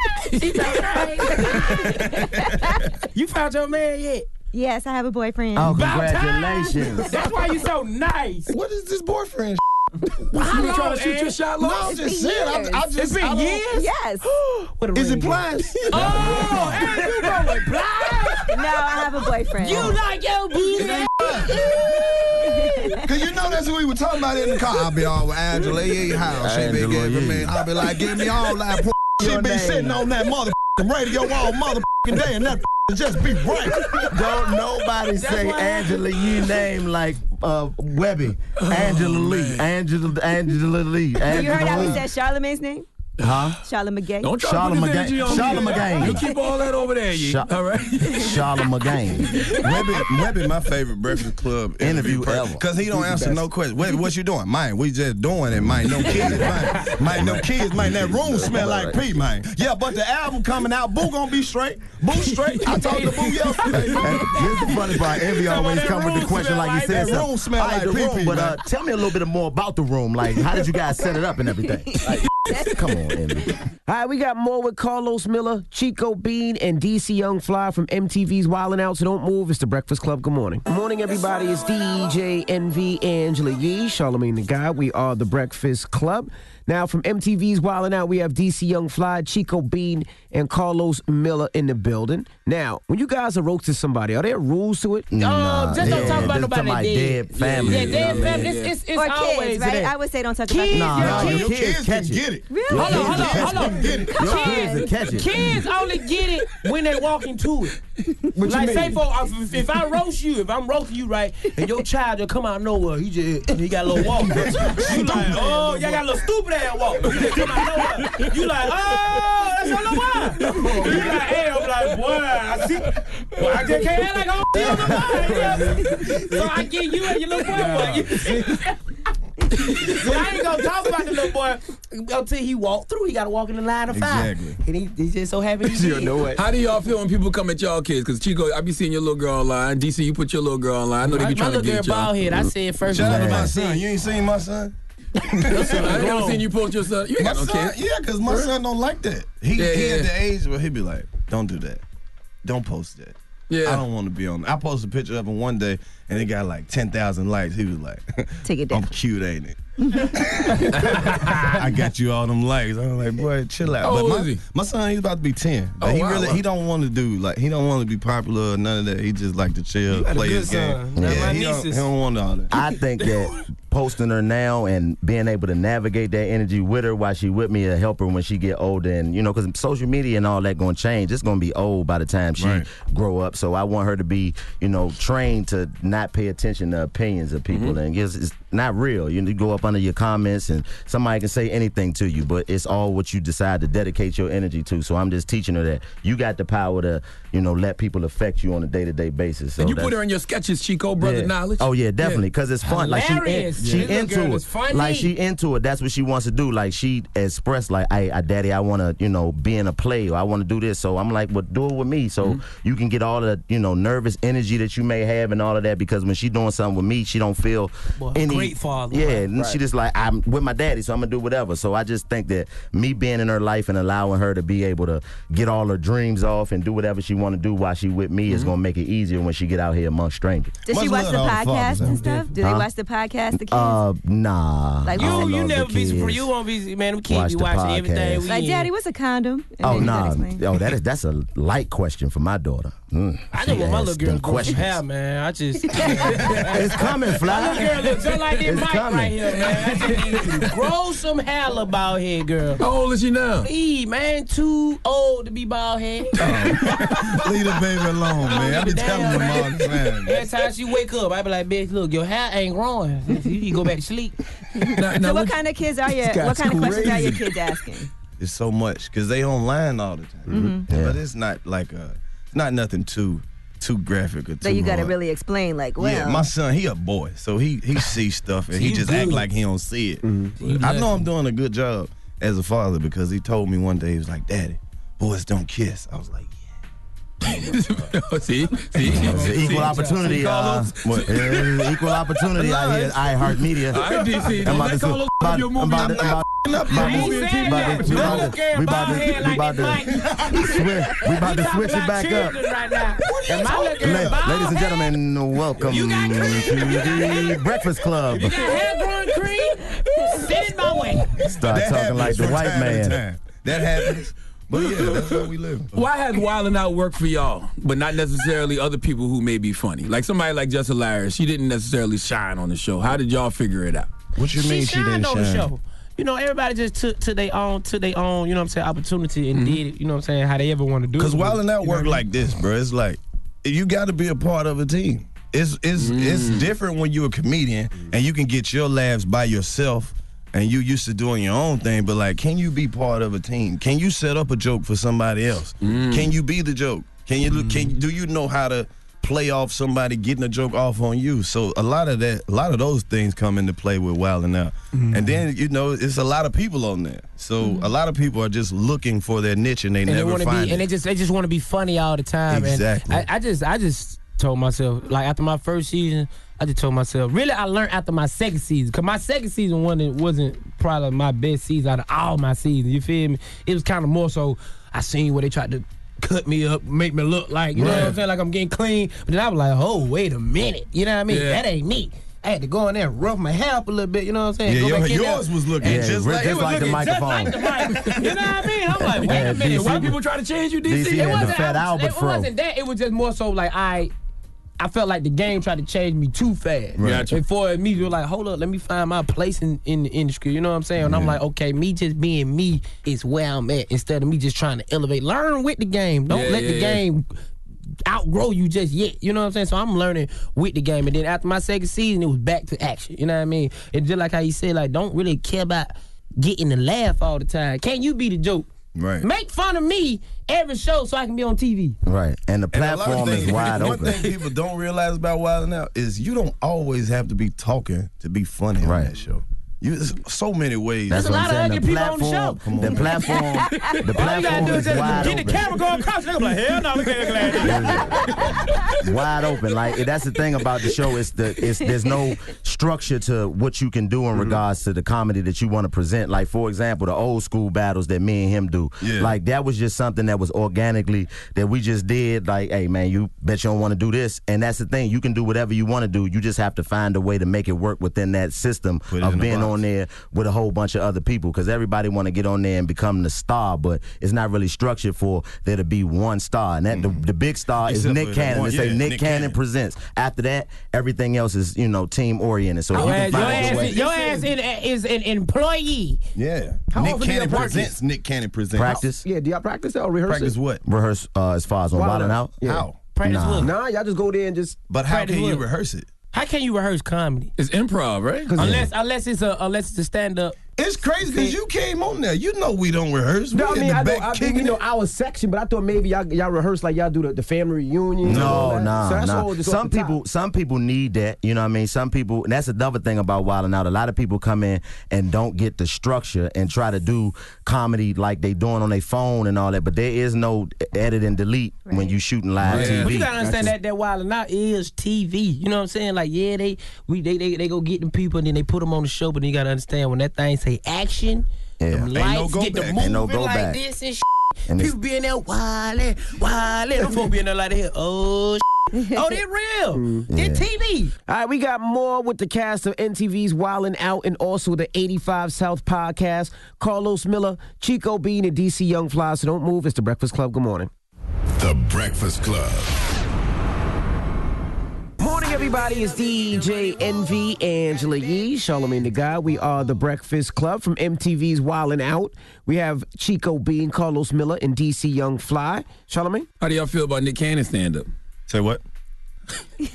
Speaker 20: Ah, she so
Speaker 19: <laughs>
Speaker 20: crazy. you found your man yet?
Speaker 5: Yes, I have a boyfriend.
Speaker 19: Oh,
Speaker 20: About time.
Speaker 19: congratulations.
Speaker 20: That's why you so nice. What
Speaker 16: is this boyfriend?
Speaker 20: How
Speaker 16: You
Speaker 20: long,
Speaker 16: trying to shoot your
Speaker 20: Ed?
Speaker 16: shot, Lord? No, I'm just saying, I- I just-
Speaker 20: It's been
Speaker 16: I don't-
Speaker 20: years.
Speaker 5: Yes.
Speaker 20: <gasps>
Speaker 16: Is it <laughs> blind?
Speaker 20: oh, and you go with blind?
Speaker 5: No, I have a boyfriend.
Speaker 20: You like your booty? <laughs>
Speaker 16: Cause you know that's what we were talking about in the car. I'll be all with Angela Yee house. She be
Speaker 19: Angela
Speaker 16: giving
Speaker 19: Yee.
Speaker 16: me. I'll be like, give me all that. p- She
Speaker 19: <laughs> Your
Speaker 16: be
Speaker 19: name.
Speaker 16: sitting on that motherfucking radio all motherfucking day, and that p- just be right.
Speaker 19: Don't nobody say Angela Yee name like uh, Webby. Angela Lee. Angela Angela Lee. Angela
Speaker 5: you heard how he
Speaker 19: Lee.
Speaker 5: said Charlemagne's name?
Speaker 19: Huh?
Speaker 5: Charlemagne.
Speaker 19: Don't try to put this Charlemagne. energy on me. Charlemagne.
Speaker 7: You keep all that over there, you.
Speaker 19: Sha-
Speaker 7: all right.
Speaker 19: Charlemagne.
Speaker 16: Webby, Webby, my favorite Breakfast Club interview, ever. Cause he don't answer no questions. Webby, what you doing? Mine, we just doing it. Mine, no kids. Mine, mine no kids. Mine, that room smell like pee. Mine. Yeah, but the album coming out. Boo gonna be straight. Boo straight. I talked to Boo <laughs>
Speaker 19: <laughs>
Speaker 16: yesterday.
Speaker 19: This is the funny part. Envy always
Speaker 16: that
Speaker 19: come with the
Speaker 16: room
Speaker 19: question
Speaker 16: smell
Speaker 19: like you
Speaker 16: like-
Speaker 19: said.
Speaker 16: that
Speaker 19: something.
Speaker 16: room smell
Speaker 19: All right,
Speaker 16: like
Speaker 19: the room,
Speaker 16: pee-pee,
Speaker 19: but
Speaker 16: man.
Speaker 19: uh, tell me a little bit more about the room. Like, how did you guys set it up and everything? Come on, Envy.
Speaker 3: All right, we got more with Carlos Miller, Chico Bean, and DC Young Fly from MTV's Wildin' Out. So don't move. It's the Breakfast Club. Good morning. Good morning, everybody. It's DJ NV Angela Yee, Charlemagne the Guy. We are the Breakfast Club. Now, from MTV's Wildin' Out, we have DC Young Fly, Chico Bean, and Carlos Miller in the building. Now, when you guys are roasting somebody, are there rules to it?
Speaker 20: Um, just don't
Speaker 19: yeah,
Speaker 20: talk about
Speaker 19: just
Speaker 20: nobody
Speaker 19: somebody
Speaker 20: dead.
Speaker 19: dead family,
Speaker 20: Yeah,
Speaker 19: you know
Speaker 20: dead
Speaker 19: what I mean?
Speaker 20: family. It's, it's, it's
Speaker 5: or
Speaker 20: always
Speaker 5: kids, right?
Speaker 20: that.
Speaker 5: I would say don't talk
Speaker 20: Kids,
Speaker 5: about
Speaker 19: Nah, nah,
Speaker 20: your
Speaker 19: your
Speaker 20: kids-
Speaker 19: kids can get it.
Speaker 5: Really?
Speaker 19: Your
Speaker 20: Hold on,
Speaker 19: kids
Speaker 20: hold on,
Speaker 19: can
Speaker 20: hold
Speaker 19: get
Speaker 20: on.
Speaker 19: it. Your kids can catch it.
Speaker 20: Kids only get it when they walk into it.
Speaker 19: What you
Speaker 20: like, say,
Speaker 19: mean?
Speaker 20: for, if, if I roast you, if I'm roasting you, right, and your child just come out of nowhere, he just, he got a little
Speaker 19: <laughs>
Speaker 20: walk.
Speaker 16: <laughs>
Speaker 20: you like, oh, y'all got a little stupid ass walk. He just come out of nowhere. You like, oh, that's your little wife. You like, hey, I'm like, boy, I see. Boy, I just can't act like oh, I'm on the line. So I get you and your little boy. boy. <laughs> But I ain't gonna talk
Speaker 19: <laughs>
Speaker 20: about the little boy until he walked through. He gotta walk in the line of five. And he, he just so
Speaker 19: <laughs>
Speaker 20: happy he did.
Speaker 7: How do y'all feel when people come at y'all kids? Because Chico, I be seeing your little girl online. DC, you put your little girl online. I know they
Speaker 20: My-
Speaker 7: be
Speaker 20: my
Speaker 7: trying to
Speaker 20: little
Speaker 7: get
Speaker 20: girl
Speaker 7: y'all.
Speaker 20: bald head. I said first
Speaker 16: Shout out to
Speaker 20: one.
Speaker 16: my son. You ain't seen my
Speaker 19: <laughs>
Speaker 16: son? <laughs>
Speaker 7: I ain't never seen you post your son. You ain't
Speaker 16: My
Speaker 7: got no
Speaker 16: son,
Speaker 7: kids.
Speaker 16: yeah, cause my son don't like that. He,
Speaker 7: Yeah,
Speaker 16: he
Speaker 7: yeah.
Speaker 16: at the age where he be like, don't do that. Don't post that. Yeah. I don't want to be on. I posted a picture of him one day, and it got like ten thousand likes. He was like,
Speaker 5: "Take it
Speaker 16: down." I'm cute, ain't it? I got you all them likes. I'm like, boy, chill out.
Speaker 7: How old
Speaker 16: my,
Speaker 7: Oh, is he?
Speaker 16: my son, he's about to be ten. But
Speaker 7: Oh,
Speaker 16: he
Speaker 7: wow,
Speaker 16: really,
Speaker 7: wow.
Speaker 16: he don't want to do like he don't want to be popular or none of that. He just like to chill,
Speaker 19: had a
Speaker 16: play
Speaker 19: good
Speaker 16: his game.
Speaker 19: son. Like
Speaker 16: Yeah,
Speaker 19: my
Speaker 16: he don't, he
Speaker 19: nieces.
Speaker 7: <laughs>
Speaker 16: don't want all that.
Speaker 19: I think that posting her now and being able to navigate that energy with her while she with me to help her when she get older and you know because social media and all that going to change it's going to be old by the time she grow up so i want her to be you know trained to not pay attention to opinions of
Speaker 7: Mm-hmm.
Speaker 19: people and it's, it's not real you you go up under your comments and somebody can say anything to you but it's all what you decide to dedicate your energy to so i'm just teaching her that you got the power to you know let people affect you on a day-to-day basis so
Speaker 7: and you
Speaker 19: that's-
Speaker 7: put her in your sketches, Chico, brother
Speaker 19: yeah.
Speaker 7: knowledge.
Speaker 19: Oh yeah, definitely, because it's fun. Like she, in,
Speaker 7: Hilarious.
Speaker 19: she
Speaker 7: This little
Speaker 19: into
Speaker 7: girl
Speaker 19: it.
Speaker 7: is funny.
Speaker 19: Like she into it. That's what she wants to do. Like she expressed, like, "Hey, I, daddy, I want to, you know, be in a play, or I want to do this." So I'm like, "Well, do it with me, so
Speaker 7: Mm-hmm.
Speaker 19: you can get all the, you know, nervous energy that you may have and all of that." Because when she doing something with me, she don't feel
Speaker 20: Boy,
Speaker 19: any
Speaker 20: great father.
Speaker 19: Yeah,
Speaker 20: Right.
Speaker 19: and
Speaker 20: Right.
Speaker 19: she just like I'm with my daddy, so I'm gonna do whatever. So I just think that me being in her life and allowing her to be able to get all her dreams off and do whatever she want to do while she with me
Speaker 7: Mm-hmm.
Speaker 19: is gonna make it easier when she get out here amongst strangers.
Speaker 5: Does she watch the podcast and stuff? Do they
Speaker 19: Huh?
Speaker 5: watch the podcast? The kids?
Speaker 19: Uh, nah.
Speaker 5: Like,
Speaker 19: I don't
Speaker 5: You-
Speaker 19: know
Speaker 5: you
Speaker 19: if
Speaker 5: never
Speaker 19: the
Speaker 5: be
Speaker 19: kids-
Speaker 20: For you won't be man. Them kids
Speaker 19: Watch
Speaker 20: be
Speaker 19: the
Speaker 20: watching everything.
Speaker 19: podcast.
Speaker 20: We
Speaker 5: like,
Speaker 19: in.
Speaker 5: daddy, what's a condom? And
Speaker 19: Oh
Speaker 5: then you gotta
Speaker 19: nah,
Speaker 5: explain.
Speaker 19: oh that is that's a light question for my daughter. Mm,
Speaker 20: I
Speaker 19: she
Speaker 20: just want my little girl
Speaker 19: asked them
Speaker 20: to grow some
Speaker 19: questions.
Speaker 20: hair, man. I <laughs> just
Speaker 19: it's coming,
Speaker 20: My
Speaker 19: fly.
Speaker 20: little girl look just like this
Speaker 19: It's
Speaker 20: mic
Speaker 19: coming.
Speaker 20: right here, man. I just need to grow some hair about here, girl.
Speaker 7: How old is she now?
Speaker 20: E man, too old to be bald
Speaker 19: <laughs>
Speaker 20: head.
Speaker 16: <laughs> Leave the baby alone, man. I be telling them all the time.
Speaker 20: Every time she wake up, I be like, bitch, look, your hair ain't growing. <laughs> You need to go back to sleep.
Speaker 5: <laughs> so what kind of kids are your?
Speaker 16: This guy's
Speaker 5: What kind of questions are your
Speaker 16: crazy.
Speaker 5: kids asking?
Speaker 16: It's so much because they online all the time.
Speaker 5: Mhm.
Speaker 16: But it's not like a, not nothing too, too graphic or too.
Speaker 5: So you got to
Speaker 16: hard.
Speaker 5: really explain, like, well,
Speaker 16: yeah, my son, he a boy, so he he sees stuff and
Speaker 5: So
Speaker 16: he
Speaker 5: you
Speaker 16: just
Speaker 5: do.
Speaker 16: act like he don't see it.
Speaker 5: You
Speaker 16: I know I'm doing a good job as a father because he told me one day he was like, "Daddy, boys don't kiss." I was like,
Speaker 7: see,
Speaker 16: <laughs>
Speaker 19: It's an equal opportunity. Uh, what-
Speaker 16: uh,
Speaker 19: eh, equal opportunity out here. at iHeartMedia.
Speaker 7: All right, DC,
Speaker 19: I'm
Speaker 7: don't
Speaker 19: about to-
Speaker 7: let call us
Speaker 19: about-
Speaker 7: your movie.
Speaker 19: I'm about
Speaker 7: I'm
Speaker 19: to-
Speaker 7: not
Speaker 19: I'm about-
Speaker 7: up your
Speaker 19: I'm about-
Speaker 7: movie.
Speaker 19: we
Speaker 7: I ain't
Speaker 19: about
Speaker 7: saying
Speaker 19: to- we
Speaker 7: that.
Speaker 19: about to- we about
Speaker 7: Don't care
Speaker 19: to-
Speaker 7: about
Speaker 19: we about to- swi- we about to switch it back up.
Speaker 20: <laughs> Right now. And my little girl
Speaker 19: La- Ladies and gentlemen, welcome to the Breakfast Club.
Speaker 20: hair growing cream. Send it my way.
Speaker 19: Start talking like the
Speaker 16: from
Speaker 19: white
Speaker 16: time to
Speaker 19: man.
Speaker 16: time. That happens. But yeah, that's how we live.
Speaker 7: Why has wilding out worked for y'all, but not necessarily other people who may be funny? Like somebody like Jess Hilarious, she didn't necessarily shine on the show. How did y'all figure it out?
Speaker 16: What
Speaker 20: she shined on the show. You know, everybody just took to their own to their own, you know what I'm saying, opportunity and did it, you know what I'm saying, how they ever want to do it.
Speaker 16: Because wilding out
Speaker 20: You know
Speaker 16: work
Speaker 20: what I
Speaker 16: like this, bro. It's like you got to be a part of a team. It's it's it's different when you're a comedian and you can get your laughs by yourself. And you used to doing your own thing, but like, can you be part of a team? Can you set up a joke for somebody else? Can you be the joke? Can you can do you know how to play off somebody getting a joke off on you? So a lot of that, a lot of those things come into play with wilding out.
Speaker 20: Mm-hmm.
Speaker 16: And then you know, it's a lot of people on there, so a lot of people are just looking for their niche and they
Speaker 20: and they
Speaker 16: never
Speaker 20: want to
Speaker 16: find
Speaker 20: be,
Speaker 16: it.
Speaker 20: and they just they just want to be funny all the time.
Speaker 16: Exactly.
Speaker 20: And I, I just I just told myself like after my first season, I just told myself really I learned after my second season because my second season one it wasn't probably my best season out of all my seasons. You feel me? It was kind of more so I seen where they tried to. Cut me up, make me look like you know what I'm
Speaker 21: Right.
Speaker 20: saying, like I'm getting clean. But then I was like, oh, wait a minute, you know what I mean?
Speaker 21: Yeah.
Speaker 20: That ain't me. I had to go in there and rough my hair up a little bit, you know what I'm saying?
Speaker 16: Yeah,
Speaker 20: Go
Speaker 16: your-
Speaker 20: back in there.
Speaker 16: yours was looking
Speaker 19: Yeah, just like-
Speaker 20: it
Speaker 19: just
Speaker 20: was
Speaker 19: like the
Speaker 20: looking just
Speaker 19: microphone.
Speaker 20: like the mic. You know what I mean? I'm
Speaker 19: <laughs>
Speaker 20: like, wait
Speaker 19: Yeah,
Speaker 20: a minute, why
Speaker 19: DC
Speaker 20: people try to change you, DC?
Speaker 19: DC had the Fat Albert
Speaker 20: it
Speaker 19: fro.
Speaker 20: wasn't that. It was just more so like I. I felt like the game tried to change me too fast.
Speaker 21: Right. Gotcha.
Speaker 20: And for me, you're like, hold up, let me find my place in, in the industry. You know what I'm saying? And I'm
Speaker 21: Yeah.
Speaker 20: like, okay, me just being me is where I'm at instead of me just trying to elevate. Learn with the game. Don't
Speaker 21: Yeah,
Speaker 20: let the
Speaker 21: yeah, yeah.
Speaker 20: game outgrow you just yet. You know what I'm saying? So I'm learning with the game. And then after my second season, it was back to action. You know what I mean? And just like how you said, like, don't really care about getting the laugh all the time. Can't you be the joke?
Speaker 16: Right.
Speaker 20: Make fun of me every show so I can be on TV.
Speaker 19: Right. And the
Speaker 16: And a lot of
Speaker 19: platform is
Speaker 16: things- <laughs>
Speaker 19: wide
Speaker 16: one
Speaker 19: open.
Speaker 16: thing people don't realize about Wildin' Out is you don't always have to be talking to be funny on that show. You, there's so many ways.
Speaker 19: That's There's a what I'm lot of saying. The ugly people on the platform- show.
Speaker 16: Come on,
Speaker 19: the
Speaker 16: man.
Speaker 19: <laughs> platform- the All you gotta platform do is is just wide get the open. camera
Speaker 20: going across. Nigga, like, hell no, we can't
Speaker 19: wide open. Like that's the thing about the show. It's the it's there's no structure to what you can do
Speaker 16: Mm-hmm.
Speaker 19: in regards to the comedy that you want to present. Like for example, the old school battles that me and him do.
Speaker 21: Yeah.
Speaker 19: Like that was just something that was organically that we just did. Like, hey man, you bet you don't want to do this, and that's the thing. You can do whatever you want to do. You just have to find a way to make it work within that system
Speaker 16: it in
Speaker 19: of
Speaker 16: a
Speaker 19: being
Speaker 16: box.
Speaker 19: on there with a whole bunch of other people because everybody want to get on there and become the star, but it's not really structured for there to be one star. And that the, the big star is
Speaker 16: Except
Speaker 19: Nick
Speaker 16: for that
Speaker 19: Cannon.
Speaker 16: one-
Speaker 19: Uh, It's a
Speaker 16: yeah,
Speaker 19: Nick, Cannon, presents. After that, everything else is you know team oriented. So if
Speaker 20: Your
Speaker 19: you can
Speaker 20: ass, your
Speaker 19: find your
Speaker 20: ass,
Speaker 19: way.
Speaker 20: is- your ass in- is an employee.
Speaker 16: Yeah.
Speaker 20: How
Speaker 16: Nick
Speaker 20: often do y'all
Speaker 16: Cannon
Speaker 20: practice?
Speaker 16: presents. Nick Cannon presents.
Speaker 19: Practice?
Speaker 3: Yeah, do y'all practice that or rehearse
Speaker 16: Practice
Speaker 3: it?
Speaker 16: what?
Speaker 19: Rehearse uh, as far as on
Speaker 3: Wildin'
Speaker 19: Wild and Out.
Speaker 3: Yeah.
Speaker 19: nah.
Speaker 3: Nah, y'all just go there and just.
Speaker 16: But
Speaker 20: how Practice can you what?
Speaker 16: rehearse it?
Speaker 20: How can you rehearse comedy?
Speaker 7: It's improv, right?
Speaker 20: Unless unless it's a unless it's a stand up.
Speaker 16: It's crazy because you came on there. You know we don't rehearse.
Speaker 3: No,
Speaker 16: We
Speaker 3: I
Speaker 16: in
Speaker 3: mean,
Speaker 16: the
Speaker 3: I know,
Speaker 16: back
Speaker 3: I mean,
Speaker 16: kicking
Speaker 3: you know, our section, but I thought maybe y'all, y'all rehearse like y'all do the, the family reunion.
Speaker 19: No, no,
Speaker 3: so that's
Speaker 19: no.
Speaker 3: all just
Speaker 19: Some people, some people need that. You know what I mean? Some people, and that's another thing about wilding out. A lot of people come in and don't get the structure and try to do comedy like they doing on their phone and all that. But there is no edit and delete when you shooting live TV.
Speaker 20: But you gotta understand that that while and out is TV. You know what I'm saying? Like, yeah, they we they they, they go get them people and then they put them on the show, but then you gotta understand when that thing say action,
Speaker 19: Yeah.
Speaker 20: them
Speaker 19: Ain't no
Speaker 20: lights
Speaker 19: go
Speaker 20: get
Speaker 19: back.
Speaker 20: to
Speaker 19: Ain't
Speaker 20: moving
Speaker 19: no go
Speaker 20: like
Speaker 19: back.
Speaker 20: this and, shit.
Speaker 19: And it's-
Speaker 20: people being there wildin', wildin'. Them folk being there like that. Oh,
Speaker 3: <laughs>
Speaker 20: shit. oh, they're real. They're TV.
Speaker 3: Mm-hmm. All right, we got more with the cast of NTV's Wildin' Out and also the 85 South podcast. Carlos Miller, Chico Bean, and DC Young Fly. So don't move. It's the Breakfast Club. Good morning.
Speaker 14: The Breakfast Club.
Speaker 3: Morning, everybody. It's DJ NV, Angela Yee, Charlemagne the Guy. We are the Breakfast Club from MTV's Wildin' Out. We have Chico Bean, Carlos Miller, and DC Young Fly. Charlemagne?
Speaker 7: How do y'all feel about Nick Cannon stand up?
Speaker 16: Say what?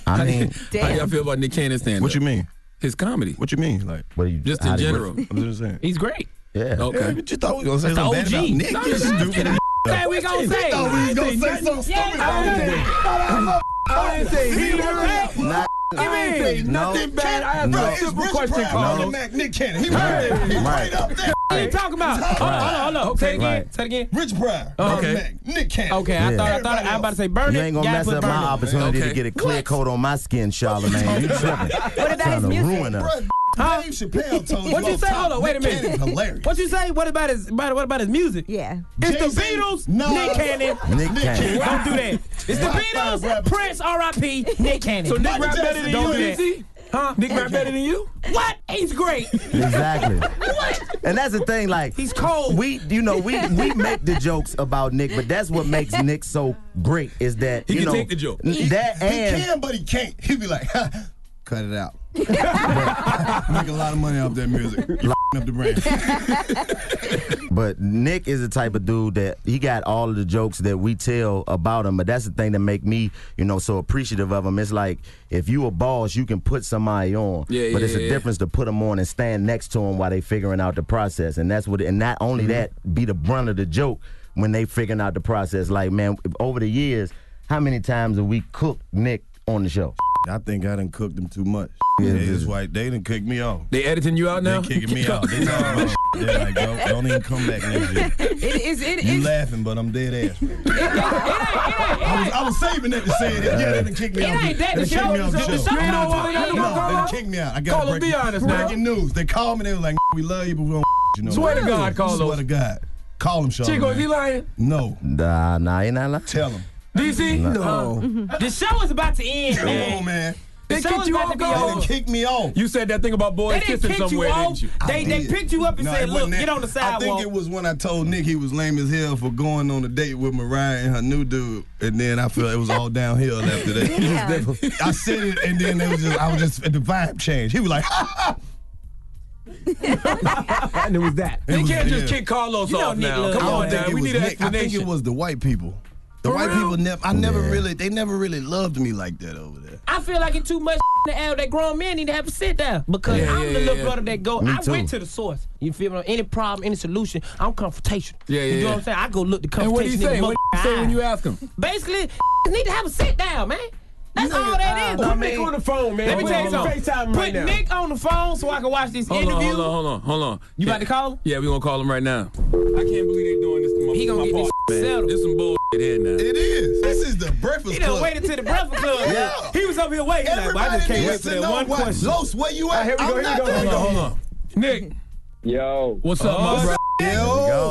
Speaker 7: I
Speaker 19: mean,
Speaker 7: how do y'all feel about Nick Cannon stand up?
Speaker 16: What you mean?
Speaker 7: His comedy.
Speaker 16: What you mean? Like,
Speaker 19: what you,
Speaker 7: just in general.
Speaker 16: I'm just saying.
Speaker 20: He's great.
Speaker 19: Yeah.
Speaker 7: Okay.
Speaker 16: Yeah, but you thought we were gonna say
Speaker 7: That's the
Speaker 16: something bad about Nick?
Speaker 7: OG. No,
Speaker 16: you
Speaker 7: that's
Speaker 16: stupid. <laughs>
Speaker 20: Okay, we gonna say.
Speaker 16: thought we was gonna say something stupid about Nick.
Speaker 3: I didn't say
Speaker 16: He was
Speaker 19: Nah.
Speaker 3: I didn't say
Speaker 19: nothing
Speaker 3: bad. I asked
Speaker 19: No.
Speaker 3: a simple question,
Speaker 16: No.
Speaker 3: Carlos.
Speaker 16: Mac, Nick Cannon. He right
Speaker 19: Right.
Speaker 16: there. He
Speaker 19: Right.
Speaker 16: right up there.
Speaker 20: What are you talking about? Hold on, hold on, hold on. Say it again.
Speaker 19: Right.
Speaker 20: Say it again.
Speaker 16: Rich Pryor.
Speaker 20: Oh,
Speaker 16: Bernie
Speaker 20: okay.
Speaker 16: Mac, Nick Cannon.
Speaker 20: Okay, I
Speaker 19: Yeah.
Speaker 20: thought I thought I was about to say burn
Speaker 19: You
Speaker 20: it.
Speaker 19: ain't gonna
Speaker 20: Gotta
Speaker 19: mess
Speaker 20: put
Speaker 19: up
Speaker 20: burn
Speaker 19: my
Speaker 20: it.
Speaker 19: opportunity
Speaker 7: Okay.
Speaker 19: to get a clear coat on my skin,
Speaker 5: <laughs>
Speaker 19: Charlemagne. You tripping?
Speaker 5: What about
Speaker 19: Trying
Speaker 5: his
Speaker 19: to
Speaker 5: music?
Speaker 19: ruin us.
Speaker 20: Huh?
Speaker 16: <laughs> Dave Chappelle told
Speaker 20: What you
Speaker 16: off
Speaker 20: say?
Speaker 16: top,
Speaker 20: Hold on, wait a
Speaker 16: Nick
Speaker 20: minute.
Speaker 16: Cannon's hilarious.
Speaker 20: What you say? What about his about what about his music?
Speaker 5: Yeah.
Speaker 20: It's the
Speaker 16: Jay-Z?
Speaker 20: Beatles,
Speaker 16: No.
Speaker 20: Nick Cannon.
Speaker 19: <laughs> Nick Cannon.
Speaker 20: Don't do that. It's the
Speaker 16: Rock Bottom
Speaker 20: Beatles,
Speaker 16: Rappers.
Speaker 20: Prince, R.I.P. Nick Cannon.
Speaker 7: So Nick
Speaker 16: Michael
Speaker 7: rap
Speaker 16: Jackson
Speaker 7: better than you,
Speaker 16: don't do that.
Speaker 7: DC?
Speaker 20: Huh?
Speaker 7: Nick rap better than you?
Speaker 20: What? He's great.
Speaker 19: Exactly.
Speaker 20: What?
Speaker 19: And that's the thing, like
Speaker 20: He's cold.
Speaker 19: We, you know, we we make the jokes about Nick, but that's what makes Nick so great is that
Speaker 7: He
Speaker 19: you
Speaker 7: can
Speaker 19: know
Speaker 7: take the joke.
Speaker 19: n- That
Speaker 16: he
Speaker 19: and
Speaker 16: can, but he can't. He be like, <laughs> ha, cut it out.
Speaker 19: <laughs>
Speaker 16: Make a lot of money off that music. <laughs> up the brand.
Speaker 19: <laughs> but Nick is the type of dude that he got all of the jokes that we tell about him, but that's the thing that make me, you know, so appreciative of him. It's like if you a boss, you can put somebody on,
Speaker 7: Yeah,
Speaker 19: but
Speaker 7: yeah,
Speaker 19: it's a
Speaker 7: yeah.
Speaker 19: difference to put them on and stand next to them while they figuring out the process, and that's what. And not only
Speaker 7: Mm-hmm.
Speaker 19: that, be the brunt of the joke when they figuring out the process. Like man, over the years, how many times have we cooked Nick on the show?
Speaker 16: I think I done cooked them too much.
Speaker 19: Yeah,
Speaker 16: Yeah,
Speaker 19: it
Speaker 16: it's
Speaker 19: is.
Speaker 16: why they done kicked me off.
Speaker 7: They editing you out now?
Speaker 16: They kicking
Speaker 7: <laughs>
Speaker 16: me out. <laughs> They know about shit. They're like, "Don't- don't even come back next <laughs> year.
Speaker 5: It is. It
Speaker 16: You
Speaker 5: is.
Speaker 16: laughing, but I'm dead ass. I was, I was saving it to say it. Yeah, they done kicked me
Speaker 20: It
Speaker 16: out.
Speaker 20: ain't that.
Speaker 16: They
Speaker 20: The
Speaker 16: kicked
Speaker 20: show-
Speaker 16: me off the
Speaker 20: the
Speaker 16: show.
Speaker 20: show- You don't want
Speaker 16: No,
Speaker 20: it anymore,
Speaker 16: they
Speaker 20: Carlo?
Speaker 16: done kicked me out. I got
Speaker 7: Carlo,
Speaker 16: breaking,
Speaker 7: be honest now.
Speaker 16: breaking news. They called me. They was like, "We love you, but we don't you know."
Speaker 7: Swear to God, Carlo.
Speaker 16: Swear to God. Call him, Sean.
Speaker 7: Chico, is he lying?
Speaker 16: No,
Speaker 19: Nah, nah, ain't that like
Speaker 16: tell him.
Speaker 7: DC?
Speaker 19: <laughs>
Speaker 7: No.
Speaker 20: Uh, The show is about to end,
Speaker 16: Come on,
Speaker 20: man.
Speaker 16: man.
Speaker 7: They
Speaker 20: show
Speaker 7: kicked
Speaker 20: is
Speaker 7: you
Speaker 20: about
Speaker 7: off,
Speaker 20: to be
Speaker 16: They
Speaker 7: Carlo?
Speaker 16: done kicked me off.
Speaker 7: You said that thing about
Speaker 20: They
Speaker 7: boys
Speaker 20: didn't
Speaker 7: kissing
Speaker 20: kick
Speaker 7: somewhere,
Speaker 20: you off.
Speaker 7: didn't you?
Speaker 16: I
Speaker 20: They they
Speaker 16: did.
Speaker 20: picked you up and
Speaker 16: No, it
Speaker 20: said,
Speaker 16: wasn't
Speaker 20: "Look,
Speaker 16: that.
Speaker 20: get on the
Speaker 16: I think it
Speaker 20: sidewalk."
Speaker 16: was when I told Nick he was lame as hell for going on a date with Mariah and her new dude, and then I felt it was all downhill after that.
Speaker 5: Yeah.
Speaker 16: I said it, and then it was just I was just the vibe changed. He was like, ha, ha.
Speaker 3: And it was that.
Speaker 7: They
Speaker 16: was-
Speaker 7: can't just
Speaker 16: yeah.
Speaker 7: kick Carlos
Speaker 20: You know
Speaker 7: off
Speaker 20: Nick
Speaker 7: now.
Speaker 20: love
Speaker 7: Come
Speaker 16: I don't
Speaker 7: on,
Speaker 16: think
Speaker 7: man.
Speaker 16: it
Speaker 7: We
Speaker 16: was
Speaker 7: need an
Speaker 16: Nick. I think it
Speaker 7: explanation.
Speaker 16: was the white people. The white people never. I never really. They never really loved me like that over there.
Speaker 20: I feel like it's too much to add that grown men need to have a sit down because
Speaker 7: Yeah,
Speaker 20: I'm
Speaker 7: yeah,
Speaker 20: the little
Speaker 7: yeah.
Speaker 20: brother that go.
Speaker 19: Me
Speaker 20: I
Speaker 19: too.
Speaker 20: went to the source. You feel me? Any problem, any solution, I'm confrontational.
Speaker 7: Yeah, yeah,
Speaker 20: You know
Speaker 7: yeah.
Speaker 20: what I'm saying? I go look the
Speaker 7: And
Speaker 20: confrontation.
Speaker 7: what do you
Speaker 20: in
Speaker 7: say?
Speaker 20: the
Speaker 7: What do you say when
Speaker 20: motherfucking
Speaker 7: you
Speaker 20: eye.
Speaker 7: ask him?
Speaker 20: Basically, <laughs> need to have a sit down, man. That's all
Speaker 7: uh,
Speaker 20: that is.
Speaker 3: Put
Speaker 20: I
Speaker 3: Nick
Speaker 20: mean-
Speaker 3: on the phone, man.
Speaker 20: Let me tell you something.
Speaker 3: FaceTime
Speaker 20: Put
Speaker 3: right now.
Speaker 20: Nick on the phone so I can watch this
Speaker 7: Hold on,
Speaker 20: interview.
Speaker 7: hold on, hold on, hold on.
Speaker 20: You about to call him?
Speaker 7: Yeah, we gonna call him right now. I can't believe they doing this to my
Speaker 20: He gonna
Speaker 7: my
Speaker 20: get this
Speaker 7: man.
Speaker 20: settled.
Speaker 7: This some bullshit here now.
Speaker 16: It is. This is the breakfast
Speaker 20: He done
Speaker 16: club.
Speaker 20: waited till the Breakfast Club.
Speaker 16: Yeah.
Speaker 20: He was up here waiting. Like, well, I
Speaker 16: Everybody
Speaker 20: just can't wait
Speaker 16: needs
Speaker 20: for
Speaker 16: to
Speaker 20: that
Speaker 16: know
Speaker 20: one
Speaker 16: why-
Speaker 20: question. Ah,
Speaker 16: Los, where you
Speaker 7: Ah,
Speaker 16: at?
Speaker 3: here we
Speaker 16: I'm
Speaker 3: go, here
Speaker 16: not
Speaker 3: we go.
Speaker 16: there.
Speaker 7: Hold on, hold on. Nick,
Speaker 8: Yo,
Speaker 7: what's
Speaker 16: Oh,
Speaker 7: up, my bro?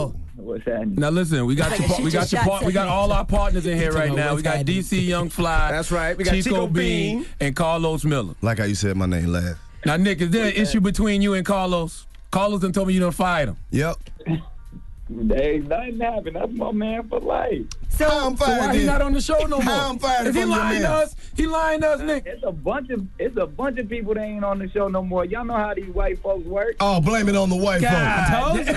Speaker 16: Yo.
Speaker 8: what's happening?
Speaker 7: Now listen, we got your par- we got your part we got all our partners in here right now. We got DC Young Fly.
Speaker 3: That's right. We got Chico
Speaker 7: Bean,
Speaker 3: Bean.
Speaker 7: and Carlos Miller.
Speaker 16: Like how you said my name last.
Speaker 7: Now Nick, is there an issue between you and Carlos? Carlos done told me you done fired him.
Speaker 16: Yep.
Speaker 8: <laughs> Hey, nothing happened. That's my man for life.
Speaker 5: So,
Speaker 8: fired
Speaker 7: why he
Speaker 8: then.
Speaker 7: not on the show
Speaker 20: <laughs>
Speaker 7: no more?
Speaker 8: How I'm fired
Speaker 7: If he
Speaker 8: from your
Speaker 7: lying to
Speaker 8: man.
Speaker 7: us, he lying to us, Nick.
Speaker 8: It's a bunch of it's a bunch of people that ain't on the show no more. Y'all know how these white folks work.
Speaker 16: Oh, blame it on the white
Speaker 7: God.
Speaker 16: folks.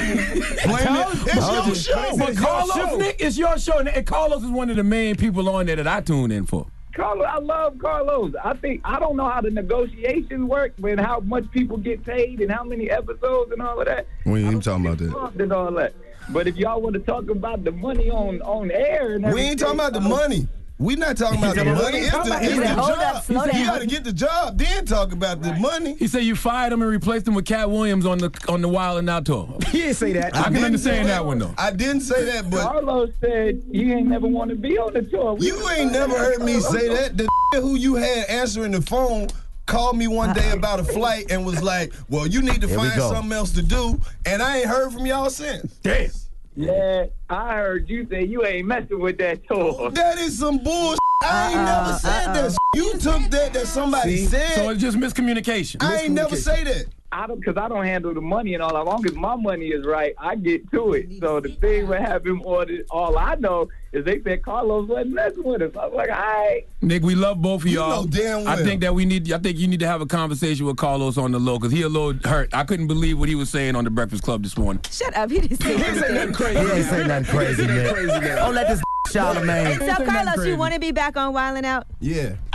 Speaker 7: Blame
Speaker 16: it. It's your show.
Speaker 7: But
Speaker 16: It's your
Speaker 7: Carlos,
Speaker 16: show.
Speaker 7: Nick, it's your show. And Carlos is one of the main people on there that I tune in for.
Speaker 8: Carlos, I love Carlos. I think I don't know how the negotiations work, but how much people get paid and how many episodes and all of that.
Speaker 16: We ain't even talking about that.
Speaker 8: loved and all that. But if y'all want to talk about the money on on air, and
Speaker 16: We ain't talking about the money. We not talking
Speaker 8: <laughs>
Speaker 16: about the
Speaker 8: Yeah,
Speaker 16: money.
Speaker 8: we
Speaker 16: It's
Speaker 8: talking
Speaker 16: the,
Speaker 8: about-
Speaker 16: it's
Speaker 8: he
Speaker 16: the
Speaker 8: said, "Hold up,
Speaker 16: job.
Speaker 8: slow
Speaker 16: you
Speaker 8: down."
Speaker 16: got to get the job, then talk about the money.
Speaker 7: He said you fired him and replaced him with Cat Williams on the on the Wild and Out tour.
Speaker 8: He didn't say that.
Speaker 7: I, can
Speaker 16: didn't
Speaker 7: understand
Speaker 16: say
Speaker 7: that one though.
Speaker 16: I didn't say that, but
Speaker 8: Carlos said you ain't never want to be on the tour.
Speaker 16: You ain't never heard me say that. The <laughs> who you had answering the phone called me one
Speaker 7: Uh-uh.
Speaker 16: day about a flight and was like, "Well, you need to
Speaker 8: Here we
Speaker 16: find
Speaker 8: go.
Speaker 16: something else to do," and I ain't heard from y'all since.
Speaker 7: Damn.
Speaker 8: Yeah, I heard you say you ain't messing with that tour.
Speaker 16: That is some bullshit. I ain't
Speaker 8: Uh-uh,
Speaker 16: never said that.
Speaker 8: uh-uh.
Speaker 16: shit. You took that that somebody
Speaker 7: See?
Speaker 16: said.
Speaker 7: So it's just miscommunication.
Speaker 16: I ain't never say that.
Speaker 8: I don't, cause I don't handle the money and all. As long as my money is right, I get to it. So the thing what happened, or the, all I know is they said Carlos wasn't messing with us. I was like, all right.
Speaker 7: Nick, we love both of y'all.
Speaker 16: know damn
Speaker 7: I
Speaker 16: well.
Speaker 7: think that we need. I think you need to have a conversation with Carlos on the low because he a little hurt. I couldn't believe what he was saying on the Breakfast Club this morning.
Speaker 5: Shut up. <laughs> He didn't say anything.
Speaker 14: He ain't say nothing crazy, man. Don't let
Speaker 19: <laughs>
Speaker 14: this Charlemagne.
Speaker 5: So, Carlos, you want to be back on Wildin' Out?
Speaker 16: Yeah.
Speaker 5: <laughs>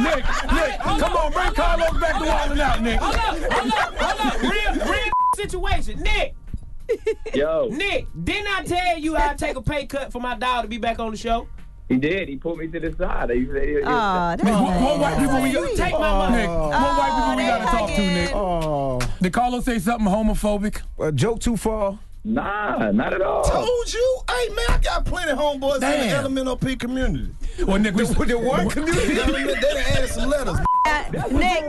Speaker 7: Nick, Nick, come on, bring Carlos back to Wildin' Out, Nick. Oh.
Speaker 20: Hold up, hold up, hold up. Real, real situation. Nick,
Speaker 8: <laughs> Yo,
Speaker 20: Nick, didn't I tell you I'd take a pay cut for my dog to be back on the show?
Speaker 8: he did. He pulled me to the side. He said, he-
Speaker 20: Aw, that's
Speaker 7: Nick, what, what white people we got
Speaker 20: Sweet.
Speaker 7: to
Speaker 20: Take my money.
Speaker 7: Nick, what white people we got to talk to, Nick?
Speaker 8: Oh.
Speaker 7: Did Carlos say something homophobic?
Speaker 23: A joke too far?
Speaker 8: Nah, not at all.
Speaker 16: Told you, hey man, I got plenty of homeboys
Speaker 7: Damn.
Speaker 16: in the LMNOP community.
Speaker 7: Well, Nick, we the, <laughs>
Speaker 16: one community. they done added some letters.
Speaker 5: Nick,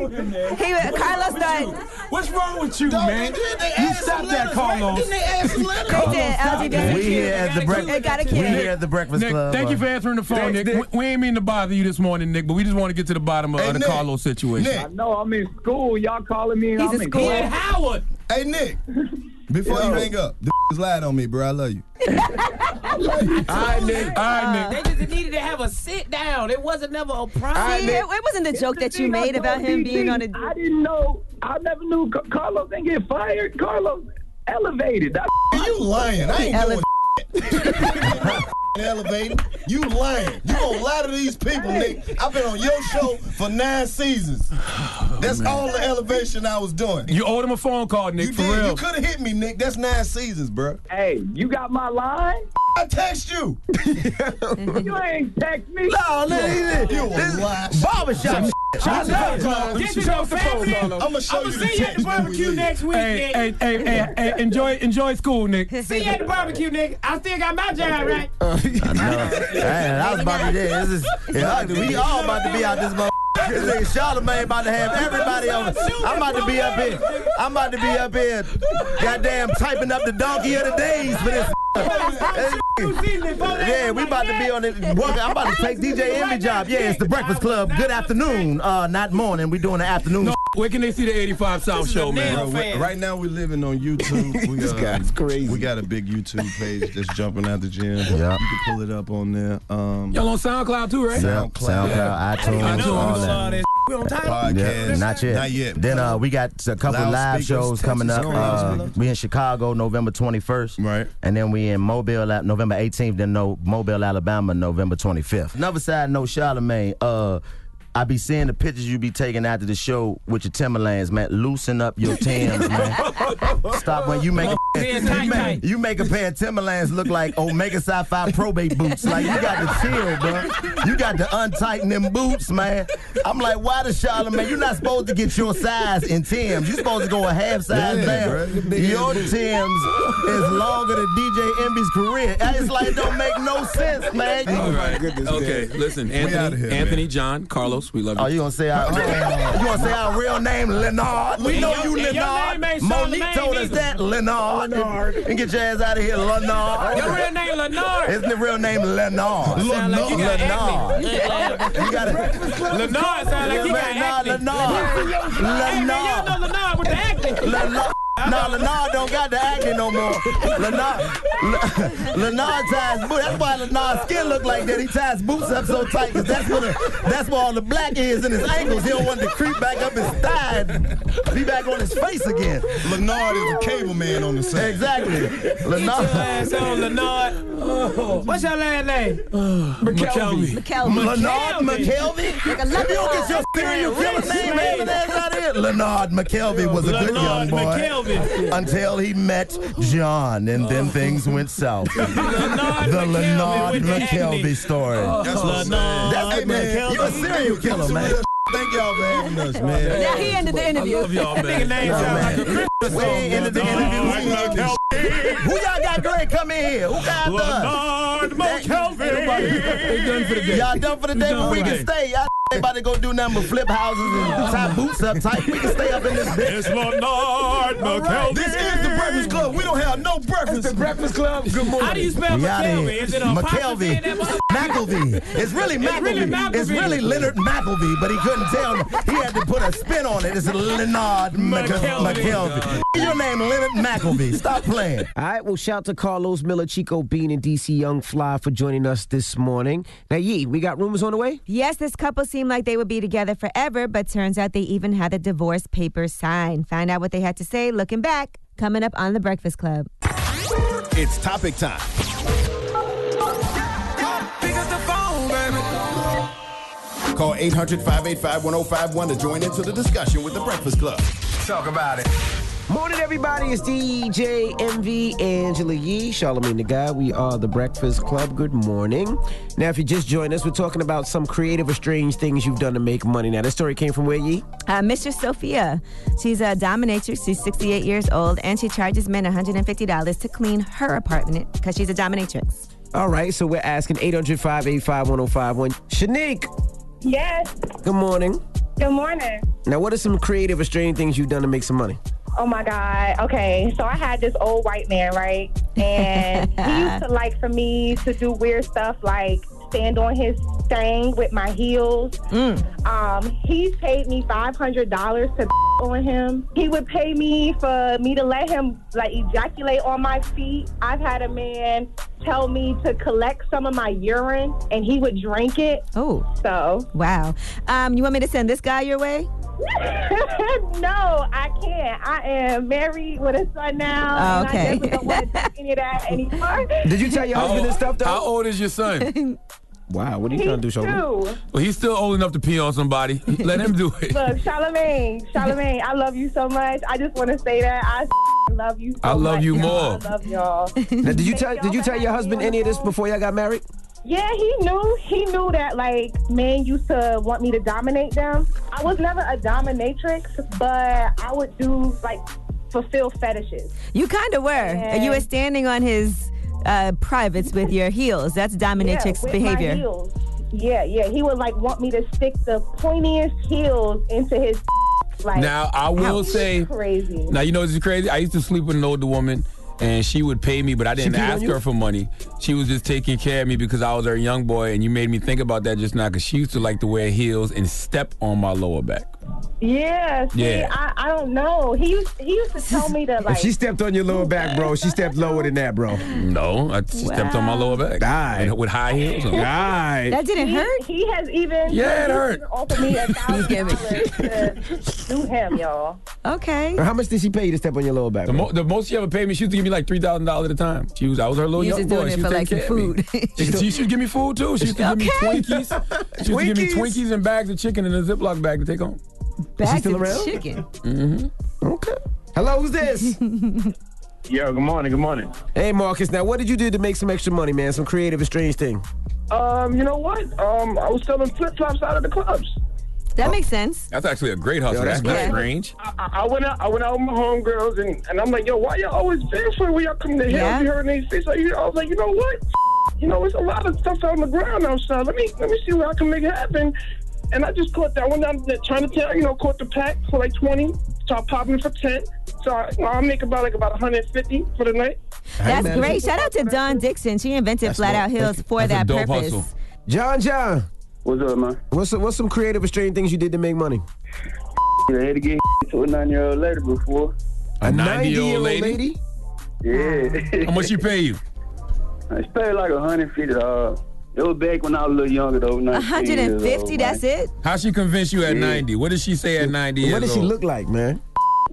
Speaker 5: he was, Carlos thought
Speaker 7: What's wrong with you, man?
Speaker 16: they
Speaker 7: You stop that, Carlos.
Speaker 16: Didn't they add some letters?
Speaker 5: they did
Speaker 7: stop
Speaker 5: LGBTQ.
Speaker 7: it.
Speaker 14: We here at the breakfast.
Speaker 5: It got a
Speaker 14: We
Speaker 5: kid.
Speaker 14: here at the Breakfast
Speaker 7: Nick,
Speaker 14: Club.
Speaker 7: thank you for answering the phone, Nick. We, we ain't mean to bother you this morning, Nick, but we just want to get to the bottom of,
Speaker 16: Hey,
Speaker 7: of the
Speaker 16: Nick.
Speaker 7: Carlos situation.
Speaker 16: Nick.
Speaker 8: I know I'm in school. Y'all calling me? and
Speaker 5: He's
Speaker 8: I'm
Speaker 5: a
Speaker 8: in
Speaker 5: school-
Speaker 8: class.
Speaker 20: Howard.
Speaker 16: Hey Nick, before
Speaker 8: Yo.
Speaker 16: you hang up, the <laughs> is lied on me, bro. I love you. <laughs>
Speaker 7: All right, Nick. All right, Nick.
Speaker 20: They just needed to have a sit down. It wasn't never a problem.
Speaker 5: See, it, it wasn't a joke that you made about him being on a.
Speaker 8: I didn't know. I never knew Ca- Carlos didn't get fired. Carlos elevated. That
Speaker 16: You lying. I ain't doing elevator. You lying. You gonna lie to these people, Nick. I've been on your show for nine
Speaker 7: <sighs>
Speaker 16: seasons. That's all the elevation I was doing.
Speaker 7: Oh, You owed him a phone call, Nick,
Speaker 16: you
Speaker 7: for
Speaker 16: did.
Speaker 7: real.
Speaker 16: You could have hit me, Nick. That's nine seasons, bro.
Speaker 8: Hey, you got my line?
Speaker 16: I text you.
Speaker 8: <laughs> You ain't text me.
Speaker 14: No, listen,
Speaker 16: You a
Speaker 14: this
Speaker 16: liar.
Speaker 14: barbershop. shit.
Speaker 7: Shut up,
Speaker 16: Carlos.
Speaker 7: Carlos.
Speaker 20: Get your family.
Speaker 16: I'ma show
Speaker 20: I'ma
Speaker 16: you the
Speaker 20: see you at the
Speaker 16: text when we
Speaker 20: barbecue
Speaker 16: leave.
Speaker 20: next week,
Speaker 7: Hey,
Speaker 20: Nick.
Speaker 7: hey,
Speaker 20: <laughs>
Speaker 7: hey, hey, hey, enjoy, enjoy school, Nick.
Speaker 20: See you at the barbecue, Nick. I still got my job, right?
Speaker 14: Man, I was about to do this. Is, yeah, we all about to be out this motherfucker. This nigga Charlemagne about to have everybody on. I'm about to be up here. I'm about to be up here. Goddamn, typing up the donkey of the days for this. Yeah, we about to be on it. Working. I'm about to take DJ Envy job. Yeah, it's the Breakfast Club. Good afternoon. Uh, not morning. We doing the afternoon.
Speaker 7: Where can they see the 85 South show, man?
Speaker 16: Bro, we- right now we're living on YouTube. We,
Speaker 24: This
Speaker 16: uh,
Speaker 24: guy's crazy.
Speaker 16: We got a big YouTube page that's jumping out the gym. You can pull it up on there. Um,
Speaker 7: Y'all on SoundCloud too, right?
Speaker 14: SoundCloud,
Speaker 16: Yeah.
Speaker 14: iTunes, all that.
Speaker 20: We on time.
Speaker 14: Yeah,
Speaker 16: podcast.
Speaker 14: not yet.
Speaker 16: Not yet.
Speaker 14: Then uh, we got a couple
Speaker 16: Loud
Speaker 14: live
Speaker 16: speakers,
Speaker 14: shows coming up.
Speaker 16: Texas
Speaker 14: Uh,
Speaker 16: Lounge.
Speaker 14: we in Chicago November 21st.
Speaker 16: Right.
Speaker 14: And then we in Mobile Al- November 18th. Then no Mobile, Alabama November 25th. Another side note, Charlemagne. Uh, I be seeing the pictures you be taking after the show with your Timberlands, man. Loosen up your
Speaker 16: <laughs>
Speaker 14: Tims, man. Stop when you make a
Speaker 20: Yeah,
Speaker 14: <laughs> you
Speaker 20: tight,
Speaker 14: make,
Speaker 20: tight.
Speaker 14: you make a pair of Timberlands look like Omega Sci Fi probate boots. Like, you got to chill, bro. You got to untighten them boots, man. I'm like, why the Charlemagne? You're not supposed to get your size in Tim's. You're supposed to go a half size
Speaker 16: Yeah,
Speaker 14: down.
Speaker 16: bro. Big
Speaker 14: Your
Speaker 16: ass boot.
Speaker 14: Tim's
Speaker 16: <laughs>
Speaker 14: is longer than DJ Envy's career. It's like, it don't make no sense, man.
Speaker 7: All right. Oh Okay, listen,
Speaker 16: outta
Speaker 7: Anthony,
Speaker 16: here,
Speaker 7: Anthony, John, Carlos, we love you.
Speaker 14: Oh, you gonna say our you gonna say our real name, Leonard? We
Speaker 20: And your-
Speaker 14: know you,
Speaker 20: and your
Speaker 14: Leonard.
Speaker 20: name ain't
Speaker 14: Monique
Speaker 20: Charlemagne
Speaker 14: told us
Speaker 20: either.
Speaker 14: that, Leonard. And get your ass out of here,
Speaker 20: Your
Speaker 14: Leonard.
Speaker 20: real name, Lenard.
Speaker 14: Isn't the real name Leonard?
Speaker 20: Sound like you got
Speaker 14: Leonard.
Speaker 20: acne.
Speaker 14: You got it.
Speaker 20: Lenard sound like you got acne.
Speaker 14: Leonard. Leonard.
Speaker 20: Hey, man, y'all
Speaker 14: Leonard.
Speaker 20: know Lenard with the acne.
Speaker 14: Leonard. Nah, Lenar don't got the acne no more. Lenar, Le- Lenar ties boots. That's why Lenar's skin look like that. He ties boots up so tight because that's what the, that's where all the black is in his ankles. He don't want to creep back up his thigh and be back on his face again.
Speaker 20: Lenar is a cable man on the side.
Speaker 14: Exactly.
Speaker 20: Lenar.
Speaker 14: Get your
Speaker 16: ass on, Lenar. What's your last name?
Speaker 20: McKelvey.
Speaker 14: Leonard McKelvey? If you don't get your serial killer name hanging ass out here, Leonard McKelvey was a good young
Speaker 19: Leonard
Speaker 14: boy.
Speaker 19: McKelvey.
Speaker 14: Until he met John, and then things went south. the
Speaker 19: with
Speaker 14: Leonard
Speaker 19: the
Speaker 14: McKelvey story.
Speaker 20: That's what I'm saying.
Speaker 14: That's
Speaker 20: Hey,
Speaker 14: the man. You're a serial killer, man.
Speaker 20: Thank y'all for having us, man.
Speaker 5: Now he ended the interview.
Speaker 14: We ain't ended the interview. Who y'all got great? Come in here. Who got
Speaker 19: Leonard
Speaker 14: McKelvey.
Speaker 19: done for the day.
Speaker 14: Y'all done for the day, but we can stay. Y'all ain't about to go do nothing but flip houses and tie boots up tight. We can stay up in this bitch.
Speaker 19: It's Leonard McKelvey.
Speaker 20: This is the Breakfast Club. We don't have no breakfast. It's the Breakfast Club. Good morning.
Speaker 16: How do you spell
Speaker 14: We outta
Speaker 16: McKelvey?
Speaker 14: here.
Speaker 16: Is it a apostrophe in that
Speaker 14: McKelvey. McElvey. It's really
Speaker 16: It's really
Speaker 14: McElvey. It's
Speaker 16: McElvey.
Speaker 14: really Leonard McElvey, but he couldn't tell me. He had to put a spin on it. It's Leonard Mc-
Speaker 3: McKelvey.
Speaker 14: McKelvey. Your name Leonard McElvey. Stop playing.
Speaker 3: <laughs> All right, well, shout to Carlos Miller, Chico Bean, and DC Young Fly for joining us this morning. Now, Yee, we got rumors on the way?
Speaker 5: Yes, this couple seemed like they would be together forever, but turns out they even had the divorce papers signed. Find out what they had to say looking back, coming up on The Breakfast Club.
Speaker 19: It's topic time.
Speaker 25: Pick up the phone, baby.
Speaker 19: Call 800 585 1051 to join into the discussion with the Breakfast Club. Talk about it.
Speaker 3: Morning, everybody. It's DJ MV Angela Yee, Charlemagne the Guy. We are the Breakfast Club. Good morning. Now, if you just joined us, we're talking about some creative or strange things you've done to make money. Now, this story came from where, Yee?
Speaker 5: Uh, Mistress Sophia. She's a dominatrix. She's 68 years old, and she charges men $150 to clean her apartment because she's a dominatrix.
Speaker 3: All right, so we're asking 800 585 1051. Shanique.
Speaker 4: Yes.
Speaker 3: Good morning.
Speaker 4: Good morning.
Speaker 3: Now, what are some creative or strange things you've done to make some money?
Speaker 4: Oh my God. Okay. So I had this old white man, right? And he used to like for me to do weird stuff like stand on his thing with my heels. Um, he paid me $500 to <laughs> on him. He would pay me for me to let him like ejaculate on my feet. I've had a man tell me to collect some of my urine and he would drink it.
Speaker 5: Oh.
Speaker 4: So.
Speaker 5: Wow. Um, you want me to send this guy your way?
Speaker 4: <laughs> no, I can't. I am married with a son now.
Speaker 5: Oh,
Speaker 4: and
Speaker 5: okay.
Speaker 4: I definitely don't want to do any of
Speaker 5: <laughs>
Speaker 4: that anymore.
Speaker 3: Did you tell your
Speaker 7: How
Speaker 3: husband
Speaker 7: old-
Speaker 3: this stuff, though?
Speaker 7: How old is your son?
Speaker 3: <laughs> wow, what are
Speaker 4: He's two.
Speaker 7: Well, he's still old enough to pee on somebody. Let him do it.
Speaker 4: Look, Charlemagne, Charlemagne, I love you so much. I just want to say that I <laughs> love you. So
Speaker 7: I love
Speaker 4: much,
Speaker 7: you
Speaker 4: y'all.
Speaker 7: more.
Speaker 4: Oh I love y'all.
Speaker 3: <laughs> Now, did you tell did you tell your husband any of this before y'all got married?
Speaker 4: Yeah, he knew. He knew that like men used to want me to dominate them. I was never a dominatrix, but I would do like fulfill fetishes.
Speaker 5: You kind of were. And You were standing on his uh, privates with your heels. That's
Speaker 4: with
Speaker 5: dominatrix
Speaker 4: my
Speaker 5: behavior.
Speaker 4: heels. Yeah, yeah. He would like want me to stick the pointiest heels into his <laughs> like.
Speaker 7: Now, I will
Speaker 4: Ouch.
Speaker 7: say-
Speaker 4: crazy.
Speaker 7: Now you know this is crazy. I used to sleep with an older woman, and she would pay me, but I didn't
Speaker 4: peed on
Speaker 7: ask
Speaker 4: you?
Speaker 7: her for money. She was just taking care of me because I was her young boy. And you made me think about that just now because she used to like to wear heels and step on my lower back.
Speaker 4: Yeah, see,
Speaker 7: Yeah.
Speaker 4: I, I don't know. He used he used to tell me to like.
Speaker 3: If she stepped on your lower back, bro, she stepped lower than that, bro.
Speaker 7: No, I, she stepped on my lower back. And With high heels. on.
Speaker 4: he, hurt. He has even
Speaker 7: Yeah, it
Speaker 4: he
Speaker 7: hurt.
Speaker 4: even Offered me a
Speaker 5: <laughs>
Speaker 4: thousand dollars to do him, y'all.
Speaker 5: Okay.
Speaker 7: How
Speaker 3: much did she pay you to step on your lower back?
Speaker 7: The, mo- the most she ever paid me, she used to give me like three thousand dollars at a time. She was I was her little
Speaker 5: You
Speaker 7: young
Speaker 5: just
Speaker 7: boy.
Speaker 5: doing it
Speaker 7: she was
Speaker 5: for, like,
Speaker 7: taking
Speaker 5: some
Speaker 7: care of me. <laughs> She, she used to give me food too. She used to give me
Speaker 5: Okay.
Speaker 7: Twinkies. She used to give me
Speaker 5: Twinkies.
Speaker 7: Twinkies and bags of chicken in a Ziploc bag to take home.
Speaker 5: Bags
Speaker 7: still
Speaker 5: of
Speaker 7: around?
Speaker 5: chicken.
Speaker 7: Mm-hmm.
Speaker 3: Hello, who's this?
Speaker 8: <laughs> Yo, good morning, good morning.
Speaker 3: Hey, Marcus. Now, what did you do to make some extra money, man? Some creative and strange thing.
Speaker 8: Um, you know what? Um, I was selling flip flops out of the clubs.
Speaker 5: That makes sense.
Speaker 7: That's actually a great hustle.
Speaker 8: that's
Speaker 7: that's not
Speaker 8: great.
Speaker 7: strange.
Speaker 8: I, I- I went out, I went out with my homegirls, and, and I'm like, yo, why y'all always barefoot when y'all come to hell?
Speaker 5: Yeah.
Speaker 8: You heard these things? Like, you- I was like, you know what? You know, it's a lot of stuff on the ground outside. Let me let me see what I can make happen. And I just caught that one down at Chinatown. You know, caught the pack for like twenty. Start popping for ten. So I, you know, I make about like about 150 for the night.
Speaker 5: That's great. Shout out to Dawn Dixon. She invented Flat Out Heels for
Speaker 8: That's a
Speaker 5: that
Speaker 8: dope
Speaker 5: purpose.
Speaker 8: hustle.
Speaker 3: John, John.
Speaker 8: What's up, man?
Speaker 3: What's some, what's some creative or strange things you did to make money?
Speaker 8: I had to get to a nine year old lady before.
Speaker 7: A 90 year old
Speaker 10: 90-year-old
Speaker 7: lady?
Speaker 10: Yeah.
Speaker 7: How much she pay you?
Speaker 10: I paid like a hundred fifty dollars. It was back when I was a little younger though. 19 years old,
Speaker 5: 150, that's it?
Speaker 7: How she convince you at 90? What did she say at 90 years
Speaker 10: What did she
Speaker 7: old?
Speaker 10: look
Speaker 3: like, man?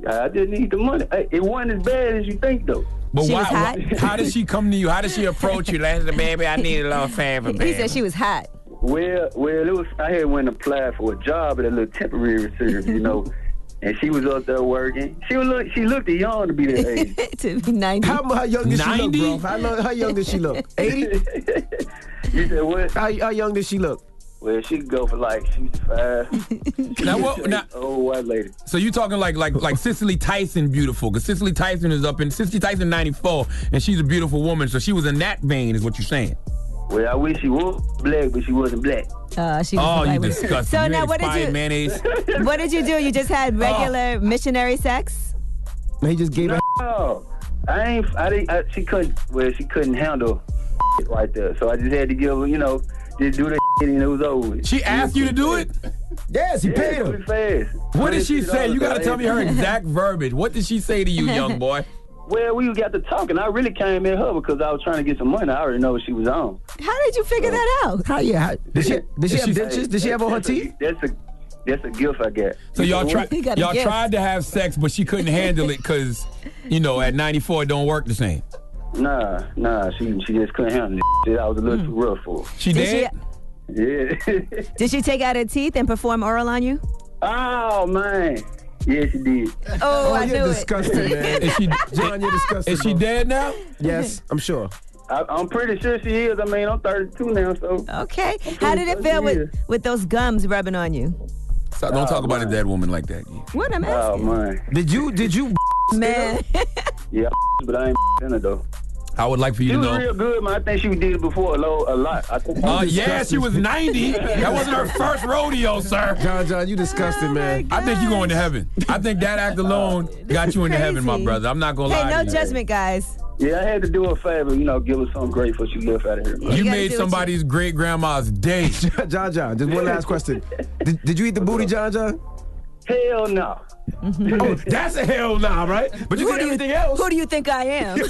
Speaker 10: I just need the money. Hey, It wasn't as bad as you think though.
Speaker 7: But why, why- how did she come to you? How did she approach you? Like, baby, I need a little favor,
Speaker 5: <laughs> He
Speaker 7: baby.
Speaker 5: said she was hot.
Speaker 10: Well, well, it was. I had went and applied for a job at a little temporary service, you know, and she was up there working. She was look, she looked young to be that
Speaker 3: <laughs>
Speaker 5: <laughs>
Speaker 10: age.
Speaker 5: to be 90.
Speaker 10: How- how young
Speaker 3: did she look, bro? How, lo- how young did she
Speaker 10: <laughs>
Speaker 3: look? 80?
Speaker 10: you said what?
Speaker 3: How, how young did she look?
Speaker 10: Well, she could go for like she's five.
Speaker 7: Now what- now-
Speaker 10: Oh, white lady.
Speaker 7: So you talking like like like Cicely Tyson beautiful? Because Cicely Tyson is up in Cicely Tyson '94, and she's a beautiful woman. So she was in that vein, is what you're saying?
Speaker 10: Well, I wish she was black, but she wasn't black.
Speaker 5: Uh, she
Speaker 7: Oh,
Speaker 5: was
Speaker 7: you
Speaker 5: like- <laughs>
Speaker 7: disgusting.
Speaker 5: So
Speaker 7: You
Speaker 5: now
Speaker 7: ate
Speaker 5: what did
Speaker 7: expired
Speaker 5: you
Speaker 7: mayonnaise.
Speaker 5: <laughs>
Speaker 7: Oh.
Speaker 5: What did you do? You just had regular missionary sex?
Speaker 3: He just gave
Speaker 10: no, Oh, I ain't. I didn't. I, she couldn't. Well, she couldn't handle it right there. So I just had to give her. You know, just do that shit and it was over. with.
Speaker 7: She asked you to do it?
Speaker 3: Yes,
Speaker 10: he paid her. Fast.
Speaker 7: What did she
Speaker 10: $150
Speaker 7: say? You got
Speaker 10: I
Speaker 7: to tell me her
Speaker 10: had-
Speaker 7: exact verbiage. What did she say to you,
Speaker 3: <laughs>
Speaker 7: young boy?
Speaker 10: Well, we got to talking. I really came at her because I was trying to get some money. I already know what she was on.
Speaker 5: How did you figure that out?
Speaker 3: Oh. How, yeah, how, did she, did she have
Speaker 10: Hey,
Speaker 3: dentures? Did she have on her
Speaker 10: that's a-
Speaker 3: teeth?
Speaker 10: That's a that's a gift I got.
Speaker 7: So y'all tried
Speaker 10: You got a
Speaker 7: y'all
Speaker 10: gift.
Speaker 7: tried to have sex, but she couldn't handle it because you know at '94 it don't work the same.
Speaker 10: Nah, nah. She she just couldn't handle it. I was a little too rough for. her.
Speaker 7: Hmm. She
Speaker 5: Did
Speaker 10: yeah. <laughs>
Speaker 5: Did she take out her teeth and perform oral on you?
Speaker 10: oh man. Yeah, she did.
Speaker 5: Oh, I knew it.
Speaker 3: disgusting,
Speaker 5: <laughs>
Speaker 3: man.
Speaker 7: Is
Speaker 10: <laughs>
Speaker 7: she,
Speaker 3: John,
Speaker 8: <laughs>
Speaker 3: you're disgusting.
Speaker 10: Is she
Speaker 7: dead now?
Speaker 3: Yes, I'm sure.
Speaker 10: I, I'm pretty sure she is. I mean, I'm 32 now, so.
Speaker 5: Okay. How did it feel with, with those gums rubbing on you?
Speaker 7: So don't talk about a dead woman like that.
Speaker 5: What I'm
Speaker 10: Oh
Speaker 5: asking.
Speaker 10: man.
Speaker 3: Did you? Did you?
Speaker 5: Man.
Speaker 10: Yeah, but I <laughs> ain't in her though.
Speaker 7: I would like for you
Speaker 10: she
Speaker 7: to
Speaker 10: was
Speaker 7: know.
Speaker 10: real good, man. I think she did it before a lo- a lot. I think.
Speaker 7: Uh, yeah, she was
Speaker 10: <laughs>
Speaker 7: 90. That wasn't her first rodeo, sir.
Speaker 3: John, John, you disgusting, man.
Speaker 7: I think you're going to heaven. I think that act alone got you into heaven, my
Speaker 5: crazy.
Speaker 7: brother. I'm not going to
Speaker 5: Hey,
Speaker 7: lie
Speaker 5: no
Speaker 7: to you.
Speaker 5: judgment, guys.
Speaker 10: Yeah, I had to do her a favor, you know, give her something great before she left out of here. man.
Speaker 7: You made somebody's great
Speaker 3: <laughs>
Speaker 7: grandma's day.
Speaker 3: John, John, just one last question. Did, did you eat the booty, John, John?
Speaker 10: Hell no.
Speaker 3: <laughs> oh, that's a hell nah, right? But you
Speaker 5: who
Speaker 3: did
Speaker 5: do you,
Speaker 3: everything else.
Speaker 5: Who do you think I
Speaker 7: <laughs>
Speaker 5: am?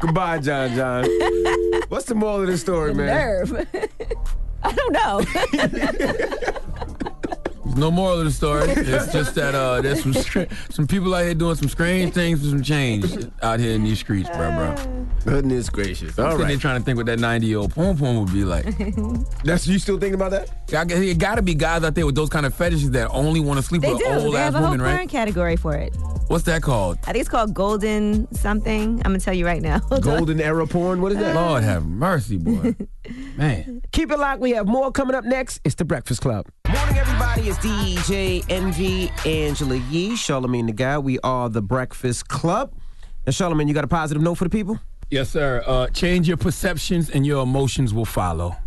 Speaker 3: Goodbye, John,
Speaker 10: <laughs>
Speaker 3: John. What's the moral of this story, man?
Speaker 5: Nerve. <laughs> I don't know.
Speaker 7: No moral of the story. It's just that uh, there's some str- some people out here doing some strange things for some change out here in these streets, bro, bro.
Speaker 3: Goodness gracious.
Speaker 7: I'm
Speaker 3: All
Speaker 7: sitting there
Speaker 3: right.
Speaker 7: trying to think what that 90 year old porn porn would be like.
Speaker 3: That's you still thinking about that?
Speaker 7: I guess It got to be guys out there with those kind of fetishes that only want to sleep
Speaker 5: they
Speaker 7: with an
Speaker 5: do.
Speaker 7: old
Speaker 5: They
Speaker 7: ass
Speaker 5: have a whole
Speaker 7: woman,
Speaker 5: porn
Speaker 7: right?
Speaker 5: category for it.
Speaker 7: What's that called?
Speaker 5: I think it's called golden something. I'm gonna tell you right now. <laughs> Hold on.
Speaker 3: Golden era porn. What is that?
Speaker 7: Lord have
Speaker 3: <laughs>
Speaker 7: mercy, boy.
Speaker 3: Keep it locked. We have more coming up next. It's the Breakfast Club.
Speaker 20: Morning, everybody.
Speaker 3: It's DJ MV Angela Yee, Charlemagne the Guy. We are the Breakfast Club. Now, Charlemagne, you got a positive note for the people?
Speaker 7: Yes, sir. Uh, change your perceptions and your emotions will follow.